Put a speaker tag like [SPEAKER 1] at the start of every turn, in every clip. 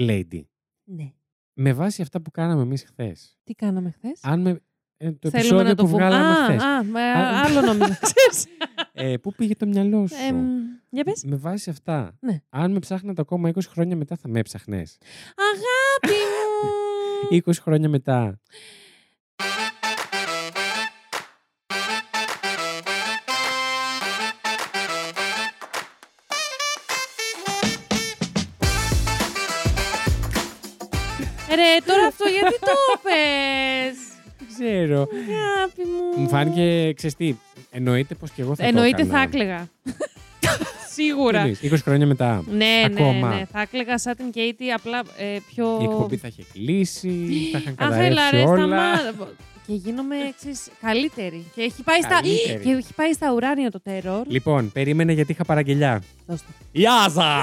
[SPEAKER 1] lady.
[SPEAKER 2] Ναι.
[SPEAKER 1] Με βάση αυτά που κάναμε εμείς χθες.
[SPEAKER 2] Τι κάναμε χθες.
[SPEAKER 1] Αν με. ε, το επεισόδιο που βγάλαμε χθες.
[SPEAKER 2] Α, με,
[SPEAKER 1] Α,
[SPEAKER 2] άλλο νόμιζα. Ξέρεις.
[SPEAKER 1] Ε, πού πήγε το μυαλό σου.
[SPEAKER 2] Εμ, για πες.
[SPEAKER 1] με βάση αυτά.
[SPEAKER 2] Ναι.
[SPEAKER 1] Αν με ψάχνατε ακόμα 20 χρόνια μετά, θα με έψαχνε.
[SPEAKER 2] Αγάπη μου.
[SPEAKER 1] 20 χρόνια μετά.
[SPEAKER 2] Ρε, τώρα αυτό γιατί το πες.
[SPEAKER 1] Δεν ξέρω.
[SPEAKER 2] Αγάπη μου.
[SPEAKER 1] Μου φάνηκε ξεστή. Εννοείται πως και εγώ θα
[SPEAKER 2] Εννοείται
[SPEAKER 1] το
[SPEAKER 2] θα
[SPEAKER 1] έκανα.
[SPEAKER 2] έκλαιγα.
[SPEAKER 1] Τι
[SPEAKER 2] Σίγουρα.
[SPEAKER 1] εννοείς, 20 χρόνια μετά.
[SPEAKER 2] Ναι, ναι,
[SPEAKER 1] Ακόμα.
[SPEAKER 2] ναι. Θα έκλαιγα σαν την Κέιτι, απλά ε, πιο...
[SPEAKER 1] Η εκπομπή θα είχε κλείσει, θα είχαν
[SPEAKER 2] Α, έλα,
[SPEAKER 1] καταρρεύσει
[SPEAKER 2] ρε,
[SPEAKER 1] όλα.
[SPEAKER 2] σταμά- Και γίνομαι εξής, καλύτερη. Και έχει πάει, στα...
[SPEAKER 1] Καλύτερη.
[SPEAKER 2] και έχει πάει στα ουράνια το τέρορ.
[SPEAKER 1] Λοιπόν, περίμενε γιατί είχα παραγγελιά. Γεια σας!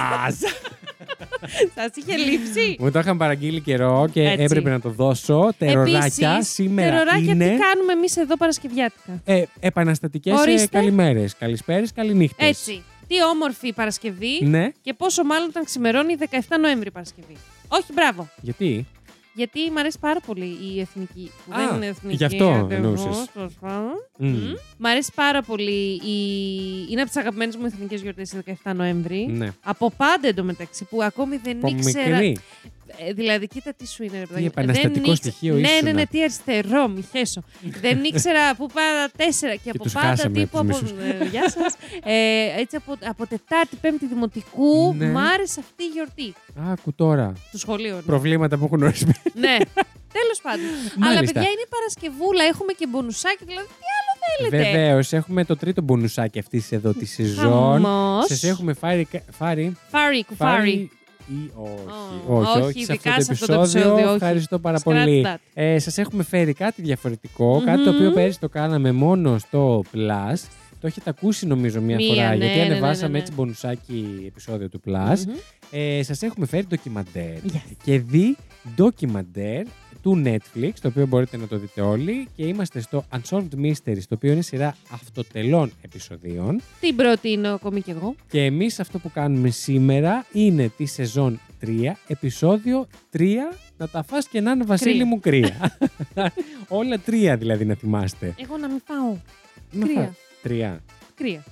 [SPEAKER 2] Σα είχε λείψει.
[SPEAKER 1] Μου το είχαν παραγγείλει καιρό και
[SPEAKER 2] Έτσι.
[SPEAKER 1] έπρεπε να το δώσω. Τεροράκια
[SPEAKER 2] Επίσης,
[SPEAKER 1] σήμερα
[SPEAKER 2] τεροράκια,
[SPEAKER 1] είναι.
[SPEAKER 2] τι κάνουμε εμείς εδώ Παρασκευιάτικα.
[SPEAKER 1] Ε, επαναστατικές
[SPEAKER 2] Ορίστε.
[SPEAKER 1] καλημέρες. Καλησπέρες, καληνύχτες.
[SPEAKER 2] Έτσι. Τι όμορφη η Παρασκευή
[SPEAKER 1] Ναι,
[SPEAKER 2] και πόσο μάλλον όταν ξημερώνει 17 Νοέμβρη η Παρασκευή. Όχι, μπράβο.
[SPEAKER 1] γιατί.
[SPEAKER 2] Γιατί μου αρέσει πάρα πολύ η εθνική. Που
[SPEAKER 1] Α,
[SPEAKER 2] δεν είναι εθνική.
[SPEAKER 1] γι' αυτό
[SPEAKER 2] ακριβώς,
[SPEAKER 1] εννοούσες.
[SPEAKER 2] τέλος πάντων.
[SPEAKER 1] Μμ.
[SPEAKER 2] Μμ. Μ' αρέσει πάρα πολύ. Η... Είναι από τις αγαπημένες μου εθνικές γιορτές η 17 Νοέμβρη.
[SPEAKER 1] Ναι.
[SPEAKER 2] Από πάντα εντωμεταξύ που ακόμη δεν
[SPEAKER 1] Από
[SPEAKER 2] Ε, ήξερα.
[SPEAKER 1] μικρή.
[SPEAKER 2] Ε, δηλαδή, κοίτα τι σου είναι, ρε παιδάκι.
[SPEAKER 1] επαναστατικό
[SPEAKER 2] Δεν ήξε-
[SPEAKER 1] στοιχείο
[SPEAKER 2] Ναι, ναι,
[SPEAKER 1] ήσουνα.
[SPEAKER 2] ναι, τι αριστερό, μη χέσω. δεν ήξερα από πάντα τέσσερα και, από
[SPEAKER 1] τους
[SPEAKER 2] πάντα
[SPEAKER 1] χάσαμε
[SPEAKER 2] τύπου.
[SPEAKER 1] τους
[SPEAKER 2] Από... Ε, Γεια σας. Ε, έτσι από, από Τετάρτη, Πέμπτη Δημοτικού,
[SPEAKER 1] Ναι.
[SPEAKER 2] μ' άρεσε αυτή η γιορτή
[SPEAKER 1] Άκου τώρα.
[SPEAKER 2] του σχολείου. ναι.
[SPEAKER 1] Προβλήματα που έχουν γνωρίσει.
[SPEAKER 2] ναι. Τέλος πάντων. Αλλά
[SPEAKER 1] Μάλιστα.
[SPEAKER 2] παιδιά είναι Παρασκευούλα, έχουμε και μπονουσάκι, δηλαδή τι άλλο θέλετε.
[SPEAKER 1] Βεβαίως, έχουμε το τρίτο μπονουσάκι αυτής εδώ της σεζόν.
[SPEAKER 2] Χαμός.
[SPEAKER 1] Σας έχουμε φάρει. φάρει
[SPEAKER 2] Φάρι, κουφάρι.
[SPEAKER 1] Φάρει ή όχι.
[SPEAKER 2] Ω,
[SPEAKER 1] όχι,
[SPEAKER 2] όχι,
[SPEAKER 1] όχι, σε αυτό
[SPEAKER 2] ειδικά
[SPEAKER 1] το
[SPEAKER 2] σε αυτό το
[SPEAKER 1] επεισόδιο.
[SPEAKER 2] επεισόδιο, όχι.
[SPEAKER 1] Ευχαριστώ πάρα
[SPEAKER 2] Scratch
[SPEAKER 1] πολύ.
[SPEAKER 2] that.
[SPEAKER 1] Ε, Σας έχουμε φέρει κάτι διαφορετικό, κάτι το
[SPEAKER 2] Μμμ.
[SPEAKER 1] οποίο πέρυσι το κάναμε μόνο στο Plus. Το έχετε ακούσει νομίζω μία,
[SPEAKER 2] Μία,
[SPEAKER 1] φορά,
[SPEAKER 2] ναι,
[SPEAKER 1] γιατί
[SPEAKER 2] ναι, ναι,
[SPEAKER 1] ανεβάσαμε
[SPEAKER 2] ναι, ναι.
[SPEAKER 1] έτσι μπονουσάκι επεισόδιο του Plus.
[SPEAKER 2] Μμμ.
[SPEAKER 1] Ε, Σας έχουμε φέρει ντοκιμαντέρ.
[SPEAKER 2] Yes.
[SPEAKER 1] Και δει ντοκιμαντέρ του Netflix, το οποίο μπορείτε να το δείτε όλοι. Και είμαστε στο Unsolved Mysteries, το οποίο είναι σειρά αυτοτελών επεισοδίων.
[SPEAKER 2] Την προτείνω ακόμη κι εγώ.
[SPEAKER 1] Και εμείς αυτό που κάνουμε σήμερα είναι τη σεζόν 3, επεισόδιο 3, να τα φας και να είναι Βασίλη
[SPEAKER 2] Κρύα.
[SPEAKER 1] μου κρύα. Όλα τρία δηλαδή να θυμάστε.
[SPEAKER 2] Εγώ να μην πάω.
[SPEAKER 1] Να
[SPEAKER 2] Κρύα.
[SPEAKER 1] φας- Τρία.
[SPEAKER 2] Κρύα.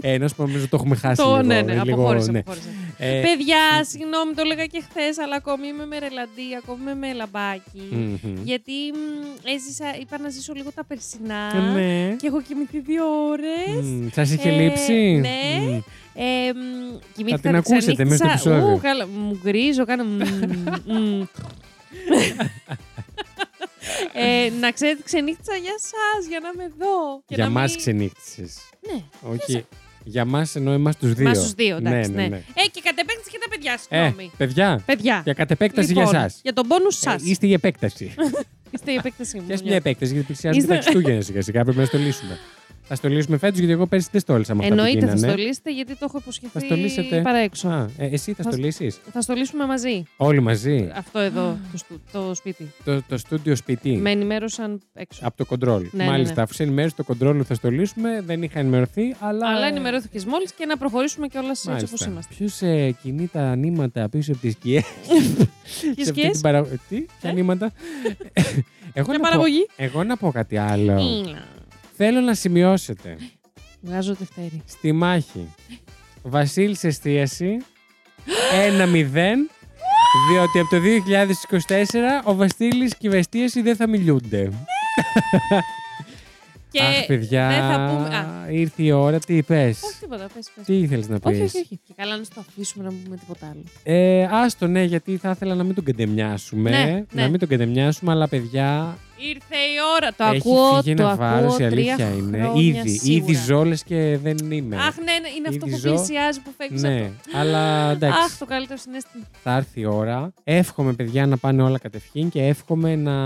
[SPEAKER 1] Ε, να σου πω, νομίζω το έχουμε χάσει
[SPEAKER 2] Το,
[SPEAKER 1] λίγο.
[SPEAKER 2] ναι, ναι,
[SPEAKER 1] λίγο,
[SPEAKER 2] αποχώρησε,
[SPEAKER 1] ναι.
[SPEAKER 2] αποχώρησε.
[SPEAKER 1] Ε,
[SPEAKER 2] Παιδιά, συγγνώμη, το έλεγα και χθες, αλλά ακόμη είμαι με ρελαντή, ακόμη είμαι με λαμπάκι.
[SPEAKER 1] μμμ.
[SPEAKER 2] Γιατί μ, έζησα, είπα να ζήσω λίγο τα περσινά.
[SPEAKER 1] Ναι.
[SPEAKER 2] Και έχω κοιμηθεί δύο ώρες.
[SPEAKER 1] Μμμ, Σας είχε
[SPEAKER 2] Ε,
[SPEAKER 1] λείψει.
[SPEAKER 2] ναι.
[SPEAKER 1] Μμμ.
[SPEAKER 2] Ε, μ,
[SPEAKER 1] Θα
[SPEAKER 2] κοιμήθηκα,
[SPEAKER 1] την ακούσετε μέσα στο
[SPEAKER 2] ξανύχτησα.
[SPEAKER 1] επεισόδιο.
[SPEAKER 2] Ου, καλά, μου γκρίζω, κάνω. μ, μ. ε, να ξέρετε, ξενύχτησα για εσά, για να είμαι εδώ. Και
[SPEAKER 1] Για
[SPEAKER 2] να
[SPEAKER 1] μας
[SPEAKER 2] μην-
[SPEAKER 1] ξενύχτησες.
[SPEAKER 2] Ναι,
[SPEAKER 1] Όχι. Για μας εννοώ εμάς τους δύο.
[SPEAKER 2] Μα στου δύο, εντάξει.
[SPEAKER 1] Ναι, ναι,
[SPEAKER 2] ναι.
[SPEAKER 1] ναι.
[SPEAKER 2] Ε, και κατ' επέκταση και τα παιδιά,
[SPEAKER 1] Ε,
[SPEAKER 2] συγγνώμη.
[SPEAKER 1] παιδιά,
[SPEAKER 2] Παιδιά.
[SPEAKER 1] για κατ' επέκταση
[SPEAKER 2] Λοιπόν,
[SPEAKER 1] για εσάς.
[SPEAKER 2] Για τον πόνους σα.
[SPEAKER 1] Ε, Είστε η επέκταση.
[SPEAKER 2] Είστε η επέκτασή μου.
[SPEAKER 1] Πιάσε μια
[SPEAKER 2] νιώθω.
[SPEAKER 1] επέκταση γιατί πλησιάζουν τα
[SPEAKER 2] Είστε-
[SPEAKER 1] Χριστούγεννα σιγά σιγά. Πρέπει να στολίσουμε. Θα στολίσουμε φέτος γιατί εγώ πέρσι δεν στόλισα με αυτά
[SPEAKER 2] Εννοείται
[SPEAKER 1] που
[SPEAKER 2] θα
[SPEAKER 1] γίνανε.
[SPEAKER 2] στολίσετε γιατί το έχω
[SPEAKER 1] ναι. Θα
[SPEAKER 2] υποσχεθεί
[SPEAKER 1] στολίσετε.
[SPEAKER 2] παρά έξω.
[SPEAKER 1] Α, ε, εσύ θα
[SPEAKER 2] Θα-
[SPEAKER 1] στολίσεις.
[SPEAKER 2] Θα στολίσουμε μαζί
[SPEAKER 1] Όλοι μαζί.
[SPEAKER 2] αυτό εδώ το, στου- το σπίτι.
[SPEAKER 1] Το, το στούντιο σπίτι.
[SPEAKER 2] Με ενημέρωσαν έξω.
[SPEAKER 1] Από το κοντρόλ.
[SPEAKER 2] ναι,
[SPEAKER 1] Μάλιστα,
[SPEAKER 2] ναι.
[SPEAKER 1] αφού σε ενημέρωσε το κοντρόλ ότι θα στολίσουμε, δεν είχα ενημερωθεί, αλλά.
[SPEAKER 2] Αλλά ενημερώθηκες μόλις και να προχωρήσουμε κιόλας έτσι όπως
[SPEAKER 1] Μάλιστα.
[SPEAKER 2] είμαστε.
[SPEAKER 1] Ποιος ε, κινεί τα νήματα πίσω από τις σκιές.
[SPEAKER 2] Και σκιέ.
[SPEAKER 1] Τι, ποια νήματα. εγώ,
[SPEAKER 2] Ε? Μια
[SPEAKER 1] να πω,
[SPEAKER 2] παραγωγή. Mm.
[SPEAKER 1] εγώ να πω κάτι άλλο.
[SPEAKER 2] Ήλα.
[SPEAKER 1] Θέλω να σημειώσετε.
[SPEAKER 2] Βγάζω Δευτέρη.
[SPEAKER 1] στη μάχη. Βασίλης εστίαση 1-0. Διότι από το 2024 ο Βασίλης και η Βεστίαση δεν θα μιλούνται.
[SPEAKER 2] Και
[SPEAKER 1] Αχ, παιδιά,
[SPEAKER 2] δεν θα πούμε. Α,
[SPEAKER 1] ήρθε η ώρα, τι είπες.
[SPEAKER 2] όχι τίποτα, πες, πες.
[SPEAKER 1] Τι ήθελες να πεις.
[SPEAKER 2] Όχι, όχι, όχι. Και καλά να στο αφήσουμε να πούμε τίποτα άλλο.
[SPEAKER 1] Ε, άστο, ναι, γιατί θα ήθελα να μην τον κεντεμιάσουμε.
[SPEAKER 2] Ναι,
[SPEAKER 1] Να
[SPEAKER 2] ναι.
[SPEAKER 1] μην τον κεντεμιάσουμε, αλλά παιδιά,
[SPEAKER 2] Ήρθε η ώρα. Το
[SPEAKER 1] έχει
[SPEAKER 2] ακούω,
[SPEAKER 1] φύγει
[SPEAKER 2] το
[SPEAKER 1] ένα
[SPEAKER 2] ακούω.
[SPEAKER 1] βάρος, η αλήθεια
[SPEAKER 2] τρία
[SPEAKER 1] είναι.
[SPEAKER 2] χρόνια
[SPEAKER 1] Ήδη, ήδη
[SPEAKER 2] σίγουρα.
[SPEAKER 1] ζόλες και δεν είμαι.
[SPEAKER 2] Αχ, ναι, ναι,
[SPEAKER 1] Ήδη
[SPEAKER 2] είναι αυτό που
[SPEAKER 1] ζω.
[SPEAKER 2] πλησιάζει, που φεύγεις.
[SPEAKER 1] ναι, αλλά εντάξει.
[SPEAKER 2] Αχ, το καλύτερο συνέστημα.
[SPEAKER 1] θα έρθει η ώρα. Εύχομαι, παιδιά, να πάνε όλα κατευχήν και εύχομαι να,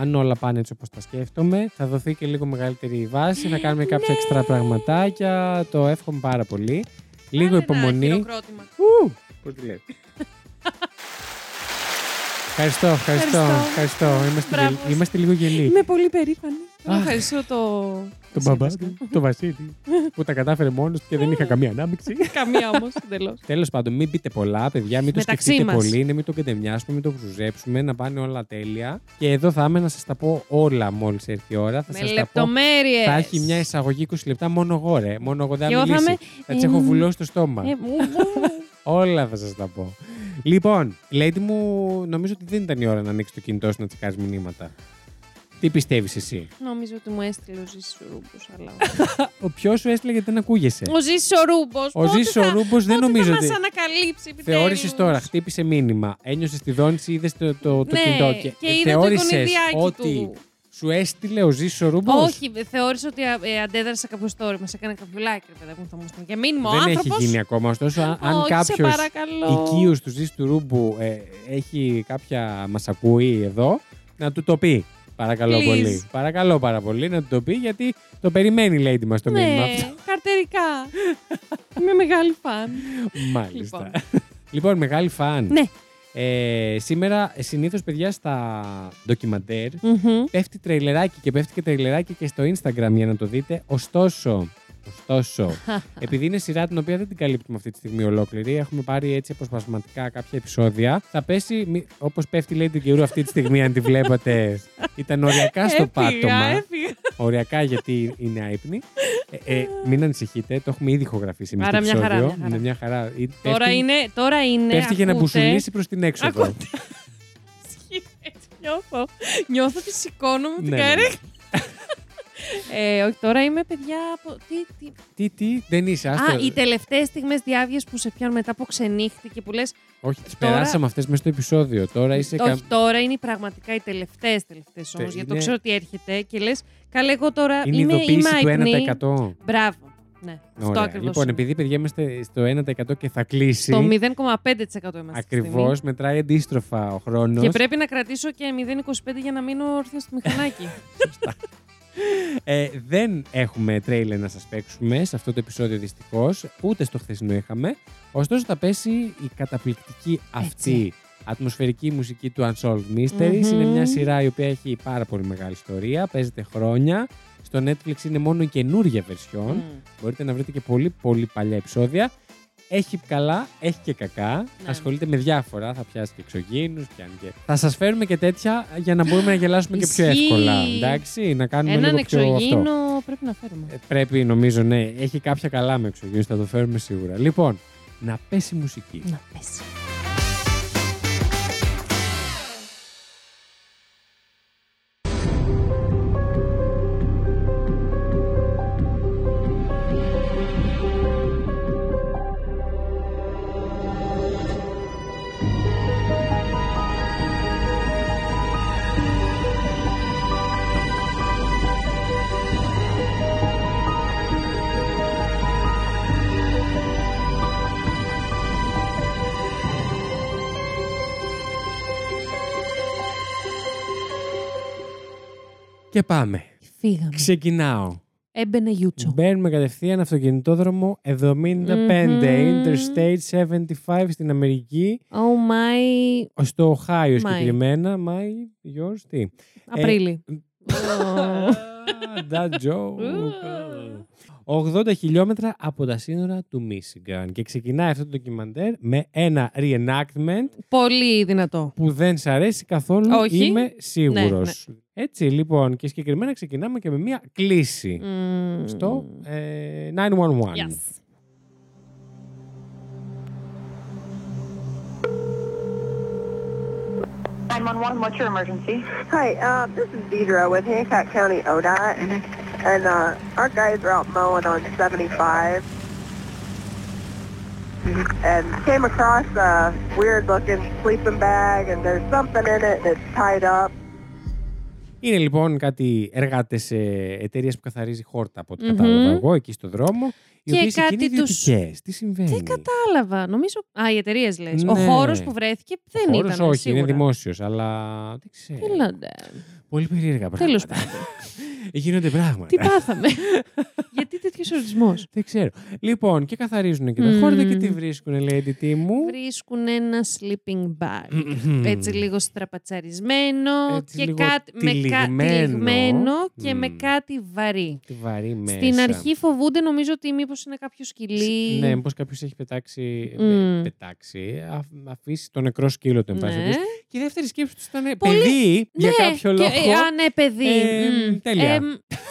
[SPEAKER 1] αν όλα πάνε έτσι όπως τα σκέφτομαι, θα δοθεί και λίγο μεγαλύτερη η βάση, θα κάνουμε κάποια
[SPEAKER 2] Ναι.
[SPEAKER 1] εξτρά πραγματάκια. Το εύχομαι πάρα πολύ. Λίγο
[SPEAKER 2] Κάντε ένα
[SPEAKER 1] υπομονή.
[SPEAKER 2] χειροκρότημα.
[SPEAKER 1] Ου! Πώς τη λέτε. Ευχαριστώ, ευχαριστώ,
[SPEAKER 2] Ευχαριστώ.
[SPEAKER 1] ευχαριστώ. Είμαστε,
[SPEAKER 2] Μπράβο
[SPEAKER 1] γελ-
[SPEAKER 2] σας.
[SPEAKER 1] είμαστε λίγο γελοί.
[SPEAKER 2] Ναι. Είμαι πολύ περήφανη. Θέλω να ευχαριστήσω το.
[SPEAKER 1] Τον μπαμπά, τον Βασίλη, που τα κατάφερε μόνος του και δεν είχα καμία ανάμειξη.
[SPEAKER 2] Καμία όμως, εντελώς.
[SPEAKER 1] Τέλος πάντων, μην πείτε πολλά, παιδιά, μην το
[SPEAKER 2] Μεταξύ
[SPEAKER 1] σκεφτείτε
[SPEAKER 2] μας.
[SPEAKER 1] πολύ, ναι, μην το κατεβιάσουμε, μην το χρουζέψουμε, να πάνε όλα τέλεια. Και εδώ θα είμαι να σας τα πω όλα μόλις έρθει η ώρα. Θα
[SPEAKER 2] Με
[SPEAKER 1] σας τα πω.
[SPEAKER 2] λεπτομέρειες.
[SPEAKER 1] Θα έχει μια εισαγωγή 20 λεπτά μόνο εγώ, ρε. Μόνο εγώ δεν
[SPEAKER 2] Και
[SPEAKER 1] θα
[SPEAKER 2] εγώ θα
[SPEAKER 1] μιλήσει. Θα, της έχω
[SPEAKER 2] εμ,
[SPEAKER 1] βουλώσει το στόμα.
[SPEAKER 2] Ε, μου, μου.
[SPEAKER 1] Όλα θα σας τα πω. Λοιπόν, Lady μου, νομίζω ότι δεν ήταν η ώρα να ανοίξει το κινητό σου να τσεκάρει μηνύματα. Τι πιστεύεις εσύ.
[SPEAKER 2] Νομίζω ότι μου έστειλε ο Ζήσης ο Ρούμπο. Αλλά...
[SPEAKER 1] Ο ποιος σου έστειλε γιατί δεν ακούγεσαι.
[SPEAKER 2] ο Ζήσης ο Ρούμπο.
[SPEAKER 1] Ε. Ο Ζήσης ο Ρούμπο δεν νομίζω
[SPEAKER 2] ότι.
[SPEAKER 1] ότι.
[SPEAKER 2] Θα μα ανακαλύψει επιτέλους.
[SPEAKER 1] Θεώρησες τώρα, χτύπησε μήνυμα, ένιωσες τη δόνηση, είδες το, το, το
[SPEAKER 2] Ναι,
[SPEAKER 1] κινητό και,
[SPEAKER 2] και είδα το
[SPEAKER 1] θεώρησες
[SPEAKER 2] γονιδιάκι
[SPEAKER 1] ότι
[SPEAKER 2] του.
[SPEAKER 1] σου έστειλε ο Ζήσης ο Ρούμπος.
[SPEAKER 2] Όχι, ε, θεώρησε ότι α, ε, αντέδρασα κάποιο story. Μας έκανε κάποιο like, ρε παιδί μου, θα μου στείλει. Για μήνυμα, ο
[SPEAKER 1] Δεν
[SPEAKER 2] άνθρωπο.
[SPEAKER 1] έχει γίνει ακόμα. Ωστόσο, αν, αν
[SPEAKER 2] Όχι, σε
[SPEAKER 1] κάποιος
[SPEAKER 2] παρακαλώ.
[SPEAKER 1] οικείος του Ζήση του Ρούμπου ε, έχει κάποια. μας ακούει εδώ, να του το πει. Παρακαλώ
[SPEAKER 2] Please.
[SPEAKER 1] πολύ. Παρακαλώ πάρα πολύ να του το πει γιατί το περιμένει η lady μας το μήνυμα
[SPEAKER 2] Ναι,
[SPEAKER 1] αυτό.
[SPEAKER 2] καρτερικά. Είμαι μεγάλη φαν.
[SPEAKER 1] Μάλιστα. Λοιπόν,
[SPEAKER 2] Λοιπόν.
[SPEAKER 1] μεγάλη φαν.
[SPEAKER 2] Ναι.
[SPEAKER 1] Ε, σήμερα συνήθως παιδιά στα ντοκιμαντέρ
[SPEAKER 2] Μμμ.
[SPEAKER 1] πέφτει τρειλεράκι και πέφτει και τρειλεράκι και στο Instagram για να το δείτε. Ωστόσο, ωστόσο επειδή είναι σειρά την οποία δεν την καλύπτουμε αυτή τη στιγμή ολόκληρη, έχουμε πάρει έτσι αποσπασματικά κάποια επεισόδια. Θα πέσει, όπως πέφτει λέει την καιρού αυτή τη στιγμή, αν τη βλέπατε, ήταν οριακά στο
[SPEAKER 2] Έφυγα,
[SPEAKER 1] πάτωμα.
[SPEAKER 2] έφυγα.
[SPEAKER 1] Οριακά γιατί είναι άϊπνη. Ε, ε, μην ανησυχείτε, το έχουμε ήδη ηχογραφήσει εμείς
[SPEAKER 2] Άρα
[SPEAKER 1] το
[SPEAKER 2] μια χαρά,
[SPEAKER 1] επεισόδιο.
[SPEAKER 2] μια χαρά.
[SPEAKER 1] Είναι μια χαρά. Ε, Πέφτει,
[SPEAKER 2] Τώρα είναι. Τώρα είναι
[SPEAKER 1] πέφτει για να
[SPEAKER 2] ακούτε.
[SPEAKER 1] μπουσουλήσει προς την έξοδο.
[SPEAKER 2] Ακούτε. Ισχύει, έτσι Νιώθω. Νιώθω ότι σηκώνομαι από την
[SPEAKER 1] Ναι, ναι, ναι.
[SPEAKER 2] καρέκλα. Ε, όχι, τώρα είμαι παιδιά από. Τι, τι...
[SPEAKER 1] Τι, τι, δεν είσαι, άστο.
[SPEAKER 2] Α, οι τελευταίες στιγμές διάβγεια που σε πιάνουν μετά από ξενύχτη και που λες.
[SPEAKER 1] Όχι, τις
[SPEAKER 2] Τώρα-
[SPEAKER 1] περάσαμε αυτές μέσα στο επεισόδιο. Τώρα είσαι κα-
[SPEAKER 2] Όχι, τώρα είναι οι πραγματικά οι τελευταίες τελευταίες όμως,
[SPEAKER 1] Τε-
[SPEAKER 2] γιατί το
[SPEAKER 1] είναι-
[SPEAKER 2] ξέρω ότι έρχεται και λες. Καλέ, εγώ τώρα
[SPEAKER 1] Είναι η
[SPEAKER 2] είμαι, είμαι
[SPEAKER 1] ειδοποίηση
[SPEAKER 2] αϊπνή.
[SPEAKER 1] του 1%.
[SPEAKER 2] Μπράβο. Ναι, αυτό
[SPEAKER 1] Ωραία.
[SPEAKER 2] ακριβώς.
[SPEAKER 1] Λοιπόν, επειδή παιδιά είμαστε στο 1% και θα κλείσει.
[SPEAKER 2] Στο 0,5% είμαστε. αυτή τη στιγμή.
[SPEAKER 1] Ακριβώ μετράει αντίστροφα ο χρόνος.
[SPEAKER 2] Και πρέπει να κρατήσω και 0,25 για να μείνω όρθιο στο μηχανάκι.
[SPEAKER 1] Ε, δεν έχουμε τρέιλερ να σας παίξουμε σε αυτό το επεισόδιο δυστυχώς, ούτε στο χθεσινό είχαμε. Ωστόσο, θα πέσει η καταπληκτική αυτή
[SPEAKER 2] Έτσι.
[SPEAKER 1] ατμοσφαιρική μουσική του Unsolved Mysteries.
[SPEAKER 2] Μμμ.
[SPEAKER 1] Είναι μια σειρά η οποία έχει πάρα πολύ μεγάλη ιστορία, παίζεται χρόνια. Στο Netflix είναι μόνο η καινούργια version.
[SPEAKER 2] Μμμ.
[SPEAKER 1] Μπορείτε να βρείτε και πολύ πολύ παλιά επεισόδια. Έχει καλά, έχει και κακά.
[SPEAKER 2] Ναι.
[SPEAKER 1] Ασχολείται με διάφορα. Θα πιάσει και εξωγήινους, πιάνει και. Θα σας φέρουμε και τέτοια για να μπορούμε να γελάσουμε και πιο
[SPEAKER 2] Ισχύει.
[SPEAKER 1] εύκολα. Εντάξει, να κάνουμε
[SPEAKER 2] Έναν
[SPEAKER 1] λίγο πιο αυτό.
[SPEAKER 2] εξωγήινο πρέπει να φέρουμε.
[SPEAKER 1] Ε, Πρέπει, νομίζω, ναι. Έχει κάποια καλά με εξωγήινους, θα το φέρουμε σίγουρα. Λοιπόν, να πέσει η μουσική.
[SPEAKER 2] Να πέσει.
[SPEAKER 1] Και πάμε.
[SPEAKER 2] Φύγαμε.
[SPEAKER 1] Ξεκινάω.
[SPEAKER 2] Έμπαινε γιούτσο.
[SPEAKER 1] Μπαίνουμε κατευθείαν αυτοκινητόδρομο 75,
[SPEAKER 2] Μμμ.
[SPEAKER 1] Interstate 75 στην Αμερική,
[SPEAKER 2] Oh my.
[SPEAKER 1] στο Οχάιο
[SPEAKER 2] Μάη.
[SPEAKER 1] συγκεκριμένα. Μάη, yours, τι. Ε,
[SPEAKER 2] Απρίλη. Ω.
[SPEAKER 1] That joke. 80 χιλιόμετρα από τα σύνορα του Μίσιγκαν. Και ξεκινάει αυτό το ντοκιμαντέρ με ένα reenactment
[SPEAKER 2] Πολύ δυνατό.
[SPEAKER 1] που δεν σ' αρέσει καθόλου.
[SPEAKER 2] Όχι. Ναι,
[SPEAKER 1] Είμαι σίγουρος. Έτσι λοιπόν και συγκεκριμένα ξεκινάμε και με μια κλίση
[SPEAKER 2] Μμμ.
[SPEAKER 1] στο ε, 911.
[SPEAKER 2] Yes.
[SPEAKER 3] Nine-one-one. what's your emergency?
[SPEAKER 4] Hi, uh, this is Deidre with Hancock County ODOT, and uh, our guys are out mowing on 75, and came across a weird-looking sleeping bag, and there's something in it, and it's tied up.
[SPEAKER 1] Είναι λοιπόν κάτι εργάτες σε εταιρείες που καθαρίζει χόρτα από ό,τι
[SPEAKER 2] Μμμ.
[SPEAKER 1] κατάλαβα εγώ εκεί στο δρόμο. Οι
[SPEAKER 2] Και
[SPEAKER 1] οποίες
[SPEAKER 2] κάτι
[SPEAKER 1] είναι
[SPEAKER 2] τους-
[SPEAKER 1] ιδιωτικές. Τι συμβαίνει.
[SPEAKER 2] Δεν κατάλαβα. Νομίζω. Α, οι εταιρείες λες. Ο
[SPEAKER 1] Ε, Ναι.
[SPEAKER 2] χώρος που βρέθηκε δεν
[SPEAKER 1] Χώρος
[SPEAKER 2] ήταν.
[SPEAKER 1] όχι, Ε,
[SPEAKER 2] σίγουρα.
[SPEAKER 1] είναι δημόσιος, αλλά δεν ξέρω.
[SPEAKER 2] Έλατε.
[SPEAKER 1] Πολύ περίεργα πράγματα.
[SPEAKER 2] Τέλο πάντων.
[SPEAKER 1] Γίνονται πράγματα.
[SPEAKER 2] Τι πάθαμε. Γιατί τέτοιος ορισμός.
[SPEAKER 1] Δεν ξέρω. Λοιπόν, και καθαρίζουν εκεί τα
[SPEAKER 2] Μμμ.
[SPEAKER 1] χόρτα και τι βρίσκουν, λέει τι μου.
[SPEAKER 2] Βρίσκουν ένα sleeping bag.
[SPEAKER 1] Μμμ.
[SPEAKER 2] Έτσι λίγο στραπατσαρισμένο
[SPEAKER 1] Έτσι
[SPEAKER 2] και
[SPEAKER 1] λίγο
[SPEAKER 2] κάτι με κάτι
[SPEAKER 1] τυλιγμένο.
[SPEAKER 2] και με
[SPEAKER 1] Μμ.
[SPEAKER 2] κάτι βαρύ.
[SPEAKER 1] Τι βαρύ μέσα.
[SPEAKER 2] Στην αρχή φοβούνται νομίζω ότι μήπως είναι κάποιο σκυλί.
[SPEAKER 1] Ναι, μήπως κάποιος έχει πετάξει.
[SPEAKER 2] Μμ.
[SPEAKER 1] ε, πετάξει. α- αφήσει το νεκρό σκύλο του, εν πάση
[SPEAKER 2] Ναι.
[SPEAKER 1] περιπτώσει. Και η δεύτερη σκέψη τους ήταν ε,
[SPEAKER 2] Πολύ-
[SPEAKER 1] παιδί για
[SPEAKER 2] Ναι,
[SPEAKER 1] κάποιο
[SPEAKER 2] και-
[SPEAKER 1] λόγο.
[SPEAKER 2] ε, Α, ναι, παιδί.
[SPEAKER 1] Ε,
[SPEAKER 2] Μμ.
[SPEAKER 1] τέλεια.
[SPEAKER 2] Ε, μ,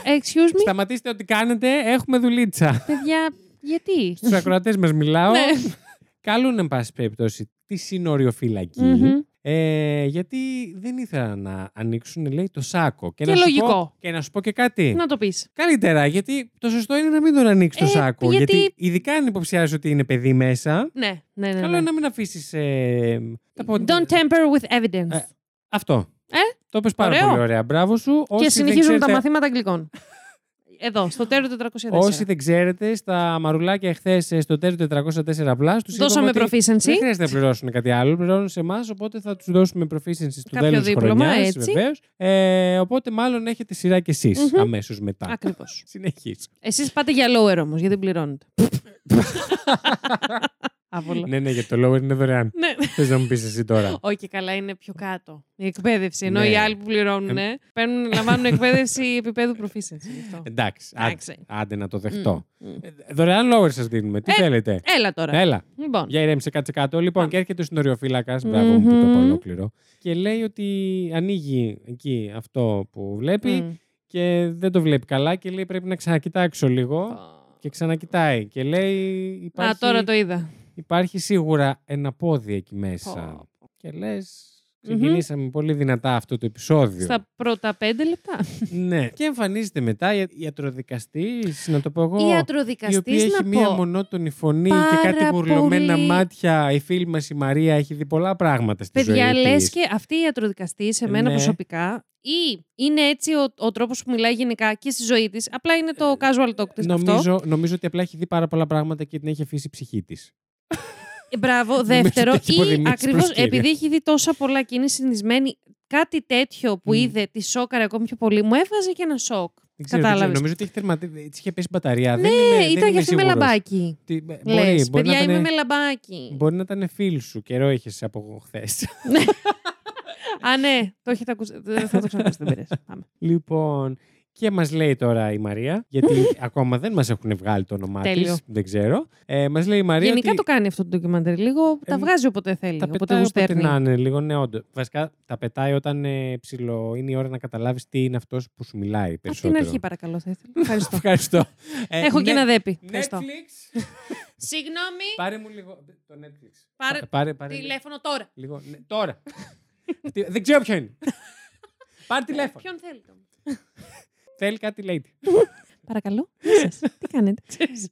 [SPEAKER 2] excuse me,
[SPEAKER 1] Σταματήστε ό,τι κάνετε, έχουμε δουλίτσα.
[SPEAKER 2] παιδιά, γιατί.
[SPEAKER 1] Στους ακροατές μας μιλάω.
[SPEAKER 2] Ναι.
[SPEAKER 1] Καλούν, εν πάση περιπτώσει, τη συνοριοφυλακή.
[SPEAKER 2] Μμμ.
[SPEAKER 1] Ε, γιατί δεν ήθελαν να ανοίξουν, λέει, το σάκο.
[SPEAKER 2] Και
[SPEAKER 1] να σου
[SPEAKER 2] λογικό.
[SPEAKER 1] πω- και να σου πω και κάτι.
[SPEAKER 2] Να το πεις.
[SPEAKER 1] Καλύτερα, γιατί το σωστό είναι να μην τον ανοίξεις το
[SPEAKER 2] Ε,
[SPEAKER 1] σάκο.
[SPEAKER 2] γιατί-
[SPEAKER 1] ειδικά αν υποψιάζεις ότι είναι παιδί μέσα,
[SPEAKER 2] Ναι, ναι, ναι.
[SPEAKER 1] καλό
[SPEAKER 2] ναι.
[SPEAKER 1] είναι να μην αφήσεις. τα πόδια.
[SPEAKER 2] Don't temper with evidence.
[SPEAKER 1] Ε, Αυτό.
[SPEAKER 2] Ε,
[SPEAKER 1] το πες πάρα
[SPEAKER 2] ωραίο.
[SPEAKER 1] πολύ ωραία. Μπράβο σου. Όσοι
[SPEAKER 2] και
[SPEAKER 1] δεν
[SPEAKER 2] συνεχίζουν τα
[SPEAKER 1] ξέρετε-
[SPEAKER 2] μαθήματα αγγλικών. Εδώ, στο τέρο 404.
[SPEAKER 1] Όσοι δεν ξέρετε, στα μαρουλάκια εχθέ στο τέλο 404 Plus τους
[SPEAKER 2] Δώσαμε
[SPEAKER 1] Δεν
[SPEAKER 2] proficiency.
[SPEAKER 1] χρειάζεται να πληρώσουν κάτι άλλο. Πληρώνουν σε εμάς, οπότε θα τους δώσουμε proficiency στο
[SPEAKER 2] Κάποιο
[SPEAKER 1] τέλος της
[SPEAKER 2] δίπλωμα,
[SPEAKER 1] χρονιάς.
[SPEAKER 2] έτσι.
[SPEAKER 1] Ε, οπότε, μάλλον έχετε σειρά κι εσείς
[SPEAKER 2] Μμμ.
[SPEAKER 1] αμέσως μετά.
[SPEAKER 2] Ακριβώς.
[SPEAKER 1] Συνεχίζει.
[SPEAKER 2] Εσείς πάτε για lower όμως, γιατί δεν πληρώνετε. Άβολα.
[SPEAKER 1] ναι, ναι, για το λόγο είναι δωρεάν.
[SPEAKER 2] Ναι.
[SPEAKER 1] Θες να μου πεις εσύ τώρα.
[SPEAKER 2] Όχι, και καλά, είναι πιο κάτω. Η εκπαίδευση. Ενώ
[SPEAKER 1] Ναι.
[SPEAKER 2] οι άλλοι που πληρώνουν, ε, παίρνουν, λαμβάνουν εκπαίδευση επίπεδου proficiency. γι' αυτό.
[SPEAKER 1] Εντάξει.
[SPEAKER 2] Εντάξει.
[SPEAKER 1] Άντε, άντε να το δεχτώ.
[SPEAKER 2] Μμ, μμ.
[SPEAKER 1] Ε, Δωρεάν λόγο σας δίνουμε. Τι
[SPEAKER 2] Ε,
[SPEAKER 1] θέλετε.
[SPEAKER 2] Έλα τώρα.
[SPEAKER 1] Έλα.
[SPEAKER 2] Λοιπόν.
[SPEAKER 1] Για ηρέμησε, κάτσε κάτω. Λοιπόν,
[SPEAKER 2] Πάμε.
[SPEAKER 1] και έρχεται ο συνοριοφύλακας. Μπράβο μου που το είπα
[SPEAKER 2] Μμμ.
[SPEAKER 1] ολόκληρο. Και λέει ότι ανοίγει εκεί αυτό που βλέπει
[SPEAKER 2] Μμ.
[SPEAKER 1] και δεν το βλέπει καλά και λέει πρέπει να ξανακοιτάξω λίγο.
[SPEAKER 2] Α,
[SPEAKER 1] Και ξανακοιτάει. Και λέει υπάρχει,
[SPEAKER 2] τώρα το είδα.
[SPEAKER 1] υπάρχει σίγουρα ένα πόδι εκεί μέσα.
[SPEAKER 2] Πω.
[SPEAKER 1] Και λες.
[SPEAKER 2] Μμμ.
[SPEAKER 1] Ξεκινήσαμε πολύ δυνατά αυτό το επεισόδιο.
[SPEAKER 2] Στα πρώτα πέντε λεπτά.
[SPEAKER 1] Ναι. Και εμφανίζεται μετά η ιατροδικαστής, να το πω εγώ.
[SPEAKER 2] Η
[SPEAKER 1] η οποία
[SPEAKER 2] ιατροδικαστής,
[SPEAKER 1] έχει
[SPEAKER 2] να
[SPEAKER 1] μία
[SPEAKER 2] πω.
[SPEAKER 1] μονότονη φωνή και
[SPEAKER 2] πάρα
[SPEAKER 1] κάτι μπουρλωμένα
[SPEAKER 2] πολύ-
[SPEAKER 1] μάτια. Η φίλη μας η Μαρία έχει δει πολλά πράγματα στη
[SPEAKER 2] Παιδιά,
[SPEAKER 1] ζωή
[SPEAKER 2] λες
[SPEAKER 1] της.
[SPEAKER 2] και αυτή η ιατροδικαστής, σε μένα
[SPEAKER 1] Ναι.
[SPEAKER 2] προσωπικά, ή είναι έτσι ο, ο τρόπος που μιλάει γενικά και στη ζωή της. Απλά είναι το casual talk τη αυτό.
[SPEAKER 1] Ε, Νομίζω, νομίζω ότι απλά έχει δει πάρα πολλά πράγματα και την έχει αφήσει η ψυχή της.
[SPEAKER 2] Ε, Μπράβο.
[SPEAKER 1] Νομίζω
[SPEAKER 2] Δεύτερο,
[SPEAKER 1] ότι έχει
[SPEAKER 2] ή
[SPEAKER 1] υποδημήσει
[SPEAKER 2] ακριβώ
[SPEAKER 1] προς κύρια.
[SPEAKER 2] επειδή έχει δει τόσα πολλά και είναι συνηθισμένη, κάτι τέτοιο που
[SPEAKER 1] Μμ.
[SPEAKER 2] είδε τη σόκαρε ακόμη πιο πολύ, μου έβγαζε και ένα σοκ.
[SPEAKER 1] Δεν ξέρω, δεν ξέρω.
[SPEAKER 2] Κατάλαβες.
[SPEAKER 1] Νομίζω ότι έχει τερματίσει. Της είχε πέσει μπαταρία.
[SPEAKER 2] Ναι,
[SPEAKER 1] δεν είμαι, δεν
[SPEAKER 2] ήταν
[SPEAKER 1] είμαι
[SPEAKER 2] για αυτή με
[SPEAKER 1] σίγουρος.
[SPEAKER 2] λαμπάκι.
[SPEAKER 1] Τι- ε, μπορεί,
[SPEAKER 2] Λες,
[SPEAKER 1] μπορεί,
[SPEAKER 2] παιδιά,
[SPEAKER 1] να
[SPEAKER 2] είμαι
[SPEAKER 1] ήταν,
[SPEAKER 2] με λαμπάκι.
[SPEAKER 1] μπορεί να ήταν φίλ σου. Καιρό είχες από χθες.
[SPEAKER 2] Α, ναι, το έχετε ακούσει. Δεν θα το ξανακούσετε, δεν πειράζει. Πάμε.
[SPEAKER 1] λοιπόν. Και μας λέει τώρα η Μαρία, γιατί ακόμα δεν μας έχουν βγάλει το όνομά τη.
[SPEAKER 2] Τέλειο.
[SPEAKER 1] Δεν ξέρω. Ε, μας λέει η Μαρία.
[SPEAKER 2] Γενικά
[SPEAKER 1] ότι...
[SPEAKER 2] το κάνει αυτό το ντοκιμαντέρ. Λίγο τα
[SPEAKER 1] Εμ,
[SPEAKER 2] βγάζει όποτε θέλει.
[SPEAKER 1] Τα
[SPEAKER 2] Όποτε
[SPEAKER 1] πετάει όποτε
[SPEAKER 2] γουστέρνει.
[SPEAKER 1] να είναι λίγο, ναι, όντως. Βασικά τα πετάει όταν ε, ψηλο, είναι η ώρα να καταλάβεις τι είναι αυτός που σου μιλάει
[SPEAKER 2] Από την
[SPEAKER 1] περισσότερο.
[SPEAKER 2] αρχή, παρακαλώ, θα ήθελα. Ευχαριστώ.
[SPEAKER 1] Ευχαριστώ. Ε,
[SPEAKER 2] Έχω και
[SPEAKER 1] ναι-
[SPEAKER 2] ένα δέπι. Ευχαριστώ.
[SPEAKER 1] Netflix.
[SPEAKER 2] Συγγνώμη,
[SPEAKER 1] πάρε μου λίγο. Το Netflix.
[SPEAKER 2] πάρε
[SPEAKER 1] πάρε, πάρε λίγο-
[SPEAKER 2] τηλέφωνο τώρα.
[SPEAKER 1] λίγο. ναι, τώρα. Τι- Δεν ξέρω ποιο είναι.
[SPEAKER 2] Ε,
[SPEAKER 1] πάρε τηλέφωνο.
[SPEAKER 2] Ποιον θέλετε. όμως.
[SPEAKER 1] Θέλει κάτι lady.
[SPEAKER 2] Παρακαλώ, γεια σας. Τι κάνετε.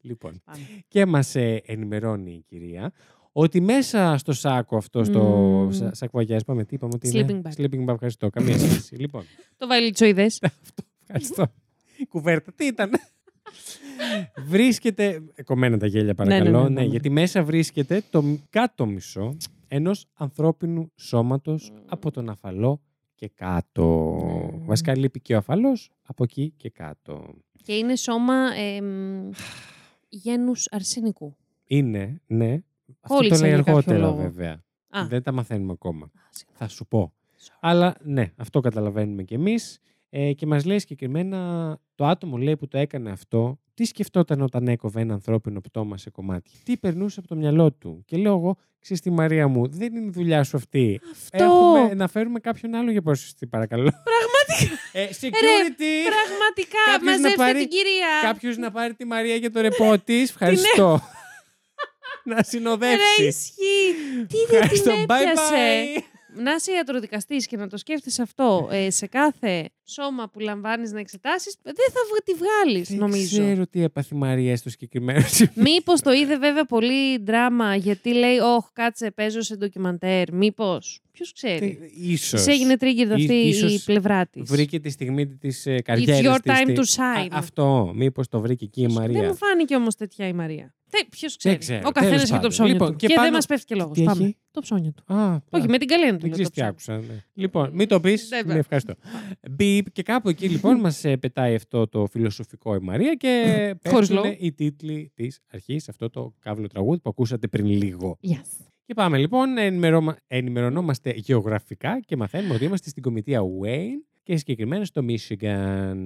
[SPEAKER 1] λοιπόν.
[SPEAKER 2] Πάμε.
[SPEAKER 1] Και μας ενημερώνει η κυρία ότι μέσα στο σάκο αυτό, στο
[SPEAKER 2] Μμμ.
[SPEAKER 1] σα- σακουαγιάς, είπαμε τι είπαμε ότι είναι.
[SPEAKER 2] Sleeping bag.
[SPEAKER 1] Sleeping bag. Ευχαριστώ. Καμία σχέση. λοιπόν.
[SPEAKER 2] Το βαλιτσοειδέ.
[SPEAKER 1] Ναι. Ευχαριστώ. Η Κουβέρτα, τι ήταν. βρίσκεται. Κομμένα τα γέλια, παρακαλώ.
[SPEAKER 2] ναι,
[SPEAKER 1] Ναι,
[SPEAKER 2] ναι, ναι.
[SPEAKER 1] γιατί μέσα βρίσκεται το μ- κάτω μισό ενός ανθρώπινου σώματος από τον αφαλό και κάτω.
[SPEAKER 2] Ναι.
[SPEAKER 1] Βασικά λείπει και ο αφαλός από εκεί και κάτω.
[SPEAKER 2] Και είναι σώμα εμ, γένους αρσενικού.
[SPEAKER 1] Είναι, ναι. Αυτό το
[SPEAKER 2] Κόλλησε
[SPEAKER 1] λέει
[SPEAKER 2] για κάποιο
[SPEAKER 1] αργότερα,
[SPEAKER 2] λόγο.
[SPEAKER 1] βέβαια.
[SPEAKER 2] Α,
[SPEAKER 1] Δεν τα μαθαίνουμε ακόμα.
[SPEAKER 2] α, συγγνώμη.
[SPEAKER 1] Θα σου πω.
[SPEAKER 2] Sorry.
[SPEAKER 1] Αλλά ναι, αυτό καταλαβαίνουμε κι εμείς. Ε, και μας λέει συγκεκριμένα το άτομο λέει που το έκανε αυτό, τι σκεφτόταν όταν έκοβε ένα ανθρώπινο πτώμα σε κομμάτια. Τι περνούσε από το μυαλό του. Και λέω εγώ, ξέρεις τη Μαρία μου, δεν είναι η δουλειά σου αυτή.
[SPEAKER 2] Αυτό.
[SPEAKER 1] Έχουμε να φέρουμε κάποιον άλλο για πρόσφυστη παρακαλώ. Πραγματικά. Ε, security.
[SPEAKER 2] Πραγματικά,
[SPEAKER 1] Κάποιος να
[SPEAKER 2] μαζεύστε
[SPEAKER 1] πάρει-
[SPEAKER 2] την κυρία.
[SPEAKER 1] Κάποιος να πάρει τη Μαρία για το ρεπό της. Ευχαριστώ. να
[SPEAKER 2] Ρε,
[SPEAKER 1] συνοδεύσει.
[SPEAKER 2] ισχύει. Τι δεν
[SPEAKER 1] Ευχαριστώ.
[SPEAKER 2] την
[SPEAKER 1] Bye
[SPEAKER 2] έπιασε.
[SPEAKER 1] bye.
[SPEAKER 2] να είσαι ιατροδικαστής και να το σκέφτεσαι αυτό ε, σε κάθε σώμα που λαμβάνεις να εξετάσεις, δεν θα βγα- τη βγάλεις,
[SPEAKER 1] Δεν
[SPEAKER 2] νομίζω.
[SPEAKER 1] ξέρω τι έπαθε η Μαρία στο συγκεκριμένο σημείο.
[SPEAKER 2] Μήπως το είδε βέβαια πολύ δράμα, γιατί λέει: Όχι, κάτσε, παίζω σε ντοκιμαντέρ. Μήπως. Ποιος ξέρει.
[SPEAKER 1] Ίσως.
[SPEAKER 2] Της Ναι. έγινε triggered
[SPEAKER 1] Ή-
[SPEAKER 2] αυτή η
[SPEAKER 1] ίσως
[SPEAKER 2] πλευρά της.
[SPEAKER 1] Βρήκε τη στιγμή της ε, καριέρας.
[SPEAKER 2] It's your time to shine.
[SPEAKER 1] αυτό. Μήπως το βρήκε εκεί η
[SPEAKER 2] Δεν μου
[SPEAKER 1] Μαρία.
[SPEAKER 2] φάνηκε όμως τέτοια η Μαρία. Ποιο ξέρει.
[SPEAKER 1] ξέρω,
[SPEAKER 2] Ο καθένας
[SPEAKER 1] τέλος
[SPEAKER 2] έχει το
[SPEAKER 1] πάντων.
[SPEAKER 2] ψώνιο
[SPEAKER 1] Λοιπόν,
[SPEAKER 2] του.
[SPEAKER 1] και
[SPEAKER 2] Και,
[SPEAKER 1] πάνω-
[SPEAKER 2] δεν μας πέφτει και λόγος.
[SPEAKER 1] Τι έχει?
[SPEAKER 2] το ψώνιο του.
[SPEAKER 1] Α,
[SPEAKER 2] Όχι, με την καλένα του.
[SPEAKER 1] Δεν ξέρει
[SPEAKER 2] λέω το
[SPEAKER 1] τι
[SPEAKER 2] ψώνιο.
[SPEAKER 1] άκουσα. ναι. Λοιπόν, μην το πεις.
[SPEAKER 2] Δεν
[SPEAKER 1] Ναι,
[SPEAKER 2] πα-
[SPEAKER 1] ευχαριστώ. Μπίπ. Και κάπου εκεί λοιπόν μας πετάει αυτό το φιλοσοφικό η Μαρία και
[SPEAKER 2] Χωρίς
[SPEAKER 1] πέφτουν
[SPEAKER 2] λόγο.
[SPEAKER 1] οι τίτλοι της αρχής, αυτό το καύλο τραγούδι που ακούσατε πριν λίγο.
[SPEAKER 2] Yes.
[SPEAKER 1] Και πάμε λοιπόν, ενημερώμα- ενημερωνόμαστε γεωγραφικά και μαθαίνουμε ότι είμαστε στην κομιτεία Wayne και συγκεκριμένα στο Michigan.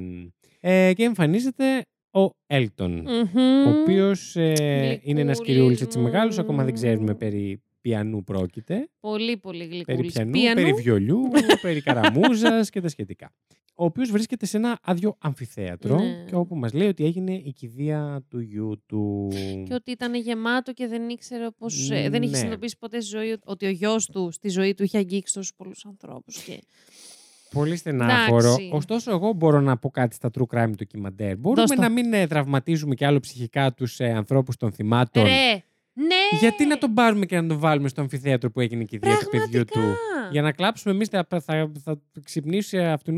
[SPEAKER 1] Ε, και εμφανίζεται ο Έλτον, ο
[SPEAKER 2] Μμμ.
[SPEAKER 1] οποίο είναι ένας
[SPEAKER 2] Γλυκούλης
[SPEAKER 1] κυριούλης έτσι
[SPEAKER 2] μου.
[SPEAKER 1] μεγάλος, ακόμα δεν ξέρουμε περί πιανού πρόκειται.
[SPEAKER 2] Πολύ, πολύ
[SPEAKER 1] Περί
[SPEAKER 2] γλυκούλης.
[SPEAKER 1] πιανού,
[SPEAKER 2] Πιανού.
[SPEAKER 1] περί βιολιού, περί καραμούζας και τα σχετικά. Ο οποίος βρίσκεται σε ένα άδειο αμφιθέατρο
[SPEAKER 2] Ναι.
[SPEAKER 1] και όπου μας λέει ότι έγινε η κηδεία του γιού του.
[SPEAKER 2] Και ότι ήταν γεμάτο και δεν ήξερε πώ. Δεν είχε
[SPEAKER 1] Ναι.
[SPEAKER 2] συνειδητοποιήσει ποτέ στη ζωή ότι ο γιος του στη ζωή του είχε αγγίξει τόσους πολλούς ανθρώπους. Και...
[SPEAKER 1] Πολύ στενάφορο.
[SPEAKER 2] Εντάξει.
[SPEAKER 1] Ωστόσο, εγώ μπορώ να πω κάτι στα true crime ντοκιμαντέρ. Μπορούμε
[SPEAKER 2] Δώσ' το.
[SPEAKER 1] να μην ε, τραυματίζουμε κι άλλο ψυχικά τους ε, ανθρώπους των θυμάτων.
[SPEAKER 2] Ρε! Ναι!
[SPEAKER 1] Γιατί να τον πάρουμε και να τον βάλουμε στο αμφιθέατρο που έγινε η κηδεία του παιδιού
[SPEAKER 2] Πραγματικά!
[SPEAKER 1] του. Για να κλάψουμε εμείς θα, θα, θα ξυπνήσει αυτού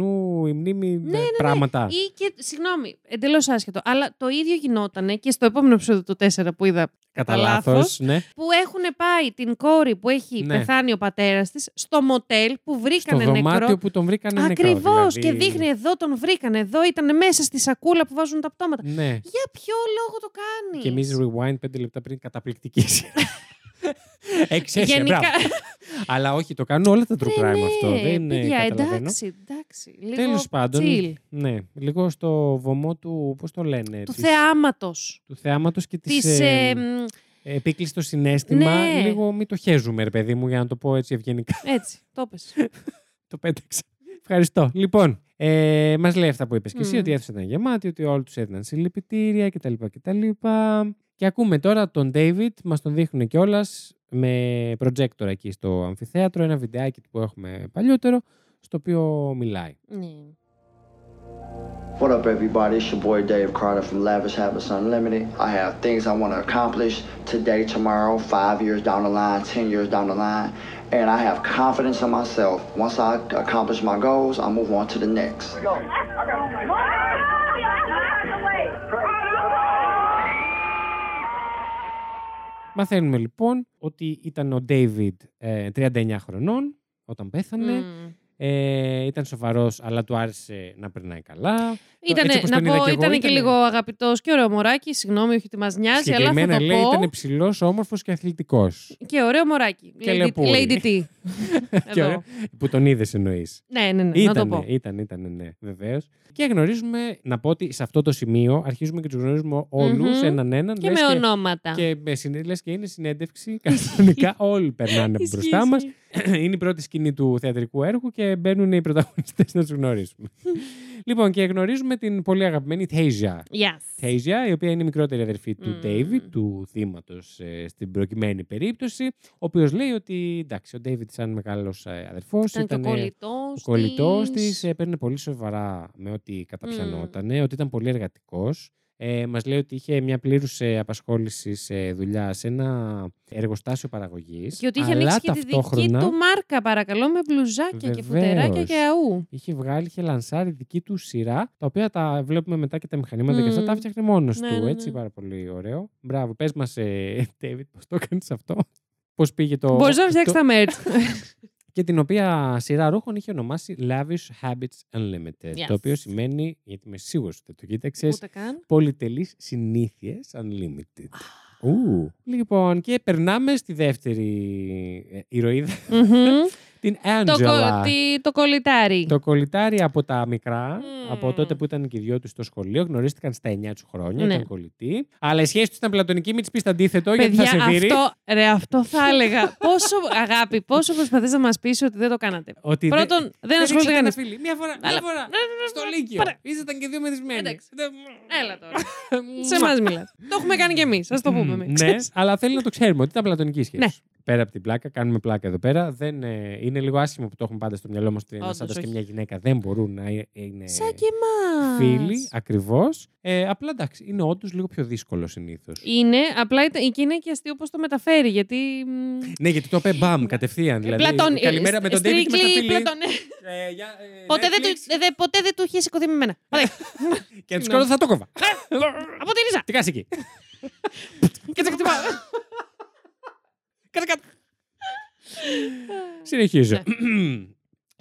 [SPEAKER 1] η μνήμη ε, πράγματα.
[SPEAKER 2] Ναι, Ή και, συγγνώμη, εντελώς άσχετο. Αλλά το ίδιο γινότανε και στο επόμενο επεισόδιο του 4 που είδα.
[SPEAKER 1] Κατά λάθος, ναι.
[SPEAKER 2] Που έχουν πάει την κόρη που έχει
[SPEAKER 1] Ναι.
[SPEAKER 2] πεθάνει ο πατέρας της στο μοτέλ που
[SPEAKER 1] Στο
[SPEAKER 2] βρήκανε
[SPEAKER 1] δωμάτιο
[SPEAKER 2] νεκρό.
[SPEAKER 1] που τον βρήκανε νεκρό.
[SPEAKER 2] Ακριβώς. Και
[SPEAKER 1] δηλαδή.
[SPEAKER 2] δείχνει εδώ τον βρήκανε. Εδώ ήταν μέσα στη σακούλα που βάζουν τα πτώματα.
[SPEAKER 1] Ναι.
[SPEAKER 2] Για ποιο λόγο το κάνει.
[SPEAKER 1] Και εμείς rewind πέντε λεπτά πριν καταπληκτική. Εξέσαι,
[SPEAKER 2] Γενικά.
[SPEAKER 1] μπράβο. Αλλά όχι, το κάνουν όλα τα ε, true
[SPEAKER 2] Ναι,
[SPEAKER 1] crime αυτό.
[SPEAKER 2] ναι,
[SPEAKER 1] Δεν ε,
[SPEAKER 2] παιδιά,
[SPEAKER 1] καταλαβαίνω.
[SPEAKER 2] εντάξει, εντάξει. Λίγο
[SPEAKER 1] Τέλος πάντων.
[SPEAKER 2] chill.
[SPEAKER 1] Ναι, λίγο στο βωμό του, πώς το λένε,
[SPEAKER 2] Του
[SPEAKER 1] της-
[SPEAKER 2] θεάματος.
[SPEAKER 1] του θεάματος και της
[SPEAKER 2] Της. Ε, μ,
[SPEAKER 1] επίκληση στο συνέστημα.
[SPEAKER 2] Ναι.
[SPEAKER 1] Λίγο μην το χέζουμε, ρε παιδί μου, για να το πω έτσι ευγενικά.
[SPEAKER 2] έτσι, το πες.
[SPEAKER 1] το πέταξα. Ευχαριστώ. Λοιπόν, ε, μας λέει αυτά που είπες και εσύ,
[SPEAKER 2] Μμμ.
[SPEAKER 1] ότι η αίθουσα ήταν γεμάτη, ότι όλοι τους έδιναν συλληπιτήρια κτλ. κτλ. Και ακούμε τώρα τον David, μας τον δείχνουν κιόλας με προτζέκτορα εκεί στο αμφιθέατρο, ένα βιντεάκι που έχουμε παλιότερο, στο οποίο μιλάει.
[SPEAKER 2] Ναι.
[SPEAKER 5] What up, everybody? It's your boy Dave Carter from Lavish Habits Unlimited. I have things I want to accomplish today, tomorrow, five years down the line, ten years down the line, and I have confidence in myself. Once I accomplish my goals, I move on to the next.
[SPEAKER 1] Μαθαίνουμε λοιπόν ότι ήταν ο David ε, 39 χρονών όταν πέθανε.
[SPEAKER 2] Μμ.
[SPEAKER 1] Ε, ήταν σοβαρός, αλλά του άρεσε να περνάει καλά. έτσι
[SPEAKER 2] Ήτανε,
[SPEAKER 1] όπως
[SPEAKER 2] να
[SPEAKER 1] τον είδα
[SPEAKER 2] πω,
[SPEAKER 1] κι εγώ,
[SPEAKER 2] ήταν και
[SPEAKER 1] ήτανε-
[SPEAKER 2] λίγο αγαπητός και ωραίο μωράκι. Συγγνώμη, όχι ότι μας νοιάζει, αλλά θα
[SPEAKER 1] Συγκεκριμένα
[SPEAKER 2] το
[SPEAKER 1] λέει
[SPEAKER 2] πω.
[SPEAKER 1] ήταν ψηλός, όμορφος και αθλητικός.
[SPEAKER 2] Και ωραίο μωράκι.
[SPEAKER 1] Και
[SPEAKER 2] Lady,
[SPEAKER 1] λεπούρι.
[SPEAKER 2] Lady T. Εδώ.
[SPEAKER 1] που τον είδες εννοείς.
[SPEAKER 2] Ναι, ναι, ναι, να το
[SPEAKER 1] Ήταν,
[SPEAKER 2] πω.
[SPEAKER 1] ήταν, ήταν, ναι, βεβαίως. Και γνωρίζουμε, να πω ότι σε αυτό το σημείο αρχίζουμε και τους γνωρίζουμε όλους
[SPEAKER 2] Μμμ.
[SPEAKER 1] έναν έναν.
[SPEAKER 2] Και
[SPEAKER 1] λες
[SPEAKER 2] με ονόματα.
[SPEAKER 1] Και, με συνε- λες και είναι συνέντευξη. Κανονικά όλοι περνάνε
[SPEAKER 2] Ισχύει,
[SPEAKER 1] μπροστά μας.
[SPEAKER 2] ισχύει.
[SPEAKER 1] είναι η πρώτη σκηνή του θεατρικού έργου και μπαίνουν οι πρωταγωνιστές να τους γνωρίσουμε. λοιπόν, και γνωρίζουμε την πολύ αγαπημένη Τέιζια.
[SPEAKER 2] Yes.
[SPEAKER 1] Τέιζια, η οποία είναι η μικρότερη αδερφή του
[SPEAKER 2] Μμμ.
[SPEAKER 1] Ντέιβιτ, του θύματος στην προκειμένη περίπτωση, ο οποίος λέει ότι εντάξει, ο Ντέιβιτ, σαν μεγάλος αδερφός,
[SPEAKER 2] Ήταν και ο κολλητός.
[SPEAKER 1] ο κολλητός της έπαιρνε πολύ σοβαρά με ό,τι καταπιανότανε, ότι ήταν πολύ εργατικός. Ε, Μας λέει ότι είχε μια πλήρους απασχόληση σε δουλειά σε ένα εργοστάσιο παραγωγής.
[SPEAKER 2] Και ότι είχε ανοίξει και τη δική του μάρκα, παρακαλώ, με μπλουζάκια και
[SPEAKER 1] Βεβαίως.
[SPEAKER 2] φουτεράκια και αού.
[SPEAKER 1] Είχε βγάλει, είχε λανσάρει δική του σειρά, τα οποία τα βλέπουμε μετά και τα μηχανήματα και αυτά
[SPEAKER 2] Μμμ.
[SPEAKER 1] τα φτιάχνει μόνος
[SPEAKER 2] Ναι,
[SPEAKER 1] του.
[SPEAKER 2] ναι,
[SPEAKER 1] Έτσι,
[SPEAKER 2] ναι.
[SPEAKER 1] πάρα πολύ ωραίο. Μπράβο. Πες μας, ε, David, πώς το έκανες αυτό. Πώς πήγε το.
[SPEAKER 2] Μπορείς να
[SPEAKER 1] το-
[SPEAKER 2] φτιάξει τα merch.
[SPEAKER 1] και την οποία σειρά ρούχων είχε ονομάσει Lavish Habits Unlimited.
[SPEAKER 2] Yes.
[SPEAKER 1] Το οποίο σημαίνει, γιατί είμαι σίγουρος ότι το κοίταξες,
[SPEAKER 2] Ούτε καν.
[SPEAKER 1] πολυτελείς συνήθειες Unlimited. Ου. Λοιπόν, και περνάμε στη δεύτερη ε, ηρωίδα,
[SPEAKER 2] Μμμ.
[SPEAKER 1] την
[SPEAKER 2] Το
[SPEAKER 1] Angela.
[SPEAKER 2] κο- τι- Το κολλητάρι.
[SPEAKER 1] Το κολλητάρι από τα μικρά,
[SPEAKER 2] Μμμ.
[SPEAKER 1] από τότε που ήταν και οι δυο τους στο σχολείο, γνωρίστηκαν στα 9 του χρόνια,
[SPEAKER 2] Ναι.
[SPEAKER 1] ήταν κολλητοί. Αλλά η σχέση τους ήταν πλατωνική, μην της πεις το αντίθετο,
[SPEAKER 2] Παιδιά,
[SPEAKER 1] γιατί θα σε δει.
[SPEAKER 2] αυτό, ρε, αυτό θα έλεγα. πόσο, αγάπη, πόσο προσπαθείς να μας πεις ότι δεν το κάνατε.
[SPEAKER 1] Ότι δεν-
[SPEAKER 2] Πρώτον, δεν ασχολείται
[SPEAKER 1] ρίξατε
[SPEAKER 2] κανεί.
[SPEAKER 1] φίλη. Μία φορά, μία
[SPEAKER 2] Αλλά- Ναι,
[SPEAKER 1] φορά. Στο Λύκειο.
[SPEAKER 2] Παρα-
[SPEAKER 1] Ήσασταν και δύο μεθυσμένοι.
[SPEAKER 2] Εντάξει.
[SPEAKER 1] Δεν-
[SPEAKER 2] Έλα τώρα. Σε εμάς μιλάς. Το έχουμε κάνει κι εμείς. Ας το πούμε.
[SPEAKER 1] Μμμ,
[SPEAKER 2] εμείς.
[SPEAKER 1] Ναι, αλλά θέλει να το ξέρουμε ότι ήταν πλατωνική σχέση.
[SPEAKER 2] Ναι.
[SPEAKER 1] Πέρα από την πλάκα, κάνουμε πλάκα εδώ πέρα. Δεν, ε, είναι λίγο άσχημο που το έχουμε πάντα στο μυαλό μας ότι ένα
[SPEAKER 2] Όντως,
[SPEAKER 1] άντρας και
[SPEAKER 2] όχι.
[SPEAKER 1] μια γυναίκα δεν μπορούν να ε- είναι
[SPEAKER 2] Σαν και εμάς.
[SPEAKER 1] φίλοι ακριβώς. Ε, απλά εντάξει, είναι όντως λίγο πιο δύσκολο συνήθως.
[SPEAKER 2] Είναι, απλά ήταν, και είναι και αστείο πώς το μεταφέρει. Γιατί. μ,
[SPEAKER 1] Ναι, γιατί το είπε μπαμ κατευθείαν. Δηλαδή,
[SPEAKER 2] Πλατών-
[SPEAKER 1] καλημέρα
[SPEAKER 2] ε,
[SPEAKER 1] με τον
[SPEAKER 2] strictly
[SPEAKER 1] David και με τα φίλη.
[SPEAKER 2] Πλατών-
[SPEAKER 1] Ε, για, ε,
[SPEAKER 2] Ποτέ δεν,
[SPEAKER 1] Netflix.
[SPEAKER 2] του, ε, δε- ποτέ δεν του είχε σηκωθεί με μένα. Ποτέ.
[SPEAKER 1] Και αν
[SPEAKER 2] Ναι.
[SPEAKER 1] τους κάνω θα το κόβα.
[SPEAKER 2] Από την Ρίζα.
[SPEAKER 1] Τι κάνεις εκεί.
[SPEAKER 2] Και σε χτυπάω. Κάτσε κάτω.
[SPEAKER 1] Συνεχίζω.
[SPEAKER 2] Ναι.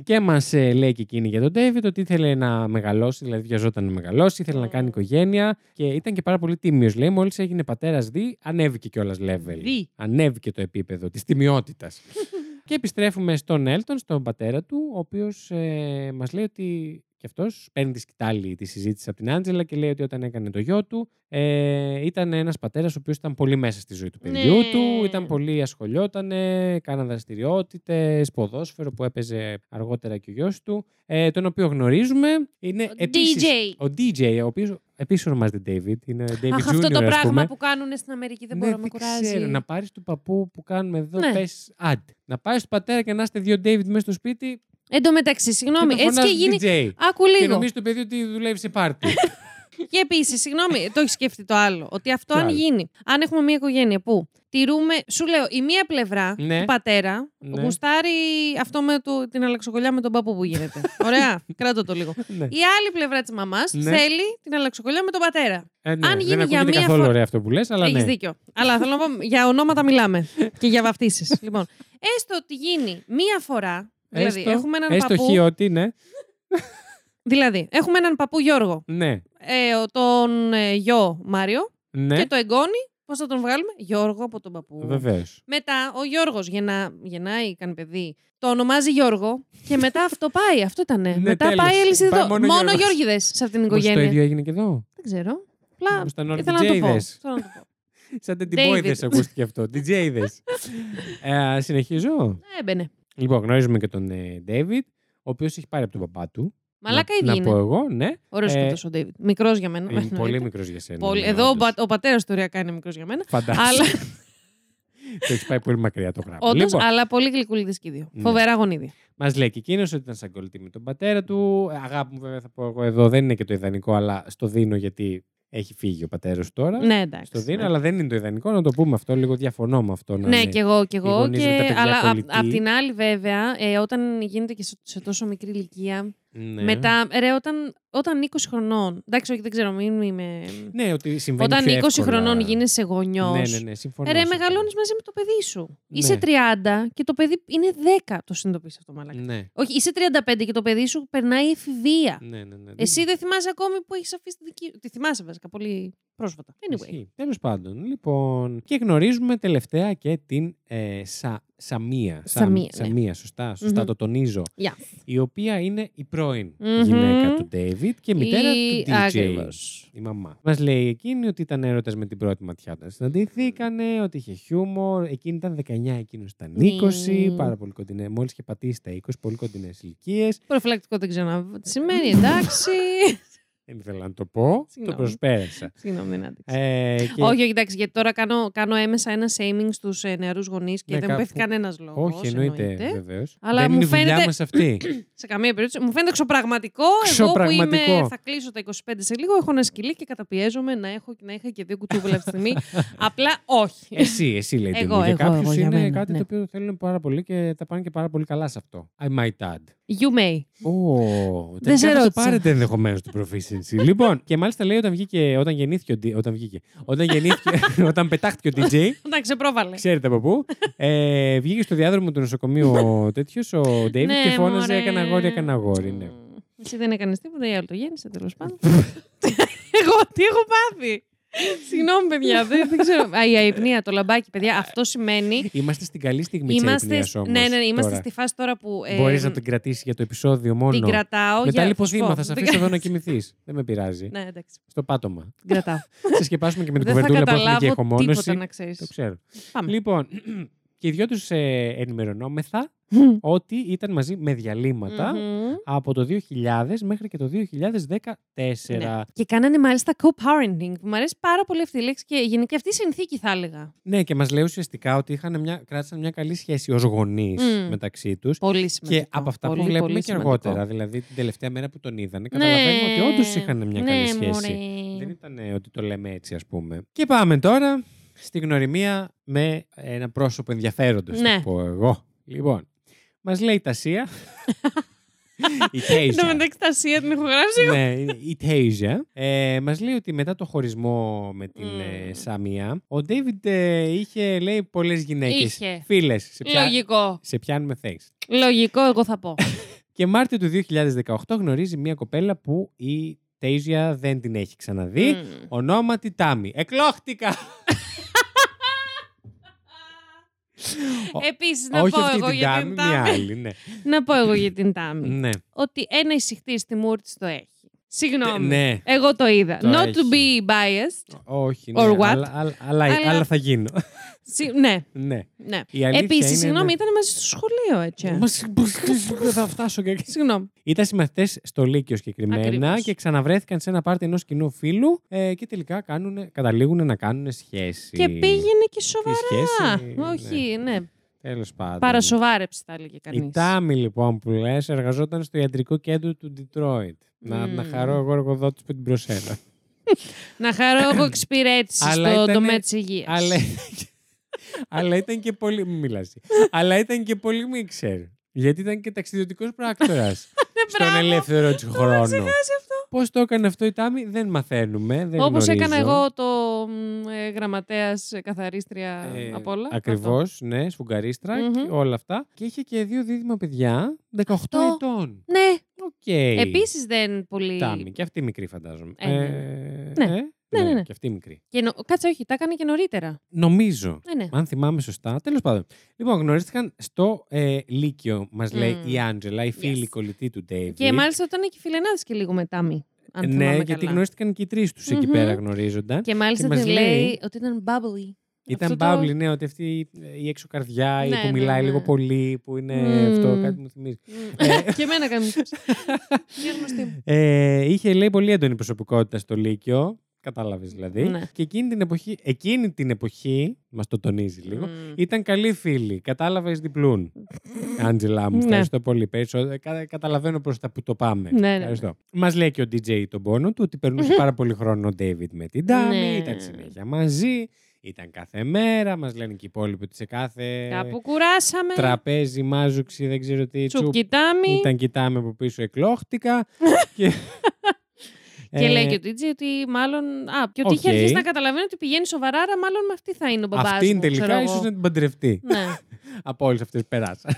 [SPEAKER 1] Και μας λέει και εκείνη για τον Ντέιβιτ ότι ήθελε να μεγαλώσει, δηλαδή βιαζόταν να μεγαλώσει, ήθελε να κάνει οικογένεια και ήταν και πάρα πολύ τίμιος. Λέει, μόλις έγινε πατέρας, δι, ανέβηκε κιόλας level.
[SPEAKER 2] Δι.
[SPEAKER 1] Ανέβηκε το επίπεδο της τιμιότητας. και επιστρέφουμε στον Έλτον, στον πατέρα του, ο οποίος ε, μας λέει ότι και αυτός παίρνει τη σκητάλη τη συζήτηση από την Άντζελα και λέει ότι όταν έκανε το γιο του, ε, ήταν ένας πατέρας ο οποίος ήταν πολύ μέσα στη ζωή του παιδιού
[SPEAKER 2] Ναι.
[SPEAKER 1] του, ήταν πολύ ασχολιότανε, κάνα δραστηριότητες, ποδόσφαιρο που έπαιζε αργότερα και ο γιος του, ε, τον οποίο γνωρίζουμε. Είναι
[SPEAKER 2] Ο
[SPEAKER 1] επίσης,
[SPEAKER 2] DJ.
[SPEAKER 1] ο DJ, ο οποίος επίσης ονομάζεται David, είναι David
[SPEAKER 2] Αχ,
[SPEAKER 1] Junior,
[SPEAKER 2] αυτό το
[SPEAKER 1] ας
[SPEAKER 2] πράγμα
[SPEAKER 1] πούμε.
[SPEAKER 2] που κάνουν στην Αμερική δεν
[SPEAKER 1] Ναι,
[SPEAKER 2] μπορώ να με
[SPEAKER 1] δεν ξέρω.
[SPEAKER 2] κουράζει.
[SPEAKER 1] Να πάρεις του παππού που κάνουμε εδώ,
[SPEAKER 2] Ναι.
[SPEAKER 1] πες, άντε. Να πάρεις του πατέρα και να είστε δύο David μέσα στο σπίτι.
[SPEAKER 2] Εν τω μεταξύ, συγγνώμη,
[SPEAKER 1] και
[SPEAKER 2] έτσι και γίνει.
[SPEAKER 1] DJ.
[SPEAKER 2] Άκου
[SPEAKER 1] Και
[SPEAKER 2] λίγο.
[SPEAKER 1] νομίζεις το παιδί ότι δουλεύει σε πάρτι.
[SPEAKER 2] Και επίσης, συγγνώμη, το έχεις σκεφτεί το άλλο. Ότι αυτό
[SPEAKER 1] Ποιο
[SPEAKER 2] αν
[SPEAKER 1] άλλο?
[SPEAKER 2] γίνει, αν έχουμε μια οικογένεια που τηρούμε. Σου λέω, η μία πλευρά
[SPEAKER 1] Ναι.
[SPEAKER 2] του πατέρα
[SPEAKER 1] Ναι.
[SPEAKER 2] γουστάρει αυτό με το, την αλλαξοκολλιά με τον παππού που γίνεται. Ωραία, κράτω το λίγο.
[SPEAKER 1] ναι.
[SPEAKER 2] Η άλλη πλευρά της μαμάς
[SPEAKER 1] Ναι.
[SPEAKER 2] θέλει την αλλαξοκολλιά με τον πατέρα.
[SPEAKER 1] Ε, ναι.
[SPEAKER 2] αν γίνει
[SPEAKER 1] δεν
[SPEAKER 2] για
[SPEAKER 1] ακούγεται
[SPEAKER 2] μία
[SPEAKER 1] καθόλου
[SPEAKER 2] φορά-
[SPEAKER 1] ωραία αυτό που λες, αλλά
[SPEAKER 2] Έχεις
[SPEAKER 1] ναι.
[SPEAKER 2] δίκιο. Αλλά θέλω να πω για ονόματα μιλάμε και για βαφτίσεις. λοιπόν, έστω ότι γίνει μία φορά. Δηλαδή,
[SPEAKER 1] Έστω-
[SPEAKER 2] έχουμε έναν
[SPEAKER 1] Έστω
[SPEAKER 2] παππού.
[SPEAKER 1] χι ότι, ναι.
[SPEAKER 2] Δηλαδή, έχουμε έναν παππού Γιώργο,
[SPEAKER 1] Ναι.
[SPEAKER 2] ε, ο- τον ε, γιο Μάριο
[SPEAKER 1] Ναι.
[SPEAKER 2] και το εγγόνι. Πώς θα τον βγάλουμε, Γιώργο από τον παππού.
[SPEAKER 1] Βεβαίως.
[SPEAKER 2] Μετά ο Γιώργος γεννά, γεννάει, κάνει παιδί. Το ονομάζει Γιώργο και μετά αυτό πάει. Αυτό ήταν. μετά
[SPEAKER 1] Ναι, τέλος.
[SPEAKER 2] πάει αλυσιδό.
[SPEAKER 1] Πάει μόνο
[SPEAKER 2] μόνο
[SPEAKER 1] Γιώργος.
[SPEAKER 2] Γιώργιδε σε αυτήν την
[SPEAKER 1] Μήπως το
[SPEAKER 2] οικογένεια.
[SPEAKER 1] ίδιο έγινε και εδώ.
[SPEAKER 2] Δεν ξέρω. Απλά
[SPEAKER 1] Μήπως ήταν όλοι
[SPEAKER 2] ήθελα να το πω.
[SPEAKER 1] DJ'δες.
[SPEAKER 2] Θέλω να το πω.
[SPEAKER 1] Σαν τεντιμπόιδες
[SPEAKER 2] David.
[SPEAKER 1] ακούστηκε αυτό. DJ'δες. ε, συνεχίζω.
[SPEAKER 2] Έμπαινε.
[SPEAKER 1] Λοιπόν, γνωρίζουμε και τον ε, David, ο οποίος έχει πάρει από τον παπά του.
[SPEAKER 2] Μαλάκα
[SPEAKER 1] να,
[SPEAKER 2] ήδη
[SPEAKER 1] Να πω
[SPEAKER 2] είναι.
[SPEAKER 1] εγώ, ναι.
[SPEAKER 2] Ωραίος
[SPEAKER 1] Ε,
[SPEAKER 2] και τόσο ο Ντέιβιτ. Μικρός για μένα.
[SPEAKER 1] Είναι πολύ
[SPEAKER 2] εννοείται.
[SPEAKER 1] μικρός για σένα.
[SPEAKER 2] Πολύ-
[SPEAKER 1] ναι,
[SPEAKER 2] Εδώ ο,
[SPEAKER 1] όντως. Λοιπόν.
[SPEAKER 2] πα- ο πατέρας του ωριακά είναι μικρός για μένα.
[SPEAKER 1] Φαντάζομαι.
[SPEAKER 2] αλλά,
[SPEAKER 1] Το έχεις πάει πολύ μακριά το γράμμα.
[SPEAKER 2] όντως,
[SPEAKER 1] λοιπόν,
[SPEAKER 2] αλλά πολύ γλυκούλιδε και οι δύο.
[SPEAKER 1] Ναι.
[SPEAKER 2] Φοβερά γονίδια.
[SPEAKER 1] μας λέει και εκείνος ότι ήταν σαν κολλητή με τον πατέρα του. Ε, Αγάπη μου, βέβαια, θα πω εγώ εδώ δεν είναι και το ιδανικό, αλλά στο δίνω γιατί έχει φύγει ο πατέρας τώρα.
[SPEAKER 2] Ναι, εντάξει.
[SPEAKER 1] Ε, Στο δίνω,
[SPEAKER 2] ναι.
[SPEAKER 1] αλλά δεν είναι το ιδανικό να το πούμε αυτό. Λίγο διαφωνώ με αυτό. να
[SPEAKER 2] Ναι,
[SPEAKER 1] είναι.
[SPEAKER 2] κι εγώ, κι εγώ.
[SPEAKER 1] γονείς με τα
[SPEAKER 2] Και...
[SPEAKER 1] παιδιά
[SPEAKER 2] Αλλά απ'
[SPEAKER 1] κολλητοί.
[SPEAKER 2] απ' την άλλη, βέβαια, ε, όταν γίνεται και σε, σε τόσο μικρή ηλικία.
[SPEAKER 1] Ναι.
[SPEAKER 2] Μετά, ρε, όταν, όταν 20 χρονών. Εντάξει, όχι, δεν ξέρω, μην είμαι.
[SPEAKER 1] Ναι, ότι συμβαίνει
[SPEAKER 2] όταν 20
[SPEAKER 1] πιο εύκολα.
[SPEAKER 2] χρονών γίνεσαι γονιός.
[SPEAKER 1] Ναι, ναι, ναι, συμφωνώ.
[SPEAKER 2] Ρε,
[SPEAKER 1] συμφωνώ.
[SPEAKER 2] μεγαλώνεις μαζί με το παιδί σου.
[SPEAKER 1] Ναι.
[SPEAKER 2] Είσαι 30 και το παιδί είναι 10. Το συνειδητοποιείς αυτό, μαλακά.
[SPEAKER 1] Ναι,
[SPEAKER 2] Όχι, είσαι 35 και το παιδί σου περνάει εφηβεία.
[SPEAKER 1] ναι, ναι. ναι.
[SPEAKER 2] Εσύ δεν θυμάσαι ακόμη που έχεις αφήσει τη δική. Τη θυμάσαι βασικά πολύ πρόσφατα. Anyway.
[SPEAKER 1] Τέλος πάντων, λοιπόν. Και γνωρίζουμε τελευταία και την ε, Σα- Σαμία. Σα-
[SPEAKER 2] Σαμία, ναι.
[SPEAKER 1] Σαμία, σωστά, σωστά
[SPEAKER 2] Μμμ.
[SPEAKER 1] το τονίζω.
[SPEAKER 2] Γεια.
[SPEAKER 1] Η οποία είναι η πρώην
[SPEAKER 2] Μμμ.
[SPEAKER 1] γυναίκα του David και μητέρα
[SPEAKER 2] Ή-
[SPEAKER 1] του DJ.
[SPEAKER 2] ακριβώς.
[SPEAKER 1] Η μαμά. Μας λέει εκείνη ότι ήταν έρωτας με την πρώτη ματιά όταν συναντηθήκανε, ότι είχε χιούμορ. Εκείνη ήταν 19, εκείνος ήταν 20,
[SPEAKER 2] Ναι.
[SPEAKER 1] πάρα πολύ κοντινές. Μόλις είχε πατήσει τα 20, πολύ κοντινές ηλικίες.
[SPEAKER 2] Προφυλακτικό δεν ξέρω να τι σημαίνει, εντάξει.
[SPEAKER 1] Δεν ήθελα να το πω, το
[SPEAKER 2] Συγγνώμη.
[SPEAKER 1] προσπέρασα.
[SPEAKER 2] Συγγνώμη, δεν άντεξα.
[SPEAKER 1] Ε, και...
[SPEAKER 2] Όχι, όχι, εντάξει, γιατί τώρα κάνω, κάνω έμεσα ένα shaming στους ε, νεαρούς γονείς και
[SPEAKER 1] Ναι,
[SPEAKER 2] δεν
[SPEAKER 1] κάπου-
[SPEAKER 2] μου πέφτει κανένας λόγος.
[SPEAKER 1] Όχι, εννοείται, βεβαίως.
[SPEAKER 2] Αλλά
[SPEAKER 1] δεν
[SPEAKER 2] μου
[SPEAKER 1] είναι η δουλειά
[SPEAKER 2] φαίνεται-
[SPEAKER 1] μας αυτή.
[SPEAKER 2] Σε καμία περίπτωση. Μου φαίνεται ξοπραγματικό. Εγώ που
[SPEAKER 1] Ξοπραγματικό.
[SPEAKER 2] είμαι, θα κλείσω τα 25 σε λίγο, έχω ένα σκυλί και καταπιέζομαι να, έχω, να είχα και δύο κουτούβολα αυτή τη στιγμή. Απλά όχι.
[SPEAKER 1] εσύ, εσύ λέει
[SPEAKER 2] Εγώ,
[SPEAKER 1] Τίμη. Για
[SPEAKER 2] εγώ,
[SPEAKER 1] κάποιου
[SPEAKER 2] εγώ, για
[SPEAKER 1] είναι
[SPEAKER 2] μένα,
[SPEAKER 1] κάτι
[SPEAKER 2] ναι.
[SPEAKER 1] το οποίο θέλουν πάρα πολύ και τα πάνε και πάρα πολύ καλά σε αυτό. I might add.
[SPEAKER 2] You may.
[SPEAKER 1] Ω,
[SPEAKER 2] Δεν σε
[SPEAKER 1] τελικά θα το
[SPEAKER 2] ρώτησα.
[SPEAKER 1] πάρετε ενδεχομένως το proficiency. λοιπόν, και μάλιστα λέει όταν βγήκε, όταν γεννήθηκε, ο Ντι- όταν βγήκε, όταν γεννήθηκε, όταν πετάχτηκε ο DJ,
[SPEAKER 2] Εντάξει, πρόβαλε.
[SPEAKER 1] ξέρετε από πού, ε, βγήκε στο διάδρομο του νοσοκομείου ο τέτοιος, ο David,
[SPEAKER 2] Ναι,
[SPEAKER 1] και φώναζε
[SPEAKER 2] μωρέ.
[SPEAKER 1] έκανα αγόρι, έκανα αγόρι. Ναι.
[SPEAKER 2] Μμμ. Εσύ δεν έκανες τίποτα, η άλλη το γέννησε τέλος πάντων. Εγώ τι έχω πάθει. Συγγνώμη, παιδιά. Δεν, δεν ξέρω. Α, η αϊπνία, το λαμπάκι, παιδιά. Αυτό σημαίνει.
[SPEAKER 1] Είμαστε στην καλή στιγμή της
[SPEAKER 2] είμαστε,
[SPEAKER 1] αιπνίας όμως.
[SPEAKER 2] ναι, ναι, είμαστε
[SPEAKER 1] τώρα.
[SPEAKER 2] στη φάση τώρα που. ε,
[SPEAKER 1] Μπορείς να την κρατήσεις για το επεισόδιο μόνο.
[SPEAKER 2] την κρατάω.
[SPEAKER 1] Μετά
[SPEAKER 2] για-
[SPEAKER 1] λιποθύμα,
[SPEAKER 2] πω,
[SPEAKER 1] θα σε
[SPEAKER 2] την
[SPEAKER 1] αφήσω εδώ
[SPEAKER 2] κρα-
[SPEAKER 1] να κοιμηθείς. Δεν με πειράζει.
[SPEAKER 2] Ναι, εντάξει.
[SPEAKER 1] Στο πάτωμα.
[SPEAKER 2] Την κρατάω.
[SPEAKER 1] Σε σκεπάσουμε και με την
[SPEAKER 2] δεν θα
[SPEAKER 1] κουβεντούλα που έχουμε και
[SPEAKER 2] καταλάβω
[SPEAKER 1] εχομόνωση.
[SPEAKER 2] τίποτα να ξέρεις.
[SPEAKER 1] Το ξέρω.
[SPEAKER 2] Πάμε.
[SPEAKER 1] Λοιπόν, και οι δυο τους ενημερωνόμεθα ότι ήταν μαζί με διαλύματα
[SPEAKER 2] Μμμ.
[SPEAKER 1] από το 2000 μέχρι και το 2014. Ναι,
[SPEAKER 2] Ναι. Και κάνανε μάλιστα co-parenting. Μου αρέσει πάρα πολύ αυτή η λέξη και γενικά αυτή η συνθήκη θα έλεγα.
[SPEAKER 1] Ναι, και μας λέει ουσιαστικά ότι είχαν μια, κράτησαν μια καλή σχέση ως γονείς
[SPEAKER 2] Μμμ.
[SPEAKER 1] μεταξύ τους.
[SPEAKER 2] Πολύ σημαντικό.
[SPEAKER 1] Και από αυτά
[SPEAKER 2] πολύ,
[SPEAKER 1] που βλέπουμε
[SPEAKER 2] πολύ
[SPEAKER 1] και
[SPEAKER 2] σημαντικό.
[SPEAKER 1] αργότερα, δηλαδή την τελευταία μέρα που τον είδανε,
[SPEAKER 2] Ναι.
[SPEAKER 1] καταλαβαίνουμε ότι όντως είχαν μια καλή
[SPEAKER 2] Ναι,
[SPEAKER 1] σχέση.
[SPEAKER 2] μωρέ.
[SPEAKER 1] Δεν ήταν ε, ότι το λέμε έτσι, ας πούμε. Και πάμε τώρα στη γνωριμία με ένα πρόσωπο ενδιαφέροντος,
[SPEAKER 2] Ναι.
[SPEAKER 1] θα πω εγώ. Λοιπόν, μας λέει η Τασία Η
[SPEAKER 2] Εν τω
[SPEAKER 1] Τέιζα.
[SPEAKER 2] μεταξύ τα ασία την έχω γράψει. εγώ.
[SPEAKER 1] ναι, είναι η Τέιζα. Ε, Μας λέει ότι μετά το χωρισμό με την
[SPEAKER 2] Μμμ.
[SPEAKER 1] ε, Σαμία, ο Ντέιβιντ ε, είχε, λέει, πολλές γυναίκες.
[SPEAKER 2] Είχε.
[SPEAKER 1] Φίλες. Σε, πια- Ε,
[SPEAKER 2] Λογικό.
[SPEAKER 1] σε πιάνουμε θέση.
[SPEAKER 2] Λογικό, εγώ θα πω.
[SPEAKER 1] Και Μάρτιο του 2018 γνωρίζει μια κοπέλα που η Τέιζια δεν την έχει ξαναδεί.
[SPEAKER 2] Μμ.
[SPEAKER 1] Ονόματι Τάμι. Εκλόχτηκα! Ο-
[SPEAKER 2] Επίσης, να
[SPEAKER 1] Όχι
[SPEAKER 2] πω
[SPEAKER 1] αυτή
[SPEAKER 2] εγώ
[SPEAKER 1] την
[SPEAKER 2] για
[SPEAKER 1] Τάμι,
[SPEAKER 2] την
[SPEAKER 1] μια
[SPEAKER 2] Τάμι.
[SPEAKER 1] άλλη. Ναι.
[SPEAKER 2] Να πω εγώ για την Τάμι.
[SPEAKER 1] ναι.
[SPEAKER 2] Ότι ένα ησυχτή στη μούρη τη το έχει. Συγγνώμη.
[SPEAKER 1] ναι.
[SPEAKER 2] Εγώ το είδα.
[SPEAKER 1] Το
[SPEAKER 2] Not to
[SPEAKER 1] έχει.
[SPEAKER 2] be biased.
[SPEAKER 1] Όχι, ναι.
[SPEAKER 2] Or what?
[SPEAKER 1] Αλλά, αλλά, αλλά,
[SPEAKER 2] Αλλά-
[SPEAKER 1] αλλά θα γίνω.
[SPEAKER 2] Συ- ναι,
[SPEAKER 1] ναι.
[SPEAKER 2] ναι.
[SPEAKER 1] Η αλήθεια
[SPEAKER 2] Επίσης,
[SPEAKER 1] είναι-
[SPEAKER 2] συγγνώμη, ήταν μαζί στο σχολείο, έτσι.
[SPEAKER 1] Μας- Δεν θα φτάσω και
[SPEAKER 2] Συγγνώμη.
[SPEAKER 1] Ήταν συμμαθητές στο Λύκειο συγκεκριμένα
[SPEAKER 2] Ακριβώς.
[SPEAKER 1] και ξαναβρέθηκαν σε ένα πάρτι ενός κοινού φίλου ε, και τελικά κάνουνε- καταλήγουν να κάνουν σχέση.
[SPEAKER 2] Και πήγαινε και σοβαρά.
[SPEAKER 1] σχέση, ναι.
[SPEAKER 2] Όχι, ναι.
[SPEAKER 1] Τέλος πάντων.
[SPEAKER 2] Παρασοβάρεψε, θα έλεγε
[SPEAKER 1] Η
[SPEAKER 2] κανείς.
[SPEAKER 1] Τάμι, λοιπόν, που λες, εργαζόταν στο ιατρικό κέντρο του Ντιτρόιτ. Να,
[SPEAKER 2] Μμμ.
[SPEAKER 1] να χαρώ εγώ εργοδότης που την προσέρα.
[SPEAKER 2] Να χαρώ εγώ εξυπηρέτηση
[SPEAKER 1] Αλλά
[SPEAKER 2] στον
[SPEAKER 1] ήτανε-
[SPEAKER 2] τομέα Ναι, της υγείας.
[SPEAKER 1] αλλά, αλλά ήταν και πολύ. Μην μιλάς. αλλά ήταν και πολύ μίξερ. Γιατί ήταν και ταξιδιωτικός πράκτορας. στον
[SPEAKER 2] μπράβο.
[SPEAKER 1] ελεύθερο του χρόνο.
[SPEAKER 2] ξεχάσει αυτό.
[SPEAKER 1] Πώς το έκανε αυτό η Τάμι, δεν μαθαίνουμε. Δεν
[SPEAKER 2] Όπως έκανα
[SPEAKER 1] γνωρίζω.
[SPEAKER 2] εγώ το γραμματέας ε, καθαρίστρια από όλα.
[SPEAKER 1] Ακριβώς, Ε, ναι, σφουγγαρίστρα
[SPEAKER 2] Μμμ.
[SPEAKER 1] και όλα αυτά. Και είχε και δύο δίδυμα παιδιά 18
[SPEAKER 2] Αυτό.
[SPEAKER 1] ετών.
[SPEAKER 2] Αυτό. Ναι,
[SPEAKER 1] Οκ.
[SPEAKER 2] Επίσης δεν πολύ.
[SPEAKER 1] Ε, Τάμι, και αυτή μικρή φαντάζομαι.
[SPEAKER 2] Ε, ναι. Ναι.
[SPEAKER 1] ναι,
[SPEAKER 2] Ναι, ναι, ναι.
[SPEAKER 1] Και αυτή μικρή.
[SPEAKER 2] Και νο- Κάτσε, όχι, τα έκανε και νωρίτερα.
[SPEAKER 1] Νομίζω.
[SPEAKER 2] Ναι, ναι.
[SPEAKER 1] Αν θυμάμαι σωστά. Τέλος πάντων. Λοιπόν, γνωρίστηκαν στο ε, Λύκειο, μας λέει
[SPEAKER 2] Μμμ.
[SPEAKER 1] η Άντζελα, η φίλη κολλητή του Ντέιβιτ.
[SPEAKER 2] Και μάλιστα ήταν και φιλενάδες και λίγο με τάμι. Αν
[SPEAKER 1] Ναι,
[SPEAKER 2] θυμάμαι
[SPEAKER 1] γιατί
[SPEAKER 2] καλά.
[SPEAKER 1] γνωρίστηκαν και οι τρεις τους εκεί
[SPEAKER 2] Μμμ.
[SPEAKER 1] πέρα γνωρίζονταν.
[SPEAKER 2] Και μάλιστα
[SPEAKER 1] και μας
[SPEAKER 2] την λέει...
[SPEAKER 1] λέει-
[SPEAKER 2] ότι ήταν bubbly.
[SPEAKER 1] Ήταν
[SPEAKER 2] Αυτό το-
[SPEAKER 1] μπάμπλη, ναι, ότι αυτή ε, η έξω καρδιά, η
[SPEAKER 2] Ναι,
[SPEAKER 1] που
[SPEAKER 2] ναι,
[SPEAKER 1] μιλάει
[SPEAKER 2] ναι.
[SPEAKER 1] λίγο πολύ, που είναι
[SPEAKER 2] Μμμ.
[SPEAKER 1] αυτό, κάτι μου θυμίζει.
[SPEAKER 2] Μμ. και εμένα κάνει. Μια γνωστή μου.
[SPEAKER 1] Ε, είχε λέει πολύ έντονη προσωπικότητα στο Λύκειο. Κατάλαβες δηλαδή.
[SPEAKER 2] Ναι.
[SPEAKER 1] Και εκείνη την εποχή, εκείνη την εποχή, μας το τονίζει λίγο,
[SPEAKER 2] Μμ.
[SPEAKER 1] ήταν καλή φίλη. Κατάλαβες διπλούν. Άντζελα μου,
[SPEAKER 2] Ναι.
[SPEAKER 1] ευχαριστώ πολύ. Περισσότερο. Κα- καταλαβαίνω προς τα που το πάμε.
[SPEAKER 2] Ναι, ναι, ναι.
[SPEAKER 1] Μας λέει και ο DJ τον πόνο του ότι περνούσε πάρα πολύ χρόνο ο Ντέιβιτ με την Τάμι,
[SPEAKER 2] Ναι.
[SPEAKER 1] ήταν συνέχεια μαζί, ήταν κάθε μέρα. Μας λένε και οι υπόλοιποι ότι σε κάθε
[SPEAKER 2] Κάπου κουράσαμε.
[SPEAKER 1] Ε. τραπέζι, μάζουξη, δεν ξέρω τι, τσουπ,
[SPEAKER 2] Τσουκιτάμι.
[SPEAKER 1] ήταν κοιτάμε από πίσω, εκλόχτηκα. και,
[SPEAKER 2] Και λέει
[SPEAKER 1] Ε,
[SPEAKER 2] και ο DJ ότι μάλλον. Α, και ότι είχε
[SPEAKER 1] Οκ.
[SPEAKER 2] αρχίσει να καταλαβαίνει ότι πηγαίνει σοβαρά, άρα μάλλον με αυτή θα είναι ο μπαμπάς
[SPEAKER 1] Αυτή είναι
[SPEAKER 2] μου, ξέρω
[SPEAKER 1] τελικά,
[SPEAKER 2] εγώ.
[SPEAKER 1] ίσω να την παντρευτεί.
[SPEAKER 2] Ναι.
[SPEAKER 1] από όλες αυτές που περάσαν.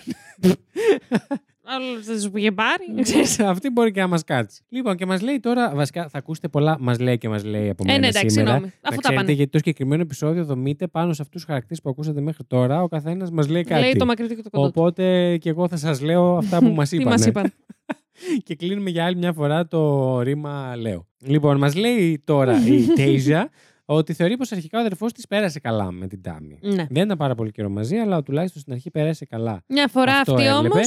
[SPEAKER 2] Άλλο θα σου πήγε πάρει.
[SPEAKER 1] Ξέρεις, Αυτή μπορεί και να μας κάτσει. Λοιπόν, και μας λέει τώρα, βασικά θα ακούσετε πολλά, μας λέει και μας λέει από
[SPEAKER 2] Ε,
[SPEAKER 1] μένα
[SPEAKER 2] ναι, εντάξει,
[SPEAKER 1] σήμερα.
[SPEAKER 2] συγγνώμη.
[SPEAKER 1] Να
[SPEAKER 2] Αφού τα
[SPEAKER 1] ξέρετε,
[SPEAKER 2] πάνε.
[SPEAKER 1] γιατί το συγκεκριμένο επεισόδιο δομείται πάνω σε αυτούς τους χαρακτήρες που ακούσατε μέχρι τώρα. Ο καθένας μας λέει κάτι.
[SPEAKER 2] Λέει το μακρύ και το κοντό. του.
[SPEAKER 1] Οπότε και εγώ θα σας λέω αυτά που μας
[SPEAKER 2] Τι μας είπαν.
[SPEAKER 1] και κλείνουμε για άλλη μια φορά το ρήμα Λέω. Λοιπόν, μας λέει τώρα η Τέιζα ότι θεωρεί πως αρχικά ο αδερφός της πέρασε καλά με την Τάμι.
[SPEAKER 2] Ναι.
[SPEAKER 1] Δεν ήταν πάρα πολύ καιρό μαζί, αλλά τουλάχιστον στην αρχή πέρασε καλά.
[SPEAKER 2] Μια φορά
[SPEAKER 1] Αυτό
[SPEAKER 2] αυτή
[SPEAKER 1] έβλεπε.
[SPEAKER 2] όμως.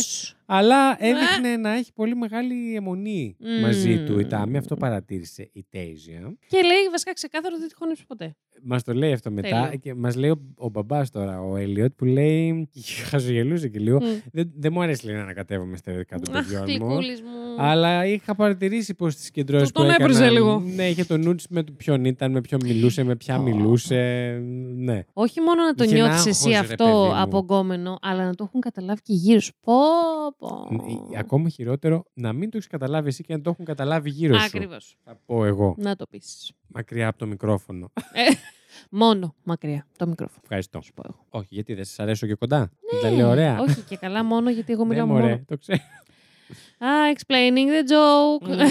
[SPEAKER 1] Αλλά έδειχνε να έχει πολύ μεγάλη αιμονή
[SPEAKER 2] Μμμ.
[SPEAKER 1] μαζί του η Τάμι. Αυτό παρατήρησε η Τέιζα.
[SPEAKER 2] Και λέει βασικά ξεκάθαρο ότι δεν τη χωνέψει ποτέ.
[SPEAKER 1] Μας το λέει αυτό μετά
[SPEAKER 2] Τέλειο.
[SPEAKER 1] και μας λέει ο, ο μπαμπάς τώρα, ο Έλιοτ, που λέει. Χαζογελούσε και λίγο.
[SPEAKER 2] Μμ.
[SPEAKER 1] Δεν, δεν μου αρέσει λέει, να ανακατεύομαι στα ειδικά των
[SPEAKER 2] Αχ,
[SPEAKER 1] παιδιών μου.
[SPEAKER 2] γλυκούλης μου.
[SPEAKER 1] Αλλά είχα παρατηρήσει πως τι κεντρώσεις
[SPEAKER 2] Mm. Το
[SPEAKER 1] που
[SPEAKER 2] τον
[SPEAKER 1] έκαναν...
[SPEAKER 2] έπριζε λίγο.
[SPEAKER 1] Ναι, είχε το νου της με το ποιον ήταν, με ποιον μιλούσε, με ποια
[SPEAKER 2] Ω.
[SPEAKER 1] μιλούσε. Ναι.
[SPEAKER 2] Όχι μόνο να το
[SPEAKER 1] Είχε ένα
[SPEAKER 2] νιώθεις εσύ
[SPEAKER 1] άγχος, ρε, παιδί
[SPEAKER 2] αυτό
[SPEAKER 1] μου.
[SPEAKER 2] από γκόμενο, αλλά να το έχουν καταλάβει και γύρω σου. Πω, πω.
[SPEAKER 1] Ε, Ακόμα χειρότερο, να μην το έχεις καταλάβει εσύ και να το έχουν καταλάβει γύρω σου.
[SPEAKER 2] Ακριβώς.
[SPEAKER 1] Θα πω εγώ.
[SPEAKER 2] Να το πεις.
[SPEAKER 1] Μακριά από το μικρόφωνο.
[SPEAKER 2] Μόνο μακριά το μικρόφωνο.
[SPEAKER 1] Ευχαριστώ.
[SPEAKER 2] Σου πω εγώ. Ε,
[SPEAKER 1] Όχι, γιατί δεν σας αρέσω και κοντά. Ναι. Τα λέω ωραία.
[SPEAKER 2] Όχι και καλά, μόνο γιατί εγώ
[SPEAKER 1] Ναι,
[SPEAKER 2] μιλάω
[SPEAKER 1] μωρέ,
[SPEAKER 2] μόνο.
[SPEAKER 1] το ξέρω.
[SPEAKER 2] Α, explaining the joke.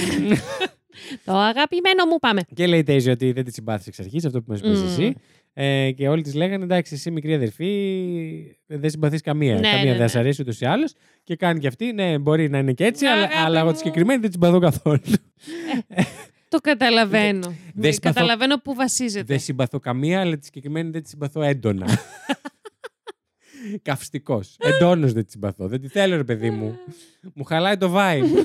[SPEAKER 2] το αγαπημένο μου πάμε.
[SPEAKER 1] και λέει η Τέιζη ότι δεν τη συμπάθησες εξ αρχής, αυτό που μας πει
[SPEAKER 2] Μμμ.
[SPEAKER 1] εσύ. Ε, και όλοι της λέγανε εντάξει, εσύ μικρή αδερφή, δεν συμπαθείς καμία.
[SPEAKER 2] Ναι,
[SPEAKER 1] καμία
[SPEAKER 2] ναι,
[SPEAKER 1] δεν
[SPEAKER 2] ναι.
[SPEAKER 1] σ' αρέσει ούτως ή άλλως. Και κάνει και αυτή, ναι, μπορεί να είναι και έτσι,
[SPEAKER 2] Ναι,
[SPEAKER 1] αλλά,
[SPEAKER 2] αγάπη
[SPEAKER 1] αλλά εγώ τη
[SPEAKER 2] μου.
[SPEAKER 1] συγκεκριμένη δεν την συμπαθώ καθόλου.
[SPEAKER 2] Το καταλαβαίνω.
[SPEAKER 1] Ναι. δεν συμπαθώ-
[SPEAKER 2] Καταλαβαίνω που βασίζεται.
[SPEAKER 1] δεν συμπαθώ καμία, αλλά τη συγκεκριμένη δεν τη συμπαθώ έντονα. Καυστικός. Εντόνως δεν τη συμπαθώ. Δεν τη θέλω, ρε παιδί μου. μου χαλάει το vibe.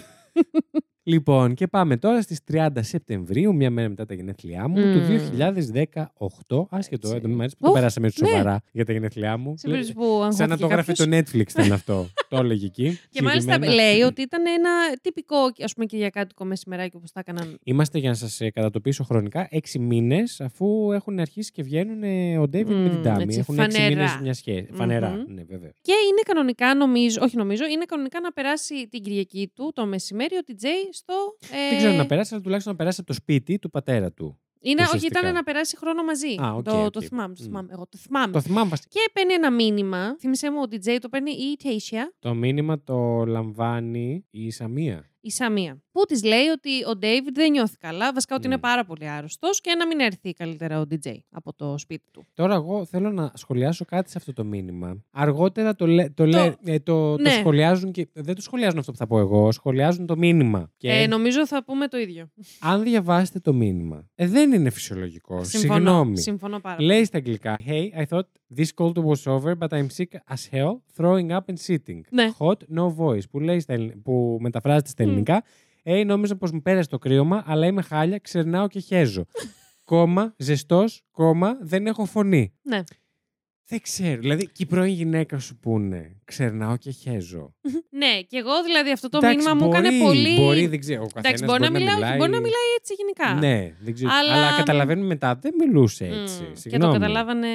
[SPEAKER 1] λοιπόν, και πάμε τώρα στις 30 Σεπτεμβρίου, μια μέρα μετά τα γενέθλιά μου,
[SPEAKER 2] Μμμ.
[SPEAKER 1] του 2018. Άσχετο,
[SPEAKER 2] Έτσι.
[SPEAKER 1] εν τω μεταξύ, που το
[SPEAKER 2] Οχ,
[SPEAKER 1] περάσαμε έτσι
[SPEAKER 2] ναι.
[SPEAKER 1] σοβαρά για τα γενέθλιά μου.
[SPEAKER 2] Σε περίπτωση που
[SPEAKER 1] Σαν να
[SPEAKER 2] αγχώθηκε
[SPEAKER 1] το γράφει
[SPEAKER 2] κάποιος.
[SPEAKER 1] το Netflix ήταν αυτό. το έλεγε εκεί.
[SPEAKER 2] Και μάλιστα
[SPEAKER 1] συγκεκριμένα.
[SPEAKER 2] λέει ότι ήταν ένα τυπικό, ας πούμε, κυριακάτικο μεσημεράκι όπως τα έκαναν.
[SPEAKER 1] Είμαστε για να σας κατατοπίσω χρονικά έξι μήνες αφού έχουν αρχίσει και βγαίνουν ε, ο Ντέβιν με την
[SPEAKER 2] Μμμ,
[SPEAKER 1] Τάμι.
[SPEAKER 2] έτσι,
[SPEAKER 1] Έχουν έξι
[SPEAKER 2] φανερά.
[SPEAKER 1] μήνες μια σχέση.
[SPEAKER 2] Μμμ.
[SPEAKER 1] Φανερά, ναι, βέβαια.
[SPEAKER 2] Και είναι κανονικά, νομίζω, όχι νομίζω, είναι κανονικά να περάσει την Κυριακή του το μεσημέρι ο Τζέι στο. Ε,
[SPEAKER 1] Δεν ξέρω να περάσει, αλλά τουλάχιστον να περάσει από το σπίτι του πατέρα του.
[SPEAKER 2] είναι, όχι,
[SPEAKER 1] ουσιαστικά.
[SPEAKER 2] ήταν να περάσει χρόνο μαζί.
[SPEAKER 1] Α, οκ,
[SPEAKER 2] το,
[SPEAKER 1] οκ.
[SPEAKER 2] το θυμάμαι, το
[SPEAKER 1] Μμ.
[SPEAKER 2] θυμάμαι. Εγώ το θυμάμαι.
[SPEAKER 1] Το θυμάμαι βασικά.
[SPEAKER 2] Και παίρνει ένα μήνυμα. Θύμησέ μου, ο DJ το παίρνει η Τέισια,
[SPEAKER 1] Το μήνυμα το λαμβάνει η Σαμία.
[SPEAKER 2] η Σαμία. Που της λέει ότι ο David δεν νιώθει καλά, βασικά ότι
[SPEAKER 1] Μμ.
[SPEAKER 2] είναι πάρα πολύ άρρωστος και να μην έρθει καλύτερα ο DJ από το σπίτι του.
[SPEAKER 1] Τώρα εγώ θέλω να σχολιάσω κάτι σε αυτό το μήνυμα. Αργότερα το, λέ, το, λέ, ε, το, το
[SPEAKER 2] ναι.
[SPEAKER 1] σχολιάζουν και ε, δεν το σχολιάζουν αυτό που θα πω εγώ, σχολιάζουν το μήνυμα. Και
[SPEAKER 2] Ε, νομίζω θα πούμε το ίδιο.
[SPEAKER 1] αν διαβάσετε το μήνυμα, ε, δεν είναι φυσιολογικό.
[SPEAKER 2] Συμφωνώ,
[SPEAKER 1] Συγγνώμη.
[SPEAKER 2] συμφωνώ πάρα πολύ.
[SPEAKER 1] Λέει στα αγγλικά Hey, I thought this cold was over, but I'm sick as hell, throwing up and sitting.
[SPEAKER 2] Ναι.
[SPEAKER 1] Hot, no voice. Που, λέει στα ελλην- που μεταφράζεται στα ελληνικά. Hey, νόμιζα πως μου πέρασε το κρύωμα, αλλά είμαι χάλια, ξερνάω και χέζω. κόμμα, ζεστός, κόμμα, δεν έχω φωνή.
[SPEAKER 2] Ναι.
[SPEAKER 1] Δεν ξέρω. Δηλαδή, και η πρώην γυναίκα σου πούνε, ξερνάω και χέζω.
[SPEAKER 2] Ναι, και εγώ δηλαδή αυτό το
[SPEAKER 1] Εντάξει,
[SPEAKER 2] μήνυμα μου
[SPEAKER 1] μπορεί,
[SPEAKER 2] έκανε πολύ.
[SPEAKER 1] Μπορεί, δεν ξέρω. Ο καθένας
[SPEAKER 2] Εντάξει, μπορεί, να μιλάει, μπορεί να μιλάει έτσι γενικά.
[SPEAKER 1] Ναι, δεν ξέρω. Αλλά,
[SPEAKER 2] Αλλά-
[SPEAKER 1] καταλαβαίνουμε μετά, δεν μιλούσε
[SPEAKER 2] Μμ,
[SPEAKER 1] έτσι.
[SPEAKER 2] και το
[SPEAKER 1] Συγγνώμη.
[SPEAKER 2] καταλάβανε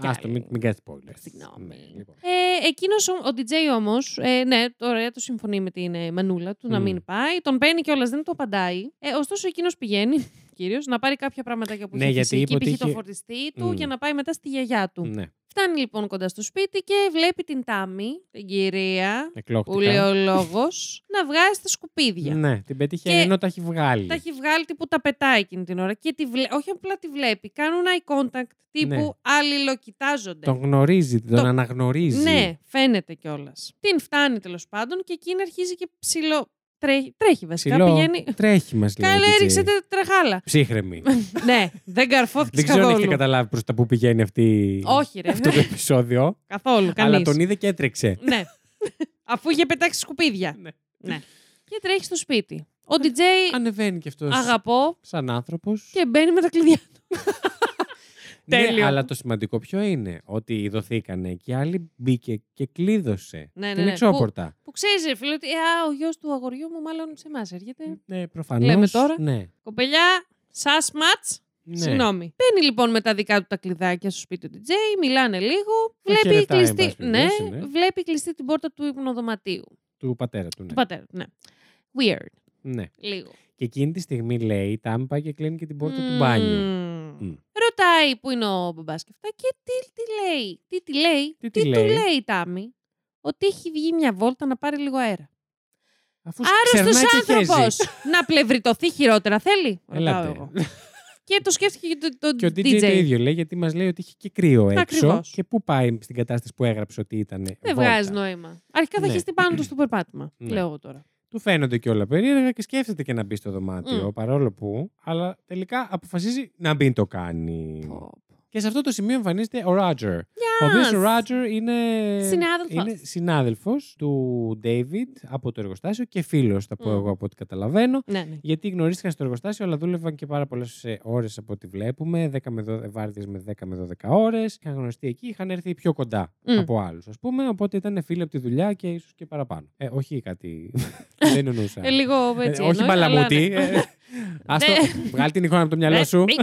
[SPEAKER 2] κι
[SPEAKER 1] Άστο,
[SPEAKER 2] άλλοι.
[SPEAKER 1] μην, μην κάνεις spoilers.
[SPEAKER 2] Ε, Συγγνώμη.
[SPEAKER 1] Ναι, λοιπόν.
[SPEAKER 2] Ε, εκείνος, ο- ο DJ όμως, ε, ναι, τώρα το συμφωνεί με την ε, μανούλα του να
[SPEAKER 1] Μμ.
[SPEAKER 2] μην πάει. Τον παίρνει κιόλας, δεν του απαντάει. Ε, ωστόσο, εκείνος πηγαίνει κυρίως να πάρει κάποια πραγματάκια που
[SPEAKER 1] Ναι,
[SPEAKER 2] είχε
[SPEAKER 1] γιατί
[SPEAKER 2] φυσική,
[SPEAKER 1] είπε ότι
[SPEAKER 2] π.χ. το
[SPEAKER 1] είχε-
[SPEAKER 2] φορτιστή του,
[SPEAKER 1] Μμ.
[SPEAKER 2] για να πάει μετά στη γιαγιά του.
[SPEAKER 1] Ναι,
[SPEAKER 2] Φτάνει λοιπόν κοντά στο σπίτι και βλέπει την Τάμι, την κυρία, που λέει
[SPEAKER 1] εκλόκτηκα.
[SPEAKER 2] ο λόγος, να βγάζει τα σκουπίδια.
[SPEAKER 1] Ναι, την πετύχει
[SPEAKER 2] Και
[SPEAKER 1] ενώ τα έχει βγάλει.
[SPEAKER 2] Τα έχει βγάλει τύπου τα πετάει εκείνη την ώρα. Και τη βλέ... όχι απλά τη βλέπει. Κάνουν eye contact τύπου
[SPEAKER 1] Ναι.
[SPEAKER 2] αλληλοκοιτάζονται.
[SPEAKER 1] Τον γνωρίζει, τον
[SPEAKER 2] Το-
[SPEAKER 1] αναγνωρίζει.
[SPEAKER 2] Ναι, φαίνεται κιόλας. Την φτάνει τέλος πάντων και εκείνη αρχίζει και ψηλό. Τρέχει, τρέχει βασικά.
[SPEAKER 1] Ψηλό,
[SPEAKER 2] Πηγαίνει.
[SPEAKER 1] τρέχει μας λέει.
[SPEAKER 2] Καλέ,
[SPEAKER 1] η DJ.
[SPEAKER 2] ρίξε τα τρεχάλα.
[SPEAKER 1] Ψύχρεμη.
[SPEAKER 2] ναι, δεν καρφώθηκες
[SPEAKER 1] Δεν ξέρω αν έχετε
[SPEAKER 2] καθόλου.
[SPEAKER 1] καταλάβει προς τα που πηγαίνει αυτή...
[SPEAKER 2] Όχι, ρε.
[SPEAKER 1] αυτό το επεισόδιο.
[SPEAKER 2] καθόλου,
[SPEAKER 1] αλλά
[SPEAKER 2] κανείς.
[SPEAKER 1] τον είδε και έτρεξε.
[SPEAKER 2] Ναι. Αφού είχε πετάξει σκουπίδια.
[SPEAKER 1] Ναι.
[SPEAKER 2] ναι. Και τρέχει στο σπίτι. Ο DJ
[SPEAKER 1] Ανεβαίνει κι αυτός
[SPEAKER 2] αγαπώ
[SPEAKER 1] σαν άνθρωπος.
[SPEAKER 2] και μπαίνει με τα κλειδιά.
[SPEAKER 1] Ναι,
[SPEAKER 2] τέλειο.
[SPEAKER 1] αλλά το σημαντικό ποιο είναι, ότι δοθήκανε και η άλλη μπήκε και κλείδωσε
[SPEAKER 2] Ναι, ναι,
[SPEAKER 1] την
[SPEAKER 2] ναι.
[SPEAKER 1] εξώπορτα.
[SPEAKER 2] Που ξέρεις, ρε φίλε, ότι «Ε, α, ο γιος του αγοριού μου μάλλον σε εμάς έρχεται.
[SPEAKER 1] Ναι, προφανώς.
[SPEAKER 2] Λέμε τώρα.
[SPEAKER 1] Ναι.
[SPEAKER 2] Κοπελιά, σας ματ.
[SPEAKER 1] ναι.
[SPEAKER 2] Συγγνώμη. Παίρνει λοιπόν με τα δικά του τα κλειδάκια στο σπίτι του DJ, μιλάνε λίγο.
[SPEAKER 1] Τον
[SPEAKER 2] Βλέπει
[SPEAKER 1] χαιρετάει, εν
[SPEAKER 2] κλειστή,
[SPEAKER 1] πάση
[SPEAKER 2] ναι,
[SPEAKER 1] περιπτώσει, ναι.
[SPEAKER 2] βλέπει κλειστή την πόρτα του υπνοδωματίου.
[SPEAKER 1] Του πατέρα του, ναι.
[SPEAKER 2] Του πατέρα του, ναι. Weird.
[SPEAKER 1] ναι.
[SPEAKER 2] Λίγο.
[SPEAKER 1] Και εκείνη τη στιγμή λέει, η Τάμι πάει και κλείνει και την πόρτα του μπάνιου.
[SPEAKER 2] Μμμ.
[SPEAKER 1] Μμ.
[SPEAKER 2] Ρωτάει που είναι ο μπαμπάς και αυτά και τι τη λέει. Τι τη λέει.
[SPEAKER 1] Τι τη
[SPEAKER 2] του
[SPEAKER 1] λέει?
[SPEAKER 2] λέει η Τάμι. Ότι έχει βγει μια βόλτα να πάρει λίγο αέρα.
[SPEAKER 1] Αφού ξερνάει
[SPEAKER 2] Άρρωστο
[SPEAKER 1] και χέζει.
[SPEAKER 2] άνθρωπο. να πλευριτωθεί χειρότερα θέλει. Ρωτάω
[SPEAKER 1] Έλατε.
[SPEAKER 2] εγώ. και το σκέφτηκε και το, το
[SPEAKER 1] Και ο DJ, το ίδιο λέει, γιατί μας λέει ότι είχε και κρύο έξω.
[SPEAKER 2] Ακριβώς.
[SPEAKER 1] Και πού πάει στην κατάσταση που έγραψε ότι ήταν.
[SPEAKER 2] Δεν
[SPEAKER 1] βόλτα.
[SPEAKER 2] βγάζει νόημα. Αρχικά θα
[SPEAKER 1] Ναι.
[SPEAKER 2] χεστεί πάνω του στο περπάτημα.
[SPEAKER 1] Ναι.
[SPEAKER 2] Λέω εγώ τώρα.
[SPEAKER 1] Του φαίνονται και όλα περίεργα και σκέφτεται και να μπει στο δωμάτιο,
[SPEAKER 2] Μμ.
[SPEAKER 1] παρόλο που. Αλλά τελικά αποφασίζει να μην το κάνει. Και σε αυτό το σημείο εμφανίζεται ο Ράτζερ. Ο οποίος ο Ράτζερ είναι.
[SPEAKER 2] Συνάδελφος.
[SPEAKER 1] είναι συνάδελφος του David από το εργοστάσιο και φίλος, θα πω
[SPEAKER 2] Μμ.
[SPEAKER 1] εγώ από ό,τι καταλαβαίνω.
[SPEAKER 2] Ναι, ναι.
[SPEAKER 1] Γιατί γνωρίστηκαν στο εργοστάσιο, αλλά δούλευαν και πάρα πολλές ώρες από ό,τι βλέπουμε. 10 με 12, βάρδιες με 10 με 12 ώρες. Είχαν γνωριστεί εκεί, είχαν έρθει πιο κοντά
[SPEAKER 2] Μμ.
[SPEAKER 1] από άλλους, ας πούμε. Οπότε ήταν φίλοι από τη δουλειά και ίσως και παραπάνω. Ε, όχι κάτι. δεν εννοούσα.
[SPEAKER 2] Ε, λίγο
[SPEAKER 1] Ε,
[SPEAKER 2] έτσι.
[SPEAKER 1] όχι
[SPEAKER 2] εννοεί, αλλά
[SPEAKER 1] μπαλαμούτι.
[SPEAKER 2] ναι.
[SPEAKER 1] Ε, Άστο,
[SPEAKER 2] Ναι.
[SPEAKER 1] βγάλει την εικόνα από το μυαλό
[SPEAKER 2] Ναι,
[SPEAKER 1] σου.
[SPEAKER 2] μπικ.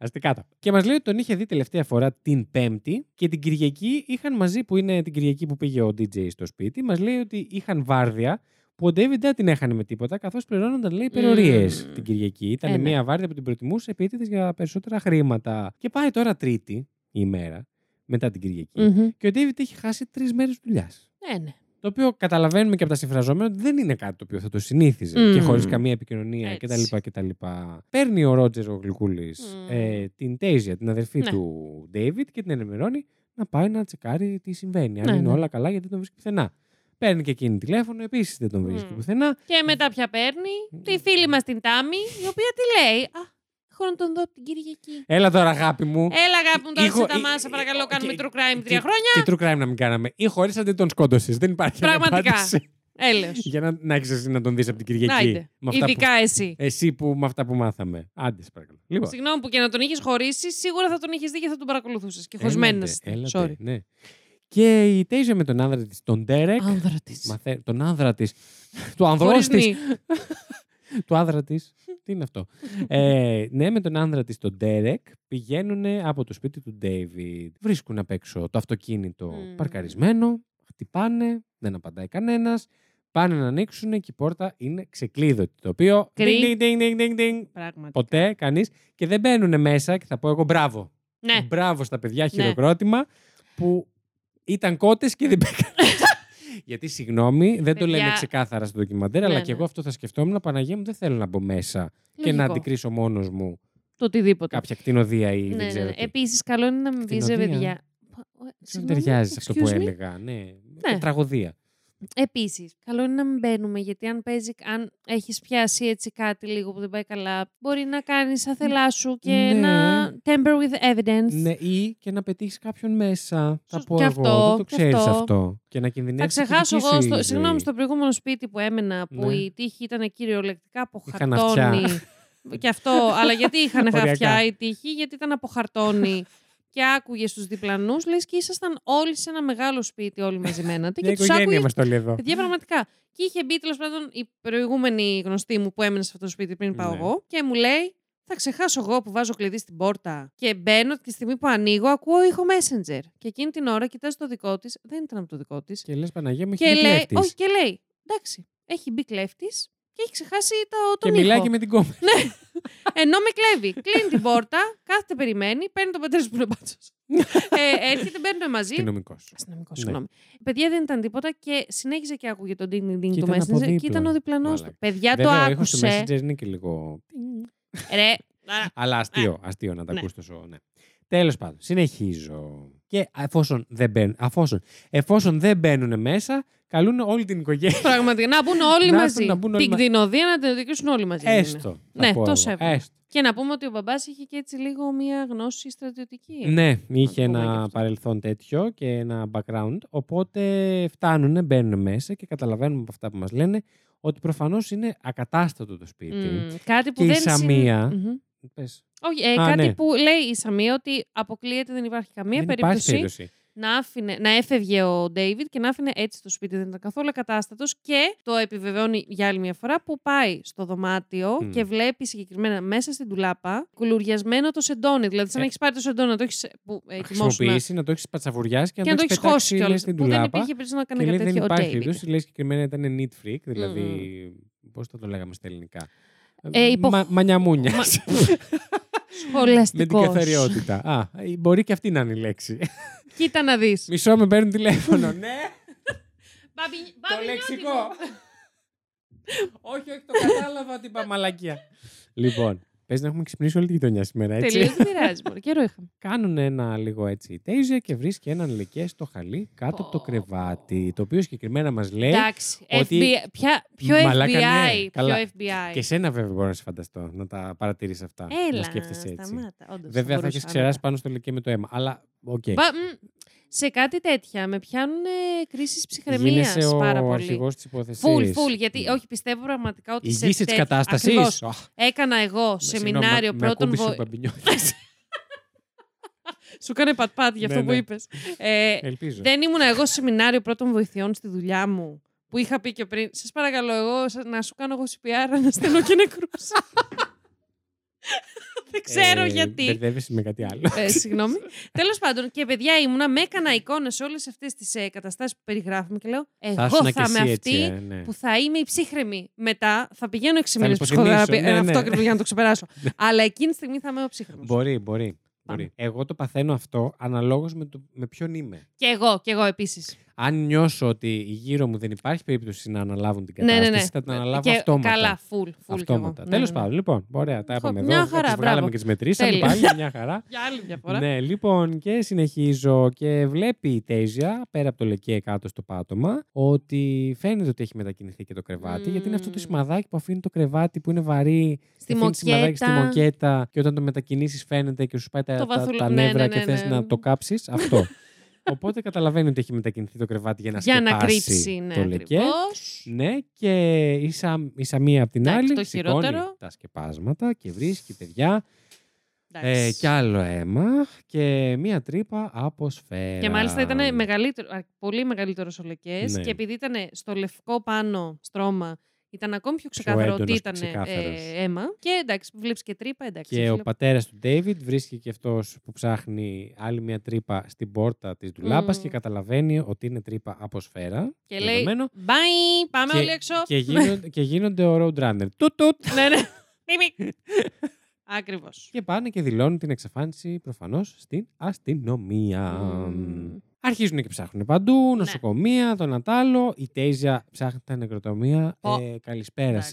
[SPEAKER 1] Άστε κάτω. Και μας λέει ότι τον είχε δει τελευταία φορά την Πέμπτη και την Κυριακή είχαν μαζί, που είναι την Κυριακή που πήγε ο DJ στο σπίτι, μας λέει ότι είχαν βάρδια που ο David δεν την έχανε με τίποτα, καθώς πληρώνονταν, λέει, υπερορίες
[SPEAKER 2] Μμμ.
[SPEAKER 1] την Κυριακή. Ήταν
[SPEAKER 2] Ε, ναι.
[SPEAKER 1] μια βάρδια που την προτιμούσε επί της για περισσότερα χρήματα. Και πάει τώρα Τρίτη η ημέρα, μετά την Κυριακή.
[SPEAKER 2] Μμμ.
[SPEAKER 1] Και ο David έχει χάσει τρεις μέρες δουλειάς.
[SPEAKER 2] Ναι, ναι.
[SPEAKER 1] Το οποίο καταλαβαίνουμε και από τα συμφραζόμενα ότι δεν είναι κάτι το οποίο θα το συνήθιζε
[SPEAKER 2] Μμμ.
[SPEAKER 1] και χωρίς καμία επικοινωνία
[SPEAKER 2] Έτσι.
[SPEAKER 1] κτλ, κτλ. Παίρνει ο Ρότζερ ο Γλυκούλης
[SPEAKER 2] Μμμ.
[SPEAKER 1] ε, την Τέιζια, την αδερφή
[SPEAKER 2] Ναι.
[SPEAKER 1] του Ντέιβιτ και την ενημερώνει να πάει να τσεκάρει τι συμβαίνει. Αν
[SPEAKER 2] Ναι,
[SPEAKER 1] είναι
[SPEAKER 2] ναι.
[SPEAKER 1] όλα καλά, γιατί δεν τον βρίσκει πουθενά. Παίρνει και εκείνη τηλέφωνο, επίσης δεν τον βρίσκει
[SPEAKER 2] Μμ.
[SPEAKER 1] πουθενά.
[SPEAKER 2] Και μετά πια παίρνει τη φίλη μας την Τάμι, η οποία τι λέει. Α, έχω να τον δω από την Κυριακή.
[SPEAKER 1] Έλα τώρα, αγάπη μου.
[SPEAKER 2] Έλα, αγάπη μου, τώρα
[SPEAKER 1] Ήχο-
[SPEAKER 2] σε τα μάσα,
[SPEAKER 1] ε,
[SPEAKER 2] παρακαλώ,
[SPEAKER 1] ε,
[SPEAKER 2] κάνουμε
[SPEAKER 1] και-
[SPEAKER 2] true crime τρία
[SPEAKER 1] και-
[SPEAKER 2] χρόνια.
[SPEAKER 1] Και true crime να μην κάναμε. Ή χωρί αν δεν τον σκόντωσε. Δεν υπάρχει άλλη
[SPEAKER 2] Πραγματικά.
[SPEAKER 1] απάντηση.
[SPEAKER 2] Έλεος.
[SPEAKER 1] Για να, να έχεις εσύ να τον δεις από την Κυριακή.
[SPEAKER 2] Άιντε.
[SPEAKER 1] Με αυτά που,
[SPEAKER 2] Ειδικά εσύ.
[SPEAKER 1] εσύ που με αυτά που μάθαμε. Άντε, σε παρακαλώ. Λοιπόν.
[SPEAKER 2] Συγγνώμη που και να τον είχες χωρίσει, σίγουρα θα τον είχες δει και θα τον παρακολουθούσες. Και χωσμένη να
[SPEAKER 1] Έλατε,
[SPEAKER 2] είστε.
[SPEAKER 1] έλατε,
[SPEAKER 2] Sorry.
[SPEAKER 1] ναι. Και η Τέιζα με τον άνδρα της, τον Ντέρεκ.
[SPEAKER 2] Άνδρα της.
[SPEAKER 1] μαθα- Τον άνδρα της. Του ανδρό της. Του άνδρα της. Τι είναι αυτό. ε, ναι, με τον άνδρα της, τον Ντέρεκ, πηγαίνουν από το σπίτι του Ντέιβιντ. Βρίσκουν απ' έξω το αυτοκίνητο
[SPEAKER 2] Μμμ.
[SPEAKER 1] παρκαρισμένο. Χτυπάνε. Δεν απαντάει κανένας. Πάνε να ανοίξουν και η πόρτα είναι ξεκλείδωτη. Το οποίο.
[SPEAKER 2] Κρυ.
[SPEAKER 1] Ding, ding, ding, ding, ding, ding.
[SPEAKER 2] Πράγματι.
[SPEAKER 1] Ποτέ κανείς. Και δεν μπαίνουν μέσα και θα πω εγώ μπράβο.
[SPEAKER 2] Ναι.
[SPEAKER 1] Μπράβο στα παιδιά, χειροκρότημα που ήταν κότες και δεν πήγαν. Γιατί συγγνώμη, δεν το
[SPEAKER 2] Παιδιά.
[SPEAKER 1] λένε ξεκάθαρα στο ντοκιμαντέρ, αλλά
[SPEAKER 2] Ναι,
[SPEAKER 1] και
[SPEAKER 2] ναι.
[SPEAKER 1] εγώ αυτό θα σκεφτόμουν. Παναγία μου, δεν θέλω να μπω μέσα και να
[SPEAKER 2] Λογικό.
[SPEAKER 1] αντικρίσω μόνος μου
[SPEAKER 2] Το οτιδήποτε.
[SPEAKER 1] κάποια κτηνοδία ή
[SPEAKER 2] ναι,
[SPEAKER 1] δεν
[SPEAKER 2] ναι,
[SPEAKER 1] ξέρω.
[SPEAKER 2] ναι.
[SPEAKER 1] τι.
[SPEAKER 2] Επίσης, καλό είναι να μην πει ρε
[SPEAKER 1] Κτηνοδία.
[SPEAKER 2] παιδιά.
[SPEAKER 1] Δεν ταιριάζει σε αυτό που έλεγα. Ναι.
[SPEAKER 2] Ναι.
[SPEAKER 1] Τραγωδία.
[SPEAKER 2] Επίσης, καλό είναι να μην μπαίνουμε γιατί αν παίζει, αν έχεις πιάσει έτσι κάτι λίγο που δεν πάει καλά, μπορεί να κάνεις αθελά σου και
[SPEAKER 1] Ναι.
[SPEAKER 2] να. temper with evidence.
[SPEAKER 1] Ναι, ή και να πετύχεις κάποιον μέσα. Θα
[SPEAKER 2] Σωστό.
[SPEAKER 1] πω
[SPEAKER 2] Και
[SPEAKER 1] εγώ.
[SPEAKER 2] αυτό,
[SPEAKER 1] δεν το
[SPEAKER 2] και
[SPEAKER 1] ξέρεις αυτό.
[SPEAKER 2] αυτό.
[SPEAKER 1] Και να
[SPEAKER 2] Θα
[SPEAKER 1] κινδυνεύσει.
[SPEAKER 2] ξεχάσω εγώ. Στο, συγγνώμη, στο προηγούμενο σπίτι που έμενα, που
[SPEAKER 1] Ναι.
[SPEAKER 2] η τύχη ήταν κυριολεκτικά από
[SPEAKER 1] Είχαν αυτιά.
[SPEAKER 2] χαρτόνι. και αυτό, αλλά γιατί είχαν
[SPEAKER 1] Οριακά.
[SPEAKER 2] χαρτιά η τύχη, γιατί ήταν από χαρτόνι. και άκουγες τους διπλανούς, λες και ήσασταν όλοι σε ένα μεγάλο σπίτι, όλοι μαζεμένατε.
[SPEAKER 1] Μια
[SPEAKER 2] και του άκουγε.
[SPEAKER 1] οικογένεια μα το λέει εδώ.
[SPEAKER 2] Παιδιά, πραγματικά. Και είχε μπει τέλος πάντων η προηγούμενη γνωστή μου που έμενε σε αυτό το σπίτι πριν πάω
[SPEAKER 1] Ναι.
[SPEAKER 2] εγώ και μου λέει. Θα ξεχάσω εγώ που βάζω κλειδί στην πόρτα και μπαίνω και τη στιγμή που ανοίγω ακούω ήχο Messenger. Και εκείνη την ώρα κοιτάζει το δικό της, δεν ήταν από το δικό της.
[SPEAKER 1] Και λες Παναγία μου, έχει
[SPEAKER 2] Και
[SPEAKER 1] μπει
[SPEAKER 2] λέει,
[SPEAKER 1] κλέφτης.
[SPEAKER 2] όχι, και λέει, εντάξει, έχει μπει κλέφτης και έχει ξεχάσει το,
[SPEAKER 1] Και
[SPEAKER 2] τον
[SPEAKER 1] μιλάει
[SPEAKER 2] ήχο.
[SPEAKER 1] και με την κόμμα.
[SPEAKER 2] Ενώ με κλέβει. Κλείνει την πόρτα, κάθεται, περιμένει, παίρνει τον πατέρα σου που είναι μπάτσος. ε, έρχεται, μπαίνουν μαζί.
[SPEAKER 1] Αστυνομικός.
[SPEAKER 2] Αστυνομικός,
[SPEAKER 1] Ναι.
[SPEAKER 2] συγγνώμη. Παιδιά δεν ήταν τίποτα και συνέχισε και άκουγε τον ding ding ding
[SPEAKER 1] Και
[SPEAKER 2] του
[SPEAKER 1] ήταν από
[SPEAKER 2] Messenger και
[SPEAKER 1] δίπλα.
[SPEAKER 2] ήταν ο διπλανός
[SPEAKER 1] Μαλάκα.
[SPEAKER 2] του. Παιδιά Ε, το
[SPEAKER 1] Βέβαια, ο ήχος του
[SPEAKER 2] άκουσε.
[SPEAKER 1] Messenger είναι και λίγο.
[SPEAKER 2] Ρε.
[SPEAKER 1] Αλλά αστείο, αστείο να τα
[SPEAKER 2] Ναι.
[SPEAKER 1] ακούς τόσο. Ναι. Τέλος πάντων, συνεχίζω. Και εφόσον δεν, μπαίνουν, αφόσον, εφόσον δεν μπαίνουν μέσα, καλούν όλη την οικογένεια.
[SPEAKER 2] Πραγματικά να μπουν όλοι
[SPEAKER 1] Να
[SPEAKER 2] μαζί.
[SPEAKER 1] έρθουν να μπουν όλοι
[SPEAKER 2] Την
[SPEAKER 1] μαζί.
[SPEAKER 2] κτηνοδία να την δικήσουν όλοι μαζί. δεν είναι.
[SPEAKER 1] Έστω. θα
[SPEAKER 2] Ναι,
[SPEAKER 1] πω
[SPEAKER 2] το
[SPEAKER 1] εγώ.
[SPEAKER 2] σέβομαι.
[SPEAKER 1] Έστω.
[SPEAKER 2] Και να πούμε ότι ο μπαμπάς είχε και έτσι λίγο μία γνώση στρατιωτική.
[SPEAKER 1] Ναι, είχε
[SPEAKER 2] πούμε γι'
[SPEAKER 1] ένα
[SPEAKER 2] αυτό.
[SPEAKER 1] παρελθόν τέτοιο και ένα background. Οπότε φτάνουν, μπαίνουν μέσα και καταλαβαίνουμε από αυτά που μας λένε ότι προφανώς είναι ακατάστατο το σπίτι.
[SPEAKER 2] Μμμ, κάτι που
[SPEAKER 1] Και η
[SPEAKER 2] δεν. συν-
[SPEAKER 1] Σαμία.
[SPEAKER 2] Μμμ.
[SPEAKER 1] Πες.
[SPEAKER 2] Όχι, ε,
[SPEAKER 1] Α,
[SPEAKER 2] κάτι
[SPEAKER 1] ναι.
[SPEAKER 2] που λέει η Σαμία ότι αποκλείεται, δεν υπάρχει καμία
[SPEAKER 1] δεν υπάρχει
[SPEAKER 2] περίπτωση
[SPEAKER 1] περίπτωση.
[SPEAKER 2] να, άφηνε, να έφευγε ο Ντέιβιντ και να άφηνε έτσι το σπίτι. Δεν ήταν καθόλου κατάστατο και το επιβεβαιώνει για άλλη μια φορά που πάει στο δωμάτιο
[SPEAKER 1] Μμμ.
[SPEAKER 2] και βλέπει συγκεκριμένα μέσα στην τουλάπα κουλουριασμένο το σεντόνι. Δηλαδή, σαν
[SPEAKER 1] Ε.
[SPEAKER 2] να έχεις πάρει το σεντόνι να το έχεις. που ε,
[SPEAKER 1] Να
[SPEAKER 2] κοιμόσουνα
[SPEAKER 1] χρησιμοποιήσει, να το έχεις πατσαβουριάσει και,
[SPEAKER 2] και να το
[SPEAKER 1] έχεις
[SPEAKER 2] έχεις
[SPEAKER 1] πετάξει,
[SPEAKER 2] χώσει
[SPEAKER 1] λες,
[SPEAKER 2] κιόλας.
[SPEAKER 1] στην
[SPEAKER 2] Που δεν
[SPEAKER 1] τουλάπα.
[SPEAKER 2] υπήρχε περίπτωση να
[SPEAKER 1] Και
[SPEAKER 2] κάνει κάτι
[SPEAKER 1] λέει, δεν
[SPEAKER 2] τέτοιο ο
[SPEAKER 1] υπάρχει
[SPEAKER 2] Ντέιβιντ.
[SPEAKER 1] περίπτωση. Λέει συγκεκριμένα ήταν neat freak, δηλαδή. Πώς θα το λέγαμε στα ελληνικά.
[SPEAKER 2] Ε, υποχ-
[SPEAKER 1] Μα, μανιαμούνιας. με την
[SPEAKER 2] Σχολαστικός.
[SPEAKER 1] καθαριότητα. Α, ε, μπορεί και αυτή να είναι η λέξη.
[SPEAKER 2] Κοίτα να δεις.
[SPEAKER 1] Μισό με παίρνουν τηλέφωνο. ναι, το
[SPEAKER 2] Το
[SPEAKER 1] λεξικό. όχι, όχι, το κατάλαβα ότι είπα μαλακία. λοιπόν, πες να έχουμε ξυπνήσει όλη τη γειτονιά σήμερα, έτσι.
[SPEAKER 2] Τελείως δεν πειράζει. μωρέ, Καιρό είχαμε.
[SPEAKER 1] Κάνουν ένα λίγο έτσι η Τέιζε και βρίσκει έναν λεκέ στο χαλί κάτω από το
[SPEAKER 2] Πω,
[SPEAKER 1] κρεβάτι. Το οποίο συγκεκριμένα μας λέει.
[SPEAKER 2] Εντάξει.
[SPEAKER 1] Ε, ότι-
[SPEAKER 2] FBI, ποια, ποιο
[SPEAKER 1] Μαλάκα, ναι.
[SPEAKER 2] FBI.
[SPEAKER 1] Καλά.
[SPEAKER 2] Ποιο FBI.
[SPEAKER 1] Και σένα βέβαια μπορώ να σε φανταστώ να τα παρατηρείς αυτά.
[SPEAKER 2] Έλα,
[SPEAKER 1] να σκέφτεσαι έτσι.
[SPEAKER 2] σταμάτα. Όντως,
[SPEAKER 1] Βέβαια θα
[SPEAKER 2] μπορούσα
[SPEAKER 1] έχει
[SPEAKER 2] να
[SPEAKER 1] ξεράσει
[SPEAKER 2] τα-
[SPEAKER 1] πάνω στο λυκέ με το αίμα. Αλλά οκ.
[SPEAKER 2] Μπα- μ, σε κάτι τέτοια με πιάνουν ε, κρίσεις ψυχραιμίας
[SPEAKER 1] Γίνεσαι ο
[SPEAKER 2] πάρα πολύ.
[SPEAKER 1] αρχηγός της υπόθεσης.
[SPEAKER 2] Φουλ, φουλ, γιατί όχι, πιστεύω πραγματικά ότι σε
[SPEAKER 1] Υγείσαι της
[SPEAKER 2] τέτοια-
[SPEAKER 1] κατάστασης.
[SPEAKER 2] Ακριβώς.
[SPEAKER 1] Αχ,
[SPEAKER 2] έκανα εγώ
[SPEAKER 1] συγγνώμη,
[SPEAKER 2] σεμινάριο
[SPEAKER 1] με-
[SPEAKER 2] πρώτον
[SPEAKER 1] Με ακούμπησε ο
[SPEAKER 2] βοηθών.
[SPEAKER 1] Παμπινιώτης.
[SPEAKER 2] Σου κάνε πατ-πατ για αυτό
[SPEAKER 1] Ναι,
[SPEAKER 2] που
[SPEAKER 1] ναι.
[SPEAKER 2] είπες. Ε,
[SPEAKER 1] Ελπίζω.
[SPEAKER 2] Δεν ήμουν εγώ σε σεμινάριο πρώτων βοηθειών στη δουλειά μου. Που είχα πει και πριν, σας παρακαλώ, εγώ σα- να σου κάνω εγώ CPR, να στενώ και νεκρούς. Δεν ξέρω
[SPEAKER 1] Ε,
[SPEAKER 2] γιατί.
[SPEAKER 1] Μπερδεύεσαι με κάτι άλλο.
[SPEAKER 2] Ε, συγγνώμη. Τέλος πάντων, και παιδιά ήμουνα, με έκανα εικόνε σε όλες αυτές τις ε, καταστάσεις που περιγράφουμε και λέω: Εγώ
[SPEAKER 1] ήσουν
[SPEAKER 2] θα,
[SPEAKER 1] κι
[SPEAKER 2] είμαι
[SPEAKER 1] εσύ
[SPEAKER 2] αυτή
[SPEAKER 1] έτσι, ε, ναι.
[SPEAKER 2] που θα είμαι η ψύχρεμη. Μετά θα πηγαίνω 6 μήνε
[SPEAKER 1] υποθυμίσω,
[SPEAKER 2] ψυχοθεραπεία.
[SPEAKER 1] ναι,
[SPEAKER 2] Ε,
[SPEAKER 1] ναι.
[SPEAKER 2] Αυτό ακριβώς για να το ξεπεράσω. Αλλά εκείνη τη στιγμή θα είμαι ο ψύχρεμος.
[SPEAKER 1] Μπορεί, μπορεί. μπορεί. Εγώ το παθαίνω αυτό αναλόγως με, το, με ποιον είμαι.
[SPEAKER 2] Και εγώ, και εγώ επίσης.
[SPEAKER 1] Αν νιώσω ότι γύρω μου δεν υπάρχει περίπτωση να αναλάβουν την
[SPEAKER 2] Ναι,
[SPEAKER 1] κατάσταση,
[SPEAKER 2] ναι, ναι.
[SPEAKER 1] θα την αναλάβω
[SPEAKER 2] και,
[SPEAKER 1] αυτόματα.
[SPEAKER 2] Καλά, full. full κι εγώ.
[SPEAKER 1] Αυτόματα.
[SPEAKER 2] Ναι,
[SPEAKER 1] Τέλος
[SPEAKER 2] ναι, ναι.
[SPEAKER 1] πάντων, λοιπόν, ωραία, τα
[SPEAKER 2] Χω-
[SPEAKER 1] είπαμε
[SPEAKER 2] μια
[SPEAKER 1] εδώ.
[SPEAKER 2] χαρά,
[SPEAKER 1] τις βγάλαμε
[SPEAKER 2] μπράβο.
[SPEAKER 1] και τις μετρήσαμε
[SPEAKER 2] Τέλεια.
[SPEAKER 1] πάλι, μια χαρά.
[SPEAKER 2] Για άλλη μια φορά.
[SPEAKER 1] Ναι, λοιπόν, και συνεχίζω και βλέπει η Τέζια, πέρα από το λεκέ κάτω στο πάτωμα, ότι φαίνεται ότι έχει μετακινηθεί και το κρεβάτι, γιατί είναι αυτό το
[SPEAKER 2] Μμμ.
[SPEAKER 1] σημαδάκι που αφήνει το κρεβάτι που είναι βαρύ.
[SPEAKER 2] Στη
[SPEAKER 1] αφήνει τη σημαδάκι στη
[SPEAKER 2] μοκέτα.
[SPEAKER 1] μοκέτα και όταν το μετακινήσεις φαίνεται και σου πάει τα,
[SPEAKER 2] Το
[SPEAKER 1] τα,
[SPEAKER 2] βαθουλ-
[SPEAKER 1] τα
[SPEAKER 2] ναι,
[SPEAKER 1] νεύρα
[SPEAKER 2] ναι, ναι,
[SPEAKER 1] και θες
[SPEAKER 2] ναι.
[SPEAKER 1] να το κάψεις. Αυτό. Οπότε καταλαβαίνει ότι έχει μετακινηθεί το κρεβάτι για να
[SPEAKER 2] Για να
[SPEAKER 1] σκεπάσει
[SPEAKER 2] κρύψει. Ναι,
[SPEAKER 1] το λεκέ.
[SPEAKER 2] ακριβώς.
[SPEAKER 1] Ναι, και η, Σα, η Σαμία απ' την
[SPEAKER 2] Εντάξει,
[SPEAKER 1] άλλη
[SPEAKER 2] το
[SPEAKER 1] σηκώνει
[SPEAKER 2] χειρότερο.
[SPEAKER 1] τα σκεπάσματα και βρίσκει παιδιά Ε,
[SPEAKER 2] Εντάξει.
[SPEAKER 1] κι άλλο αίμα και μία τρύπα από σφαίρα.
[SPEAKER 2] Και μάλιστα ήταν μεγαλύτερο, α, πολύ μεγαλύτερος ο λεκές.
[SPEAKER 1] Ναι.
[SPEAKER 2] Και επειδή ήταν στο λευκό πάνω στρώμα, ήταν ακόμη πιο ξεκάθαρο ότι
[SPEAKER 1] έντονος,
[SPEAKER 2] ήταν
[SPEAKER 1] ξεκάθαρος.
[SPEAKER 2] ε, αίμα. Και εντάξει, βλέπεις και τρύπα, εντάξει.
[SPEAKER 1] Και
[SPEAKER 2] φίλε.
[SPEAKER 1] ο πατέρας του Ντέιβιντ βρίσκει και αυτός που ψάχνει άλλη μία τρύπα στην πόρτα της ντουλάπας
[SPEAKER 2] Μμμ.
[SPEAKER 1] και καταλαβαίνει ότι είναι τρύπα από σφαίρα.
[SPEAKER 2] και λέει:
[SPEAKER 1] δεδομένο.
[SPEAKER 2] Bye, πάμε
[SPEAKER 1] Και-
[SPEAKER 2] όλοι έξω.
[SPEAKER 1] Και, γίνονται, και γίνονται ο road runner. Τουτ, τουτ.
[SPEAKER 2] ναι, ναι. Μίμη. Ακριβώς.
[SPEAKER 1] Και πάνε και δηλώνουν την εξαφάνιση προφανώς στην αστυνομία. Αρχίζουν και ψάχνουν
[SPEAKER 2] Ναι.
[SPEAKER 1] παντού, νοσοκομεία, τον Ατάλο. Η Τέιζια ψάχνει τα νεκροτομεία.
[SPEAKER 2] Πω.
[SPEAKER 1] Ε, καλησπέρα
[SPEAKER 2] Εντάξει.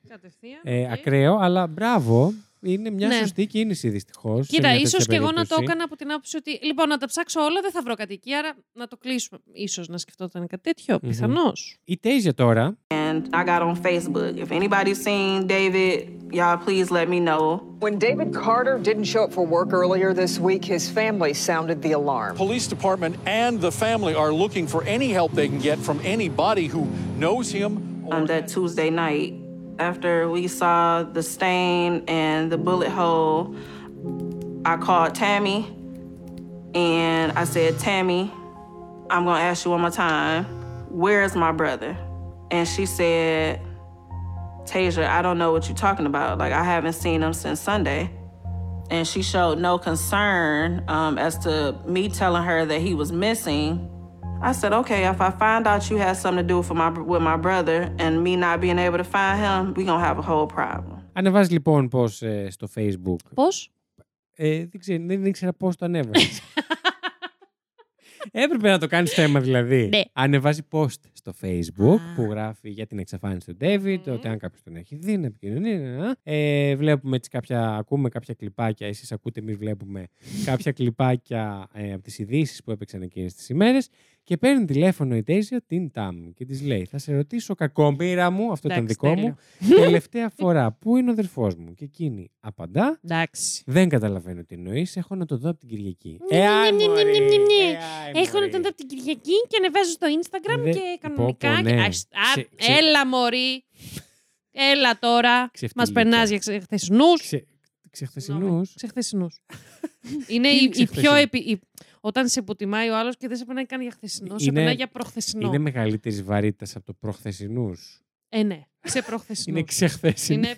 [SPEAKER 1] σας.
[SPEAKER 2] Κατευθείαν.
[SPEAKER 1] Ε,
[SPEAKER 2] οκ.
[SPEAKER 1] ακραίο, αλλά μπράβο. Είναι μια
[SPEAKER 2] Ναι.
[SPEAKER 1] σωστή κίνηση δυστυχώς.
[SPEAKER 2] Κοίτα, ίσως και εγώ να το έκανα από την άποψη ότι. Λοιπόν, να τα ψάξω όλα, δεν θα βρω κατοικία, άρα να το κλείσουμε. σω να σκεφτόταν κάτι τέτοιο,
[SPEAKER 1] Μμμ.
[SPEAKER 2] πιθανώς.
[SPEAKER 1] Η Τέιζια τώρα
[SPEAKER 6] and I got on Facebook. If anybody's seen David, y'all please let me know.
[SPEAKER 7] When David Carter didn't show up for work earlier this week, his family sounded the alarm.
[SPEAKER 8] Police department and the family are looking for any help they can get from anybody who knows him.
[SPEAKER 6] Um, that Tuesday night, after we saw the stain and the bullet hole, I called Tammy and I said, Tammy, I'm gonna ask you one more time, where is my brother? And she said, Tasia, I don't know what you're talking about. Like, I haven't seen him since Sunday. And she showed no concern um, as to me telling her that he was missing. I said, okay, if I find out you had something to do for my, with my brother and me not being able to find him, we gonna have a whole problem.
[SPEAKER 1] ανεβάζει λοιπόν πώς στο Facebook.
[SPEAKER 2] Πώς.
[SPEAKER 1] Ε, δεν, ξέρω, δεν ήξερα πώς το ανέβασε. Έπρεπε να το κάνεις θέμα δηλαδή.
[SPEAKER 2] Ναι.
[SPEAKER 1] Ανεβάζει post στο Facebook
[SPEAKER 2] Α.
[SPEAKER 1] που γράφει για την εξαφάνιση του David, ότι αν κάποιος τον έχει δει, να επικοινωνεί. ναι, ναι, ναι. Ε, βλέπουμε έτσι κάποια, ακούμε κάποια κλιπάκια, εσείς ακούτε, εμείς βλέπουμε κάποια κλιπάκια ε, από τις ειδήσεις που έπαιξαν εκείνες τις ημέρες. Και παίρνει τηλέφωνο η Daisy την Tam και της λέει: Θα σε ρωτήσω, κακόμοιρα μου, αυτό ήταν
[SPEAKER 2] Εντάξει,
[SPEAKER 1] δικό μου,
[SPEAKER 2] τέλειο.
[SPEAKER 1] τελευταία φορά, πού είναι ο αδερφός μου. Και εκείνη απαντά.
[SPEAKER 2] Εντάξει.
[SPEAKER 1] Δεν καταλαβαίνω τι εννοείς. Έχω να το δω από την Κυριακή.
[SPEAKER 2] Ναι,
[SPEAKER 1] Εάν,
[SPEAKER 2] ναι, ναι, ναι,
[SPEAKER 1] μωρή,
[SPEAKER 2] ναι, ναι.
[SPEAKER 1] εάν,
[SPEAKER 2] Έχω να
[SPEAKER 1] μωρή.
[SPEAKER 2] τον δω από την Κυριακή και ανεβάζω στο Instagram
[SPEAKER 1] Δε-
[SPEAKER 2] και
[SPEAKER 1] πω, πω,
[SPEAKER 2] κανονικά. και-
[SPEAKER 1] ναι.
[SPEAKER 2] Ας, σ- α,
[SPEAKER 1] Ξε- ξε-
[SPEAKER 2] Έλα, Μωρή. Έλα τώρα. Μα
[SPEAKER 1] Ξεφτυλίκια.
[SPEAKER 2] περνάς για ξεχθεσινούς.
[SPEAKER 1] Ξε... Ξεχθεσινούς.
[SPEAKER 2] Ξεχθεσινούς. Είναι
[SPEAKER 1] Τι είναι
[SPEAKER 2] η, η πιο
[SPEAKER 1] ξεχθεσινό?
[SPEAKER 2] επι... η- Όταν σε υποτιμάει ο άλλος και δεν σε περνάει καν για χθεσινό, σε
[SPEAKER 1] Είναι-
[SPEAKER 2] περνάει για προχθεσινό.
[SPEAKER 1] Είναι μεγαλύτερης βαρύτητας από το προχθεσινούς.
[SPEAKER 2] Ε, ναι. Σε προχθεσινό.
[SPEAKER 1] Είναι ξεχθεσινή.
[SPEAKER 2] Είναι...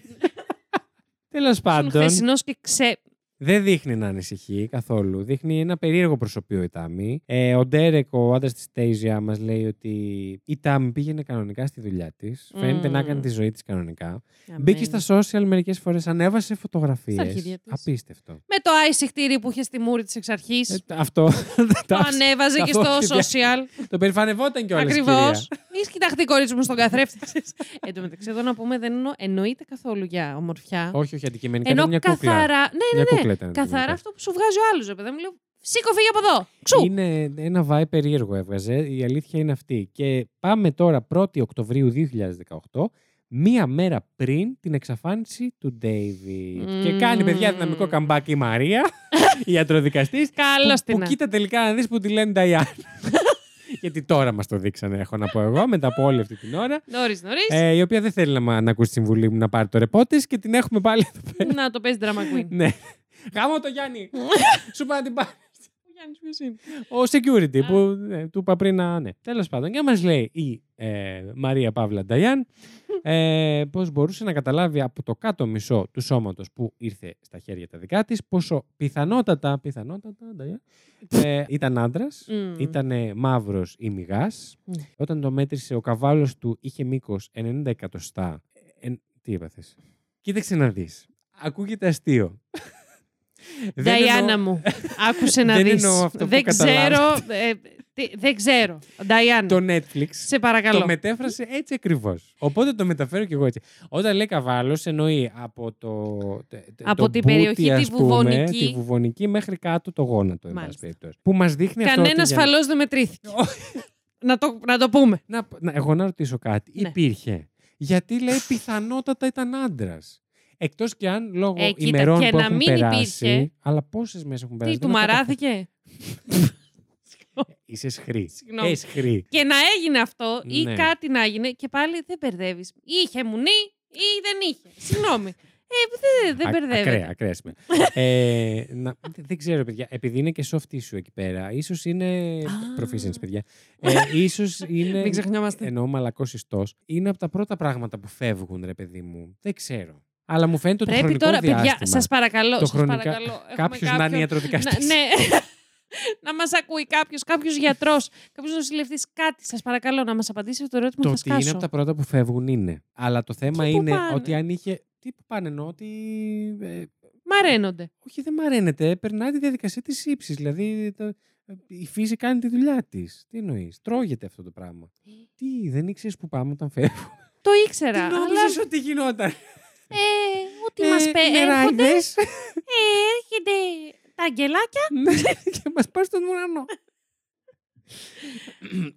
[SPEAKER 1] Τέλο πάντων,
[SPEAKER 2] χθεσινός και ξε.
[SPEAKER 1] δεν δείχνει να ανησυχεί καθόλου. Δείχνει ένα περίεργο προσωπείο η Τάμι. Ε, ο Ντέρεκ, ο άντρας της Τέιζια, μας λέει ότι η Τάμι πήγαινε κανονικά στη δουλειά της. Φαίνεται
[SPEAKER 2] Μμμ.
[SPEAKER 1] να έκανε τη ζωή της κανονικά.
[SPEAKER 2] Αμέν.
[SPEAKER 1] Μπήκε στα social μερικές φορές, ανέβασε φωτογραφίες.
[SPEAKER 2] αρχίδια της.
[SPEAKER 1] Απίστευτο.
[SPEAKER 2] Με το αϊσυχτήρι που είχε στη μούρη της εξ αρχής.
[SPEAKER 1] Ε, αυτό.
[SPEAKER 2] το ανέβαζε
[SPEAKER 1] τα
[SPEAKER 2] και στο
[SPEAKER 1] αρχίδια.
[SPEAKER 2] social.
[SPEAKER 1] Το περηφανευόταν κιόλας.
[SPEAKER 2] Ακριβώς. Μη κοιταχτεί η κορίτσι μου στον καθρέφτη. Εν τω μεταξύ, εδώ να πούμε δεν εννο... εννοείται καθόλου για ομορφιά.
[SPEAKER 1] Όχι, όχι, αντικειμενικά.
[SPEAKER 2] Ενώ
[SPEAKER 1] ήταν μια κούκλα.
[SPEAKER 2] καθαρά. Ναι,
[SPEAKER 1] Μια
[SPEAKER 2] ναι, ναι.
[SPEAKER 1] κούκλα ήταν
[SPEAKER 2] Καθαρά
[SPEAKER 1] αντικειμενικά.
[SPEAKER 2] αυτό που σου βγάζει ο άλλος, ρε παιδί μου. Λέω, Σήκω, φύγε από εδώ. Ξού.
[SPEAKER 1] Είναι ένα vibe περίεργο έβγαζε. Η αλήθεια είναι αυτή. Και πάμε τώρα 1η Οκτωβρίου 2018, μία μέρα πριν την εξαφάνιση του David.
[SPEAKER 2] Μμμ.
[SPEAKER 1] Και κάνει παιδιά δυναμικό comeback η Μαρία, η ιατροδικαστή.
[SPEAKER 2] Καλώς
[SPEAKER 1] που,
[SPEAKER 2] την.
[SPEAKER 1] που κοίτα τελικά να δεις που τη λένε Νταϊάν. Γιατί τώρα μας το δείξανε, έχω να πω εγώ, μετά από όλη αυτή την ώρα.
[SPEAKER 2] Νωρίς, νωρίς.
[SPEAKER 1] Ε, η οποία δεν θέλει να, μα- να ακούσει τη συμβουλή μου να πάρει το ρεπό της και την έχουμε πάλι εδώ πέρα.
[SPEAKER 2] Να το παίζει drama queen.
[SPEAKER 1] Ναι. Γάμο το Γιάννη. Σου πάει να την πάρεις.
[SPEAKER 2] Ο Γιάννης ποιος είναι.
[SPEAKER 1] Ο security που ναι, του είπα πριν να. Ναι. Τέλος πάντων, και μας λέει η ε, Μαρία Παύλα Νταγιάν ε, πώς μπορούσε να καταλάβει από το κάτω μισό του σώματος που ήρθε στα χέρια τα δικά της πόσο πιθανότατα. Πιθανότατα, Νταγιάν. Ε, ήταν άντρας,
[SPEAKER 2] Μμμ.
[SPEAKER 1] ήταν μαύρος ή μυγάς.
[SPEAKER 2] Ναι.
[SPEAKER 1] Όταν το μέτρησε, ο καβάλος του είχε μήκος 90 εκατοστά. Ε, εν- τι έπαθες. Κοίταξε να δεις. Ακούγεται αστείο. Δεν εννοώ-
[SPEAKER 2] Νταϊάννα μου, άκουσε να
[SPEAKER 1] Δεν
[SPEAKER 2] δεις.
[SPEAKER 1] εννοώ αυτό που
[SPEAKER 2] δεν ξέρω.
[SPEAKER 1] καταλάβατε.
[SPEAKER 2] ε, τι- δεν ξέρω. Νταϊάννα,
[SPEAKER 1] Το Netflix.
[SPEAKER 2] σε παρακαλώ.
[SPEAKER 1] Το μετέφρασε έτσι ακριβώς. Οπότε το μεταφέρω και εγώ έτσι. Όταν λέει καβάλος, εννοεί από το. τε- τε-
[SPEAKER 2] Από
[SPEAKER 1] το
[SPEAKER 2] την
[SPEAKER 1] μπούτι,
[SPEAKER 2] περιοχή τη
[SPEAKER 1] ας πούμε,
[SPEAKER 2] βουβονική.
[SPEAKER 1] τη βουβονική μέχρι κάτω το γόνατο, εν πάση
[SPEAKER 2] Μάλιστα.
[SPEAKER 1] περιπτώσει. Που μας δείχνει
[SPEAKER 2] Κανένα
[SPEAKER 1] αυτό. ότι για-
[SPEAKER 2] φαλό δεν μετρήθηκε. να, το, να το πούμε.
[SPEAKER 1] Να, να, εγώ να ρωτήσω κάτι.
[SPEAKER 2] Ναι.
[SPEAKER 1] Υπήρχε. Γιατί λέει πιθανότατα ήταν άντρας. Εκτός και αν λόγω
[SPEAKER 2] Ε, κοίτα,
[SPEAKER 1] ημερών
[SPEAKER 2] και
[SPEAKER 1] που
[SPEAKER 2] να
[SPEAKER 1] έχουν
[SPEAKER 2] μην
[SPEAKER 1] περάσει.
[SPEAKER 2] υπήρχε.
[SPEAKER 1] Αλλά πόσες μέρες έχουν περάσει.
[SPEAKER 2] Τι, του
[SPEAKER 1] δεν έχω
[SPEAKER 2] μαράθηκε.
[SPEAKER 1] κατα- Είσαι σχρή.
[SPEAKER 2] Συγγνώμη.
[SPEAKER 1] Εσχρή.
[SPEAKER 2] και να έγινε αυτό ή
[SPEAKER 1] Ναι.
[SPEAKER 2] κάτι να έγινε και πάλι δεν μπερδεύεις. Είχε μουνί ή δεν είχε. Συγγνώμη. Ε, δεν, δεν
[SPEAKER 1] Α-
[SPEAKER 2] μπερδεύεται.
[SPEAKER 1] Ακραία, ακραία σημαίνει. ε, να, δε- δεν ξέρω, παιδιά. Επειδή είναι και soft tissue εκεί πέρα, ίσως είναι. Proficiency, παιδιά. Ε, ίσως είναι.
[SPEAKER 2] Μην ξεχνιόμαστε.
[SPEAKER 1] Εννοώ μαλακός ιστός. Είναι από τα πρώτα πράγματα που φεύγουν, ρε παιδί μου. Δεν ξέρω. Αλλά μου φαίνεται ότι το
[SPEAKER 2] Πρέπει
[SPEAKER 1] χρονικό
[SPEAKER 2] τώρα,
[SPEAKER 1] διάστημα.
[SPEAKER 2] παιδιά, σας παρακαλώ.
[SPEAKER 1] Το
[SPEAKER 2] σας
[SPEAKER 1] χρονικά-
[SPEAKER 2] παρακαλώ. Έχουμε
[SPEAKER 1] Κάποιος να είναι
[SPEAKER 2] κάποιον-
[SPEAKER 1] ιατροδικά
[SPEAKER 2] Να- Ναι. να μας ακούει κάποιος, κάποιος γιατρός, κάποιος νοσηλευτής, κάτι. Σας παρακαλώ να μας απαντήσει αυτό το ερώτημα.
[SPEAKER 1] Το
[SPEAKER 2] θα
[SPEAKER 1] ότι είναι
[SPEAKER 2] σκάσω.
[SPEAKER 1] από τα πρώτα που φεύγουν είναι. Αλλά το θέμα
[SPEAKER 2] Και πού
[SPEAKER 1] είναι
[SPEAKER 2] πάνε?
[SPEAKER 1] ότι αν είχε. Τι που πάνε, εννοώ ότι. ε,
[SPEAKER 2] Μαραίνονται.
[SPEAKER 1] όχι, δεν μαραίνεται. Περνάει τη διαδικασία της ύψης. Δηλαδή, το- η φύση κάνει τη δουλειά της. Τι εννοείς, τρώγεται αυτό το πράγμα.
[SPEAKER 2] Ε.
[SPEAKER 1] Τι, δεν ήξερες που πάμε όταν φεύγω.
[SPEAKER 2] Το ήξερα.
[SPEAKER 1] Τι
[SPEAKER 2] Ναι, αλλά
[SPEAKER 1] νόμιζες ότι γινόταν. Ε,
[SPEAKER 2] ε, ό,τι μας μα έρχονται,
[SPEAKER 1] νεράιδες.
[SPEAKER 2] ε, έρχεται τα αγγελάκια.
[SPEAKER 1] Ναι, και μας πας στον Μουρανό.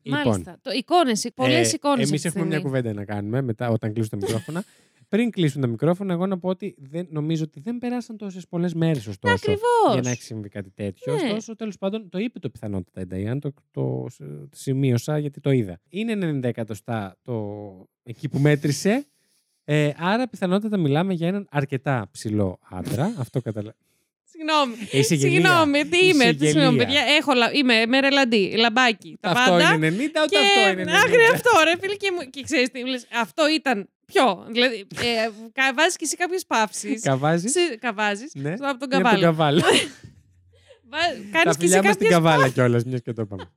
[SPEAKER 2] Μάλιστα. Το, εικόνες, πολλές εικόνες
[SPEAKER 1] Εμείς
[SPEAKER 2] αυτή τη
[SPEAKER 1] Λοιπόν. Ε, έχουμε μια
[SPEAKER 2] στιγμή.
[SPEAKER 1] κουβέντα να κάνουμε μετά, όταν κλείσουν τα μικρόφωνα. Πριν κλείσουν τα μικρόφωνα, εγώ να πω ότι δεν, νομίζω ότι δεν περάσαν τόσες πολλές μέρες ωστόσο.
[SPEAKER 2] Ακριβώς.
[SPEAKER 1] Για να έχει συμβεί κάτι τέτοιο.
[SPEAKER 2] Ναι.
[SPEAKER 1] Ωστόσο, τέλος πάντων, το είπε το πιθανότητα η Νταϊάν, το, το, το σημείωσα γιατί το είδα. Είναι 90 εκατοστά το, εκεί που μέτρησε. Ε, άρα, πιθανότατα μιλάμε για έναν αρκετά ψηλό άντρα. Αυτό καταλαβαίνω.
[SPEAKER 2] Συγγνώμη.
[SPEAKER 1] Είσαι γελία.
[SPEAKER 2] Συγγνώμη, τι
[SPEAKER 1] Είσαι
[SPEAKER 2] είμαι. Τι συγγνώμη,
[SPEAKER 1] γελία.
[SPEAKER 2] παιδιά. Έχω, λα- είμαι με ρελαντί, λαμπάκι. Τα
[SPEAKER 1] Αυτό
[SPEAKER 2] πάντα.
[SPEAKER 1] είναι 90, ούτε
[SPEAKER 2] και
[SPEAKER 1] αυτό είναι ναι, 90.
[SPEAKER 2] άγρια αυτό, ρε φίλε. Και, μου... και ξέρεις τι, μου λες, αυτό ήταν. Ποιο. Δηλαδή, ε, βάζεις και εσύ κάποιες παύσεις.
[SPEAKER 1] Καβάζεις.
[SPEAKER 2] Καβάζεις.
[SPEAKER 1] Ναι.
[SPEAKER 2] Από τον
[SPEAKER 1] Είναι από τον
[SPEAKER 2] καβάλα.
[SPEAKER 1] καβάλα.
[SPEAKER 2] Κάνεις
[SPEAKER 1] Τα
[SPEAKER 2] και εσύ
[SPEAKER 1] φιλιά μας
[SPEAKER 2] κάποιες
[SPEAKER 1] στην καβάλα κιόλας, μιας και το είπαμε.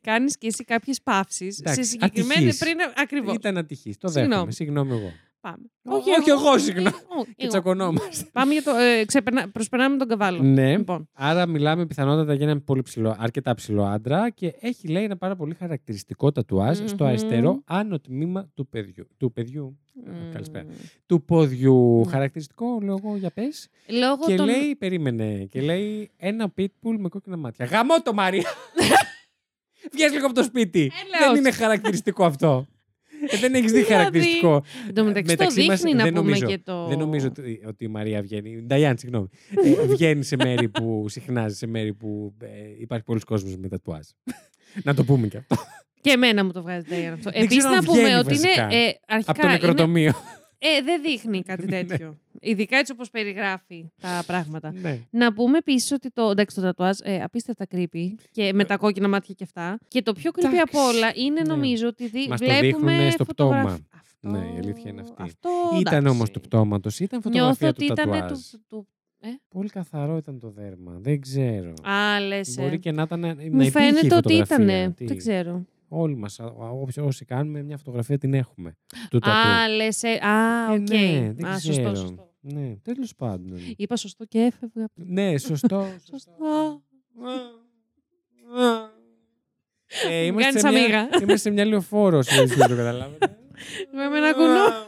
[SPEAKER 2] κάνεις και εσύ κάποιες παύσεις σε
[SPEAKER 1] Εντάξει,
[SPEAKER 2] συγκεκριμένη
[SPEAKER 1] ατυχής.
[SPEAKER 2] πριν ακριβώς.
[SPEAKER 1] Ήταν ατυχής. Το
[SPEAKER 2] Συγγνώμη.
[SPEAKER 1] δέχομαι. Συγγνώμη εγώ.
[SPEAKER 2] Πάμε.
[SPEAKER 1] Ο- όχι εγώ, συγγνώμη.
[SPEAKER 2] Ε, ο-
[SPEAKER 1] Και
[SPEAKER 2] εγώ.
[SPEAKER 1] τσακωνόμαστε.
[SPEAKER 2] Πάμε για το... Ε, ξεπερνα- προσπερνάμε τον καβάλο.
[SPEAKER 1] Ναι.
[SPEAKER 2] Λοιπόν,
[SPEAKER 1] Άρα μιλάμε πιθανότατα για έναν πολύ ψηλό, αρκετά ψηλό άντρα και έχει λέει ένα πάρα πολύ χαρακτηριστικό τατουάζ στο
[SPEAKER 2] Μμμ.
[SPEAKER 1] αριστερό άνω τμήμα του παιδιού. Του παιδιού.
[SPEAKER 2] μ,
[SPEAKER 1] Καλησπέρα. Του ποδιού.
[SPEAKER 2] Ναι.
[SPEAKER 1] Χαρακτηριστικό λόγο για πες.
[SPEAKER 2] Λόγω
[SPEAKER 1] Και
[SPEAKER 2] των...
[SPEAKER 1] λέει, περίμενε, και λέει ένα pitbull με κόκκινα μάτια. Γαμώ το Μαρία! Βγες λίγο από το σπίτι.
[SPEAKER 2] Έλεος.
[SPEAKER 1] δεν είναι χαρακτηριστικό αυτό. Ε, δεν έχεις δει
[SPEAKER 2] Ε, Δηλαδή,
[SPEAKER 1] χαρακτηριστικό.
[SPEAKER 2] Εν τω μεταξύ το
[SPEAKER 1] Ε, μεταξύ μας
[SPEAKER 2] δείχνει να
[SPEAKER 1] δεν
[SPEAKER 2] πούμε
[SPEAKER 1] νομίζω.
[SPEAKER 2] και το...
[SPEAKER 1] Δεν νομίζω ότι, ότι η Μαρία βγαίνει. Νταϊάν, συγγνώμη. Ε, βγαίνει σε μέρη που συχνάζει, σε μέρη που ε, υπάρχει πολλοί κόσμος με τατουάζ. να το πούμε και αυτό.
[SPEAKER 2] Και εμένα μου το βγάζει Diana αυτό.
[SPEAKER 1] Δεν
[SPEAKER 2] Επίσης
[SPEAKER 1] ξέρω αν
[SPEAKER 2] να πούμε
[SPEAKER 1] βγαίνει
[SPEAKER 2] ότι είναι...
[SPEAKER 1] βασικά.
[SPEAKER 2] Ε,
[SPEAKER 1] Από το Ναι.
[SPEAKER 2] αρχικά είναι...
[SPEAKER 1] νεκροτομείο.
[SPEAKER 2] Ε, δεν δείχνει κάτι τέτοιο. Ειδικά έτσι όπως περιγράφει τα πράγματα.
[SPEAKER 1] ναι.
[SPEAKER 2] Να πούμε επίσης ότι το. Εντάξει, το τατουάζ ε, απίστευτα creepy και με τα κόκκινα μάτια και αυτά. Και το πιο creepy
[SPEAKER 1] Εντάξει,
[SPEAKER 2] απ' όλα είναι
[SPEAKER 1] ναι.
[SPEAKER 2] νομίζω ότι δι...
[SPEAKER 1] Μας το
[SPEAKER 2] βλέπουμε.
[SPEAKER 1] δείχνουνε στο
[SPEAKER 2] φωτογραφ-
[SPEAKER 1] πτώμα.
[SPEAKER 2] Αυτό...
[SPEAKER 1] Ναι, η αλήθεια είναι αυτή.
[SPEAKER 2] Αυτό,
[SPEAKER 1] Ήταν
[SPEAKER 2] εντάξει.
[SPEAKER 1] όμως του πτώματος, ήταν
[SPEAKER 2] Νιώθω
[SPEAKER 1] φωτογραφία
[SPEAKER 2] ότι
[SPEAKER 1] του
[SPEAKER 2] ήταν
[SPEAKER 1] τατουάζ.
[SPEAKER 2] του. του...
[SPEAKER 1] Πολύ καθαρό ήταν το δέρμα. Δεν ξέρω.
[SPEAKER 2] Α, λες, ε.
[SPEAKER 1] Μπορεί και να ήταν. να
[SPEAKER 2] Μου
[SPEAKER 1] υπήρχε η
[SPEAKER 2] φαίνεται ότι
[SPEAKER 1] φωτογραφία.
[SPEAKER 2] ήταν.
[SPEAKER 1] Τι-
[SPEAKER 2] Δεν ξέρω.
[SPEAKER 1] Όλοι μας, όσοι κάνουμε μια φωτογραφία, την έχουμε. Του τατού.
[SPEAKER 2] Α, λε. Α,
[SPEAKER 1] Ε,
[SPEAKER 2] οκ.
[SPEAKER 1] ναι, δεν
[SPEAKER 2] Α,
[SPEAKER 1] ξέρω.
[SPEAKER 2] σωστό, σωστό.
[SPEAKER 1] Ναι, τέλος πάντων.
[SPEAKER 2] Είπα σωστό και έφευγα.
[SPEAKER 1] ναι, σωστό.
[SPEAKER 2] Σωστό.
[SPEAKER 1] Ε,
[SPEAKER 2] Μου
[SPEAKER 1] είμαστε, σε
[SPEAKER 2] κάνεις
[SPEAKER 1] μια,
[SPEAKER 2] αμίγα.
[SPEAKER 1] είμαστε σε μια λεωφόρο, δεν το καταλάβατε.
[SPEAKER 2] Είμαι με ένα κουνό.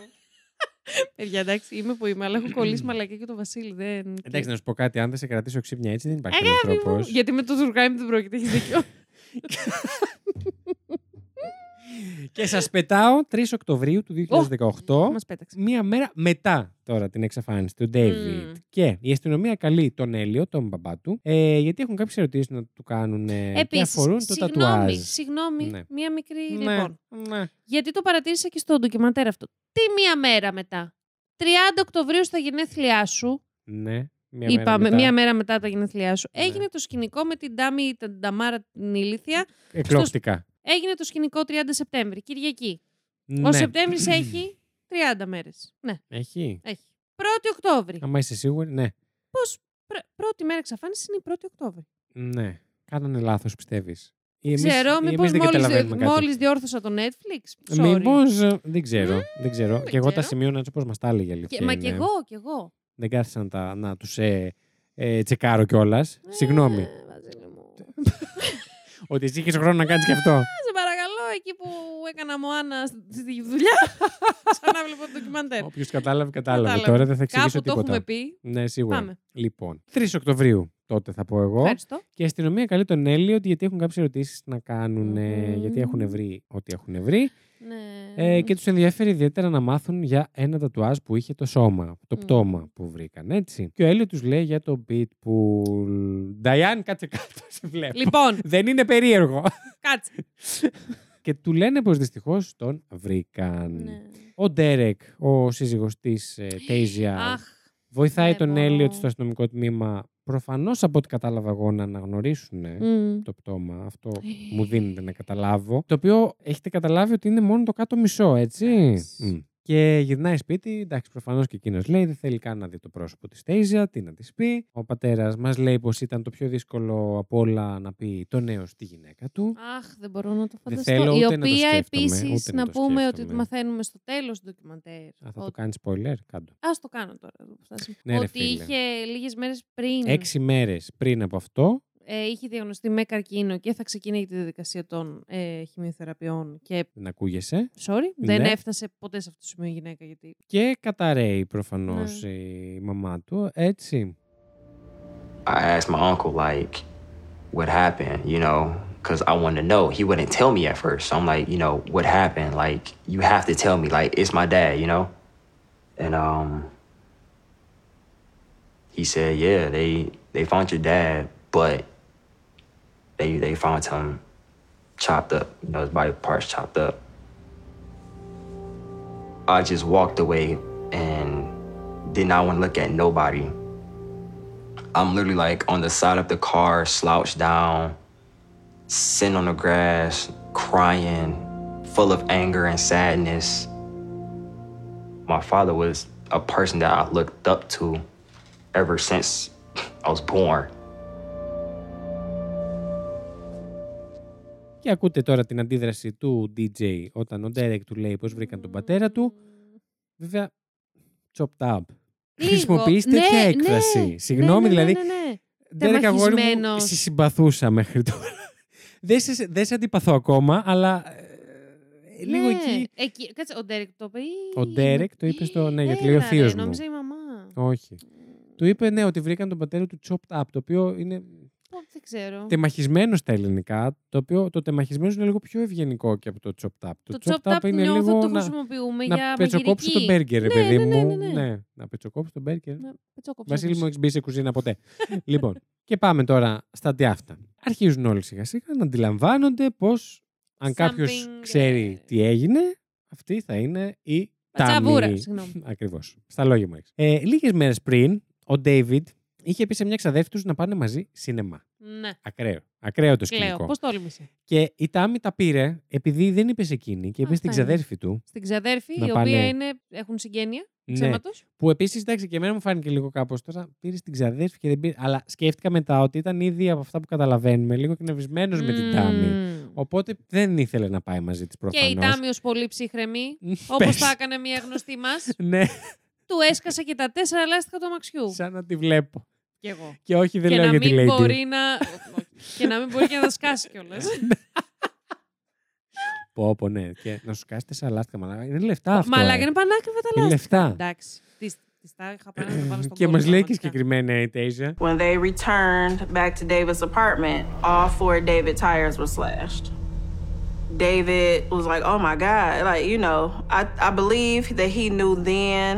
[SPEAKER 2] Παιδιά, εντάξει, είμαι που είμαι, αλλά έχω κολλήσει μαλακά και το Βασίλη. Δεν...
[SPEAKER 1] Ε, Εντάξει, να σου πω κάτι. Αν δεν σε κρατήσω ξύπνια έτσι, δεν υπάρχει
[SPEAKER 2] Αγάπη
[SPEAKER 1] κανένα
[SPEAKER 2] μου.
[SPEAKER 1] τρόπο.
[SPEAKER 2] Γιατί με το Τουρκάιμ δεν πρόκειται, έχεις δίκιο.
[SPEAKER 1] Και σας πετάω 3 Οκτωβρίου του 2018.
[SPEAKER 2] Μας πέταξες.
[SPEAKER 1] Μία μέρα μετά τώρα την εξαφάνιση του Ντέιβιτ.
[SPEAKER 2] Μμμ.
[SPEAKER 1] Και η αστυνομία καλεί τον Έλιο, τον μπαμπά του, ε, γιατί έχουν κάποιες ερωτήσεις να του κάνουν ε, και
[SPEAKER 2] Επίσης,
[SPEAKER 1] αφορούν το
[SPEAKER 2] συγγνώμη,
[SPEAKER 1] τατουάζ.
[SPEAKER 2] Συγγνώμη,
[SPEAKER 1] Ναι.
[SPEAKER 2] μία μικρή
[SPEAKER 1] Ναι,
[SPEAKER 2] λοιπόν.
[SPEAKER 1] ναι.
[SPEAKER 2] Γιατί το παρατήρησα και στο ντοκιμαντέρ αυτό. Τι μία μέρα μετά. 30 Οκτωβρίου στα γενέθλιά σου,
[SPEAKER 1] Ναι, μία μέρα
[SPEAKER 2] είπαμε,
[SPEAKER 1] μετά.
[SPEAKER 2] μία μέρα μετά τα γενέθλιά σου,
[SPEAKER 1] Ναι.
[SPEAKER 2] έγινε το σκηνικό με την Ντάμι, την Νταμάρα την ηλίθια.
[SPEAKER 1] Εκλόφτηκα.
[SPEAKER 2] Έγινε το σκηνικό 30 Σεπτέμβρη, Κυριακή.
[SPEAKER 1] Ναι.
[SPEAKER 2] Ο Σεπτέμβρης έχει 30 μέρες. Ναι,
[SPEAKER 1] Έχει.
[SPEAKER 2] έχει. 1η Οκτώβρη.
[SPEAKER 1] Άμα είσαι σίγουρη, ναι.
[SPEAKER 2] Πρω- πρώτη μέρα εξαφάνισης είναι η 1η Οκτώβρη.
[SPEAKER 1] Ναι. Κάνανε λάθος, πιστεύεις. Εμείς,
[SPEAKER 2] Ξέρω,
[SPEAKER 1] εμείς
[SPEAKER 2] μήπως
[SPEAKER 1] δεν
[SPEAKER 2] μόλις
[SPEAKER 1] καταλαβαίνουμε κάτι.
[SPEAKER 2] μόλις διόρθωσα το Netflix. Sorry.
[SPEAKER 1] Μήπως, ε, δεν ξέρω. δεν ξέρω.
[SPEAKER 2] δεν
[SPEAKER 1] και εγώ τα
[SPEAKER 2] ξέρω.
[SPEAKER 1] σημείωνα έτσι όπως μας τα έλεγε η αλήθεια
[SPEAKER 2] Και, μα
[SPEAKER 1] είναι.
[SPEAKER 2] κι εγώ, κι εγώ.
[SPEAKER 1] Δεν κάθισα να, τα- να τους ε, ε, τσεκάρω κιόλας. Συγγνώμη.
[SPEAKER 2] Ε, Βασίλη μου.
[SPEAKER 1] ότι εσύ είχες χρόνο να κάνεις και αυτό.
[SPEAKER 2] Σε παρακαλώ, εκεί που έκανα Μωάνα στη δουλειά. Ξανά βλέπω το ντοκιμαντέρ.
[SPEAKER 1] Όποιος κατάλαβε, κατάλαβε.
[SPEAKER 2] Κατάλαβε.
[SPEAKER 1] Τώρα δεν θα εξηγήσω
[SPEAKER 2] Ε. Κάπου το
[SPEAKER 1] τίποτα.
[SPEAKER 2] έχουμε πει.
[SPEAKER 1] Ναι, σίγουρα.
[SPEAKER 2] Πάμε.
[SPEAKER 1] Λοιπόν, 3 Οκτωβρίου τότε θα πω εγώ.
[SPEAKER 2] Ευχαριστώ.
[SPEAKER 1] Και η αστυνομία καλεί τον Έλλη ότι γιατί έχουν κάποιες ερωτήσεις να κάνουν, ε,
[SPEAKER 2] Μμμ.
[SPEAKER 1] γιατί έχουν βρει ό,τι έχουν βρει.
[SPEAKER 2] Ναι.
[SPEAKER 1] Ε, και τους ενδιαφέρει ιδιαίτερα να μάθουν για ένα τατουάζ που είχε το σώμα, το
[SPEAKER 2] Μμ.
[SPEAKER 1] πτώμα που βρήκαν, έτσι. Και ο Έλλη τους λέει για το Pitbull. Νταϊάν, κάτσε κάτω, σε βλέπω.
[SPEAKER 2] Λοιπόν,
[SPEAKER 1] Δεν είναι περίεργο.
[SPEAKER 2] κάτσε.
[SPEAKER 1] Και του λένε πως δυστυχώς τον βρήκαν.
[SPEAKER 2] Ναι.
[SPEAKER 1] Ο Ντέρεκ, ο σύζυγος της Τέιζια,
[SPEAKER 2] Αχ,
[SPEAKER 1] βοηθάει
[SPEAKER 2] ναι,
[SPEAKER 1] τον
[SPEAKER 2] πω.
[SPEAKER 1] Έλιοτ στο αστυνομικό τμήμα. Προφανώς από ό,τι κατάλαβα εγώ να αναγνωρίσουν
[SPEAKER 2] μμ.
[SPEAKER 1] το πτώμα. Αυτό
[SPEAKER 2] Ε.
[SPEAKER 1] μου δίνεται να καταλάβω. Το οποίο έχετε καταλάβει ότι είναι μόνο το κάτω μισό, έτσι.
[SPEAKER 2] Εντάξει.
[SPEAKER 1] Μμ. Και γυρνάει σπίτι, εντάξει, προφανώς και εκείνος λέει: Δεν θέλει καν να δει το πρόσωπο της Τέιζα, τι να της πει. Ο πατέρας μας λέει πως ήταν το πιο δύσκολο από όλα να πει το νέο στη γυναίκα του.
[SPEAKER 2] Αχ, δεν μπορώ να
[SPEAKER 1] Δεν
[SPEAKER 2] το φανταστώ.
[SPEAKER 1] θέλω
[SPEAKER 2] Η
[SPEAKER 1] ούτε να το
[SPEAKER 2] οποία
[SPEAKER 1] σκέφτομαι,
[SPEAKER 2] επίσης
[SPEAKER 1] ούτε να
[SPEAKER 2] να
[SPEAKER 1] το
[SPEAKER 2] πούμε ότι
[SPEAKER 1] σκέφτομαι.
[SPEAKER 2] μαθαίνουμε στο τέλος του ντοκιμαντέρ.
[SPEAKER 1] Α, θα το
[SPEAKER 2] ότι-
[SPEAKER 1] κάνει spoiler, κάτω.
[SPEAKER 2] Ας το κάνω τώρα. εδώ που φτάσαμε.
[SPEAKER 1] Ναι, ρε
[SPEAKER 2] ότι
[SPEAKER 1] φίλε.
[SPEAKER 2] είχε λίγες μέρες πριν.
[SPEAKER 1] Έξι μέρες πριν από αυτό,
[SPEAKER 2] ε, είχε διαγνωστεί με καρκίνο και θα ξεκίνησε τη διαδικασία των ε, χημειοθεραπείων. Και
[SPEAKER 1] δεν ακούγεσαι.
[SPEAKER 2] sorry, δεν
[SPEAKER 1] Ναι.
[SPEAKER 2] έφτασε ποτέ σε αυτό το σημείο η γυναίκα. Γιατί...
[SPEAKER 1] Και καταραίει προφανώς
[SPEAKER 2] Ναι.
[SPEAKER 1] η μαμά του, έτσι.
[SPEAKER 9] I asked my uncle, like, what happened, you know, because I wanted to know. He wouldn't tell me at first. So I'm like, you know, what happened? Like, you have to tell me. Like, it's my dad, you know? And, um, he said, yeah, they, they found your dad, but they, they found him chopped up, you know, his body parts chopped up. I just walked away and did not want to look at nobody. I'm literally like on the side of the car, slouched down, sitting on the grass, crying, full of anger and sadness. My father was a person that I looked up to ever since I was born.
[SPEAKER 1] Και ακούτε τώρα την αντίδραση του DJ όταν ο Ντέρεκ του λέει πώς βρήκαν τον πατέρα του. Βέβαια, chopped up.
[SPEAKER 2] Λίγο.
[SPEAKER 1] Χρησιμοποιείς
[SPEAKER 2] Ναι,
[SPEAKER 1] τέτοια
[SPEAKER 2] ναι,
[SPEAKER 1] έκφραση.
[SPEAKER 2] ναι,
[SPEAKER 1] Συγγνώμη,
[SPEAKER 2] ναι, ναι,
[SPEAKER 1] δηλαδή,
[SPEAKER 2] ναι, ναι.
[SPEAKER 1] Ντέρεκ, αγόρι μου,
[SPEAKER 2] Τεμαχισμένος.
[SPEAKER 1] σε συμπαθούσα μέχρι τώρα. Δεν σε, δεν σε αντιπαθώ ακόμα, αλλά ε, λίγο
[SPEAKER 2] Ναι,
[SPEAKER 1] εκεί.
[SPEAKER 2] εκεί. Κάτσε, ο Ντέρεκ το είπε. ή-
[SPEAKER 1] Ο Ντέρεκ το είπε στο- ναι, γιατί
[SPEAKER 2] Έλα,
[SPEAKER 1] λέει ο θείος
[SPEAKER 2] ρε,
[SPEAKER 1] μου.
[SPEAKER 2] Νόμιζα η μαμά.
[SPEAKER 1] Όχι. Του είπε ναι ότι βρήκαν τον πατέρα του chopped up, το οποίο είναι
[SPEAKER 2] Ω, Δεν ξέρω.
[SPEAKER 1] τεμαχισμένος στα ελληνικά. Το οποίο το τεμαχισμένο είναι λίγο πιο ευγενικό και από το chopped up.
[SPEAKER 2] Το chopped up νιώθω το χρησιμοποιούμε
[SPEAKER 1] να
[SPEAKER 2] για
[SPEAKER 1] πετσοκόψει τον
[SPEAKER 2] μαγειρική.
[SPEAKER 1] μπέργκερ, ρε
[SPEAKER 2] Ναι,
[SPEAKER 1] παιδί
[SPEAKER 2] ναι, ναι,
[SPEAKER 1] μου.
[SPEAKER 2] ναι, ναι.
[SPEAKER 1] Ναι, να πετσοκόψει τον μπέργκερ.
[SPEAKER 2] Ναι, πετσόκοψε
[SPEAKER 1] Βασίλη
[SPEAKER 2] όπως.
[SPEAKER 1] μου, έχεις μπει σε κουζίνα ποτέ. λοιπόν, και πάμε τώρα στα διάφτα. Αρχίζουν όλοι σιγά σιγά να αντιλαμβάνονται πως αν κάποιος
[SPEAKER 2] Something,
[SPEAKER 1] ξέρει
[SPEAKER 2] ε,
[SPEAKER 1] τι έγινε, αυτή θα είναι η
[SPEAKER 2] Τσαβούρα,
[SPEAKER 1] Τάμι.
[SPEAKER 2] συγγνώμη.
[SPEAKER 1] Ακριβώς. Στα λόγια μου έχεις. Ε, Λίγες μέρες πριν, ο Ντέιβιντ είχε πει σε μια ξαδέρφη τους να πάνε μαζί σινεμά.
[SPEAKER 2] Ναι,
[SPEAKER 1] Ακραίο. Ακραίο το σκηνικό.
[SPEAKER 2] κλαίω. Πώς τόλμησε.
[SPEAKER 1] Και η Τάμι τα πήρε επειδή δεν είπε σε εκείνη και είπε
[SPEAKER 2] Αυτά
[SPEAKER 1] στην
[SPEAKER 2] είναι.
[SPEAKER 1] ξαδέρφη του.
[SPEAKER 2] Στην ξαδέρφη,
[SPEAKER 1] Να
[SPEAKER 2] η
[SPEAKER 1] πάνε-
[SPEAKER 2] οποία είναι, έχουν συγγένεια
[SPEAKER 1] Ναι,
[SPEAKER 2] ψέματος.
[SPEAKER 1] Που επίσης, εντάξει, και εμένα μου φάνηκε λίγο κάπως τώρα. Πήρε την ξαδέρφη και δεν πήρε. Αλλά σκέφτηκα μετά ότι ήταν ήδη από αυτά που καταλαβαίνουμε λίγο εκνευρισμένος με την Τάμι.
[SPEAKER 2] Μμμ.
[SPEAKER 1] Οπότε δεν ήθελε να πάει μαζί της
[SPEAKER 2] Και
[SPEAKER 1] προφανώ.
[SPEAKER 2] η Τάμι ως πολύ ψύχρεμη, όπως θα έκανε μια γνωστή μας,
[SPEAKER 1] Ναι,
[SPEAKER 2] του έσκασε και τα τέσσερα λάστιχα του αμαξιού.
[SPEAKER 1] σαν να τη βλέπω.
[SPEAKER 2] Κι εγώ.
[SPEAKER 1] Και όχι, δεν
[SPEAKER 2] και,
[SPEAKER 1] λέω
[SPEAKER 2] να
[SPEAKER 1] για τη
[SPEAKER 2] μην
[SPEAKER 1] Lady.
[SPEAKER 2] μπορεί να... και να μην μπορεί και να τα σκάσει κιόλας.
[SPEAKER 1] Πω, πω, ναι. Και να σου κάσετε σαν λάστιχα, μαλάκα. Είναι λεφτά αυτό.
[SPEAKER 2] Μαλάκα
[SPEAKER 1] ε.
[SPEAKER 2] είναι πανάκριβα τα
[SPEAKER 1] Είναι
[SPEAKER 2] λάστιχα.
[SPEAKER 1] λεφτά.
[SPEAKER 2] Εντάξει. Τις, τις τα είχα πάνω να τα βάλω στον
[SPEAKER 1] Και
[SPEAKER 2] κόλπο,
[SPEAKER 1] μας λέει και
[SPEAKER 2] πραγματικά.
[SPEAKER 1] συγκεκριμένα η Τέιζα.
[SPEAKER 6] When they returned back to David's apartment, all four David tires were slashed. David was like, oh my God. Like, you know, I, I believe that he knew then